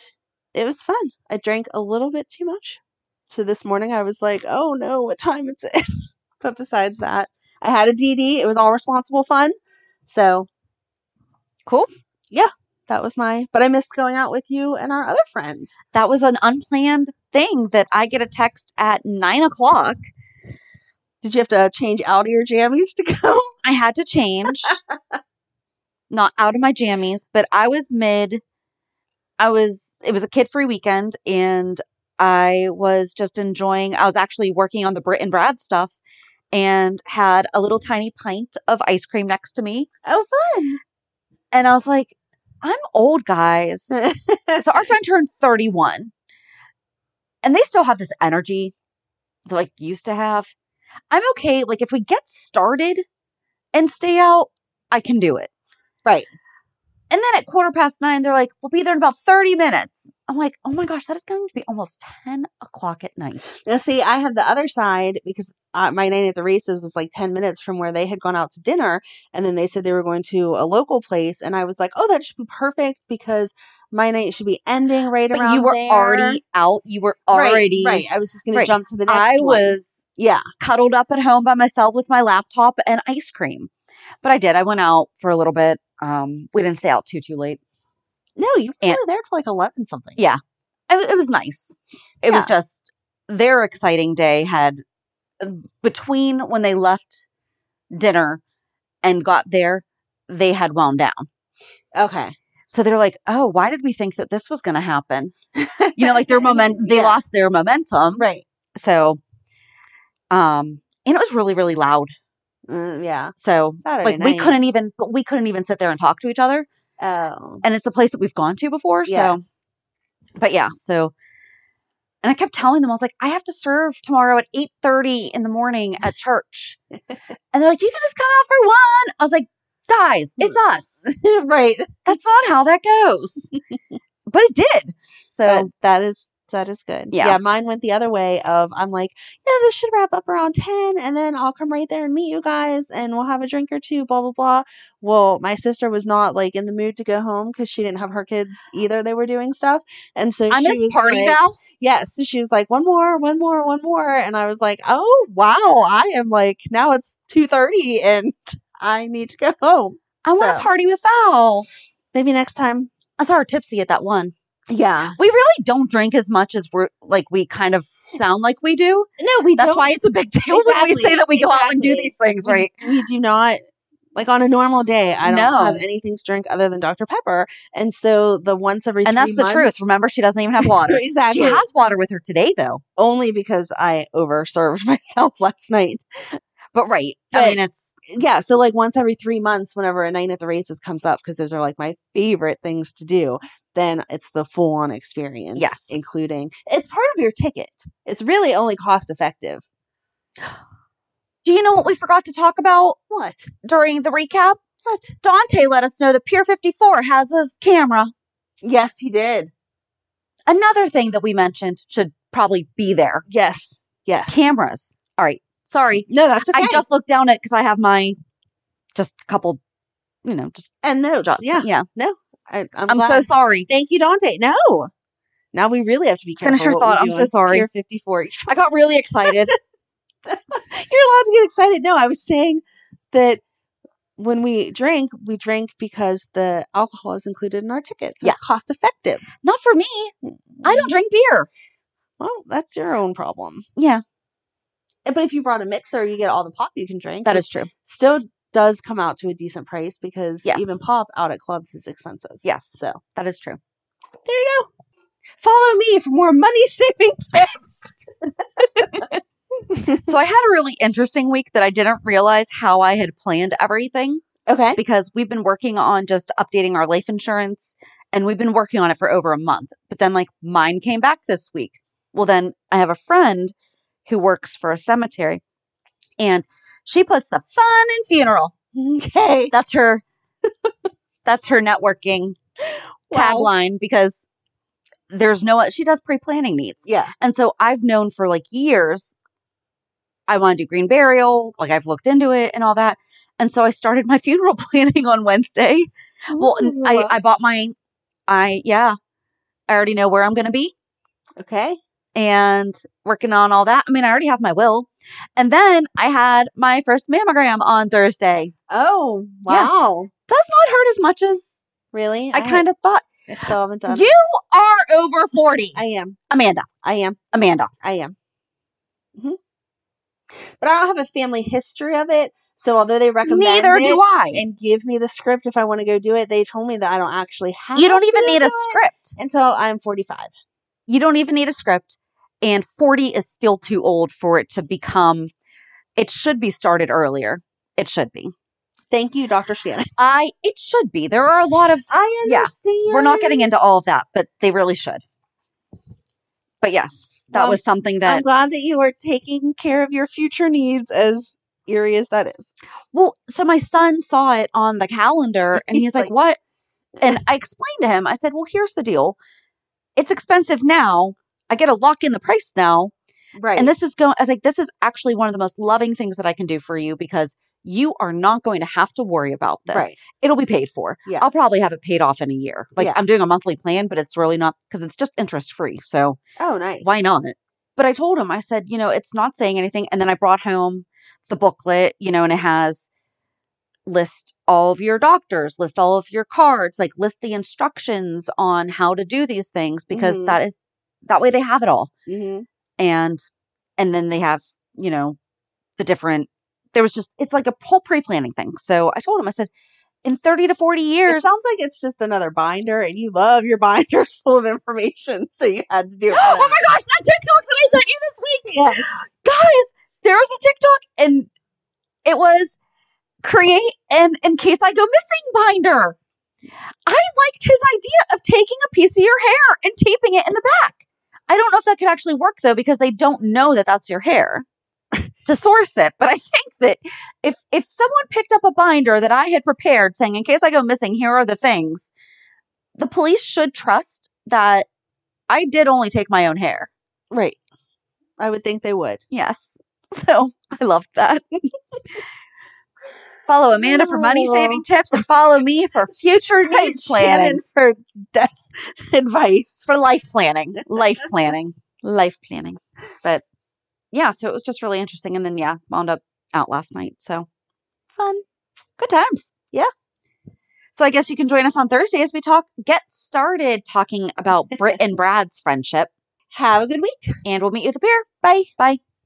Speaker 3: it was fun. I drank a little bit too much. So this morning I was like, oh no, what time is it? <laughs> but besides that, I had a DD. It was all responsible fun. So
Speaker 1: Cool.
Speaker 3: that was my, but I missed going out with you and our other friends.
Speaker 1: That was an unplanned thing that I get a text at nine o'clock.
Speaker 3: Did you have to change out of your jammies to <laughs> go?
Speaker 1: I had
Speaker 3: <laughs>
Speaker 1: to change. Not out of my jammies, but I was mid. I was, it was a kid free weekend and I was just enjoying, I was actually working on the Brit and Brad stuff and had a little tiny pint of ice cream next to me.
Speaker 3: Oh, fun.
Speaker 1: And I was like, I'm
Speaker 3: <laughs>
Speaker 1: old, guys. so our friend turned 31 and they still have this energy they, like used to have. I'm okay. Like if we get started and stay out, I can do it.
Speaker 3: Right.
Speaker 1: And then at quarter past nine, they're like, we'll be there in about 30 minutes. I'm like, oh my gosh, that is going to be almost 10 o'clock at night.
Speaker 3: Now, see, I had the other side because uh, my night at the races was like 10 minutes from where they had gone out to dinner. And then they said they were going to a local place. And I was like, oh, that should be perfect because my night should be ending right
Speaker 1: But
Speaker 3: around
Speaker 1: you were
Speaker 3: there.
Speaker 1: already out. You were already.
Speaker 3: Right, right. I was just going
Speaker 1: Right.
Speaker 3: to jump to the next
Speaker 1: I
Speaker 3: one.
Speaker 1: was
Speaker 3: Yeah.
Speaker 1: cuddled up at home by myself with my laptop and ice cream. But I did. I went out for a little bit. Um, we didn't stay out too, too late.
Speaker 3: No, you were
Speaker 1: And-
Speaker 3: probably there till like 11 something.
Speaker 1: Yeah. It, wa- it was nice. It was just their exciting day had uh, between when they left dinner and got there, they had wound down.
Speaker 3: Okay.
Speaker 1: So they're like, oh, why did we think that this was going to happen? You know,
Speaker 3: <laughs>
Speaker 1: like their moment, they
Speaker 3: Yeah.
Speaker 1: lost their momentum.
Speaker 3: Right.
Speaker 1: So, um, and it was really, really loud.
Speaker 3: Mm, yeah.
Speaker 1: So
Speaker 3: Saturday
Speaker 1: like we
Speaker 3: night.
Speaker 1: couldn't even, but we couldn't even sit there and talk to each other.
Speaker 3: Oh.
Speaker 1: And it's a place that we've gone to before. So,
Speaker 3: Yes.
Speaker 1: but yeah, so. And I kept telling them, I was like, I have to serve tomorrow at eight thirty in the morning
Speaker 3: <laughs>
Speaker 1: at church, and they're like, you can just come out for one. I was like, guys, it's us.
Speaker 3: Mm. <laughs> right.
Speaker 1: That's not how
Speaker 3: <laughs>
Speaker 1: that goes. but it did. So
Speaker 3: But that is that is good.
Speaker 1: Yeah.
Speaker 3: mine went the other way of I'm like, yeah, this should wrap up around ten and then I'll come right there and meet you guys and we'll have a drink or two, blah blah blah. Well, my sister was not like in the mood to go home because she didn't have her kids either. They were doing stuff. And so
Speaker 1: I'm
Speaker 3: she
Speaker 1: his
Speaker 3: was
Speaker 1: party
Speaker 3: like,
Speaker 1: Val.
Speaker 3: Yes. So she was like, one more, one more, one more. And I was like, oh wow, I am like now it's two thirty and <laughs> I need to go home.
Speaker 1: I want to
Speaker 3: So.
Speaker 1: party with Val.
Speaker 3: Maybe next time.
Speaker 1: I saw her tipsy at that one.
Speaker 3: Yeah.
Speaker 1: We really don't drink as much as we're like we kind of sound like we do.
Speaker 3: No, we
Speaker 1: That's
Speaker 3: don't.
Speaker 1: why it's a big deal when we
Speaker 3: Exactly,
Speaker 1: say that we go out and do
Speaker 3: exactly.
Speaker 1: these things,
Speaker 3: We
Speaker 1: right?
Speaker 3: d- We do not like on a normal day. I don't
Speaker 1: No.
Speaker 3: have anything to drink other than Dr Pepper, and so the once every
Speaker 1: And
Speaker 3: three
Speaker 1: that's the
Speaker 3: months-
Speaker 1: truth. Remember, she doesn't even
Speaker 3: <laughs>
Speaker 1: have water.
Speaker 3: exactly.
Speaker 1: She has water with her today, though.
Speaker 3: only because I overserved <laughs> myself last night.
Speaker 1: But right, I
Speaker 3: But-
Speaker 1: mean, it's
Speaker 3: Yeah, so like once every three months, whenever a night at the races comes up, because those are like my favorite things to do. Then it's the full on experience.
Speaker 1: Yes.
Speaker 3: Including it's part of your ticket. It's really only cost effective.
Speaker 1: Do you know what we forgot to talk about
Speaker 3: What?
Speaker 1: during the recap?
Speaker 3: What?
Speaker 1: Dante let us know that Pier 54 has a camera.
Speaker 3: Yes, he did.
Speaker 1: Another thing that we mentioned should probably be there
Speaker 3: Yes. Yes.
Speaker 1: cameras. All right. Sorry.
Speaker 3: No, that's okay.
Speaker 1: I just looked down at because I have my just a couple, you know, just
Speaker 3: and notes.
Speaker 1: dots.
Speaker 3: Yeah.
Speaker 1: yeah.
Speaker 3: I, I'm,
Speaker 1: I'm, so
Speaker 3: glad.
Speaker 1: sorry.
Speaker 3: Thank you, Dante. No. Now we really have to be careful.
Speaker 1: Finish your
Speaker 3: what we
Speaker 1: thought.
Speaker 3: do
Speaker 1: I'm so
Speaker 3: on
Speaker 1: sorry.
Speaker 3: Pier <laughs> 54. You're
Speaker 1: I got
Speaker 3: <laughs>
Speaker 1: really excited.
Speaker 3: allowed to get excited. No, I was saying that when we drink, we drink because the alcohol is included in our tickets.
Speaker 1: Yeah.
Speaker 3: It's cost effective.
Speaker 1: Not for me. I don't drink beer.
Speaker 3: Well, that's your own problem. Eh,
Speaker 1: Yeah,
Speaker 3: But if you brought a mixer, you get all the pop you can drink.
Speaker 1: that
Speaker 3: It
Speaker 1: is true.
Speaker 3: still does come out to a decent price because
Speaker 1: Yes.
Speaker 3: even pop out at clubs is expensive.
Speaker 1: Yes.
Speaker 3: So
Speaker 1: That is true.
Speaker 3: there you go. Follow me for more money <laughs> saving tips.
Speaker 1: <laughs> so I had a really interesting week that I didn't realize how I had planned everything
Speaker 3: Okay.
Speaker 1: because we've been working on just updating our life insurance and we've been working on it for over a month. But then like mine came back this week. Well, then I have a friend who works for a cemetery and she puts the fun in funeral.
Speaker 3: Okay.
Speaker 1: That's her. that's her networking
Speaker 3: Wow.
Speaker 1: tagline because there's no. She does pre planning needs,
Speaker 3: Yeah.
Speaker 1: and so I've known for like years. I want to do green burial. Like I've looked into it and all that, and so I started my <laughs> funeral planning on Wednesday. Well, n- I
Speaker 3: Ooh.
Speaker 1: I bought my, I yeah, I already know where I'm going to be
Speaker 3: okay.
Speaker 1: and working on all that. I mean, I already have my will, and then I had my first mammogram on Thursday.
Speaker 3: Oh,
Speaker 1: Yeah.
Speaker 3: wow.
Speaker 1: Does not hurt as much as
Speaker 3: Really?
Speaker 1: I kind of thought.
Speaker 3: I still haven't done it.
Speaker 1: You are over 40.
Speaker 3: I am.
Speaker 1: Amanda.
Speaker 3: I am.
Speaker 1: Amanda.
Speaker 3: I am. hmm But I don't have a family history of it. So although they recommend
Speaker 1: Neither do
Speaker 3: it
Speaker 1: I.
Speaker 3: and give me the script if I want to go do it, they told me that I don't actually have
Speaker 1: You don't
Speaker 3: to
Speaker 1: even need
Speaker 3: do
Speaker 1: a
Speaker 3: it
Speaker 1: script.
Speaker 3: until I'm 45.
Speaker 1: You don't even need a script. And 40 is still too old for it to become, it should be started earlier. It should be.
Speaker 3: Thank you, Dr. Shannon.
Speaker 1: <laughs> I, it should be. There are a lot of,
Speaker 3: I <laughs>
Speaker 1: Yeah.
Speaker 3: understand.
Speaker 1: we're not getting into all of that, but they really should. But yes, that
Speaker 3: Well,
Speaker 1: was something
Speaker 3: I'm
Speaker 1: that,
Speaker 3: glad that you are taking care of your future needs as eerie as that is.
Speaker 1: well, so my son saw it on the calendar and he's
Speaker 3: He's
Speaker 1: like,
Speaker 3: like-
Speaker 1: what? <laughs> And I explained to him, I said, well, here's the deal. It's expensive now. I get to lock in the price now.
Speaker 3: Right.
Speaker 1: And this is going, I was like, this is actually one of the most loving things that I can do for you because you are not going to have to worry about this.
Speaker 3: Right.
Speaker 1: It'll be paid for.
Speaker 3: Yeah.
Speaker 1: I'll probably have it paid off in a year. Like
Speaker 3: Yeah.
Speaker 1: I'm doing a monthly plan, but it's really not because it's just interest free. So
Speaker 3: Oh, nice.
Speaker 1: why not? But I told him, I said, you know, it's not saying anything. And then I brought home the booklet, you know, and it has list all of your doctors, list all of your cards, like list the instructions on how to do these things because Mm-hmm.
Speaker 3: Mhm.
Speaker 1: that is that way they have it all
Speaker 3: hmm
Speaker 1: and and then they have you know the different there was just it's like a whole pre-planning thing so i told him i said in 30 to 40
Speaker 3: It
Speaker 1: years
Speaker 3: sounds like it's just another binder, and you love your <laughs> binders full of information, <laughs> so you had to do it. for
Speaker 1: <gasps> oh
Speaker 3: that.
Speaker 1: my gosh that tiktok that i sent you this week
Speaker 3: Yes.
Speaker 1: guys there's a tiktok and It was create an in case I go missing binder. I liked his idea of taking a piece of your hair and taping it in the back. I don't know if that could actually work though because they don't know that that's your hair to source it. But I think that if if someone picked up a binder that I had prepared saying in case I go missing here are the things, the police should trust that I did only take my own hair.
Speaker 3: Right. I would think they would.
Speaker 1: Yes. So <laughs> I loved that. follow Amanda for money saving tips and follow me <laughs> for future needs planning.
Speaker 3: Shannon for <laughs> death advice.
Speaker 1: For life planning. <laughs> Life planning. life planning. But yeah, so it was just really interesting. And then yeah, wound up out last night. So
Speaker 3: Fun.
Speaker 1: good times.
Speaker 3: Yeah.
Speaker 1: So I guess you can join us on Thursday as we talk get started talking about Brit <laughs> and Brad's friendship.
Speaker 3: Have a good week.
Speaker 1: And we'll meet you at the pier.
Speaker 3: Bye.
Speaker 1: Bye.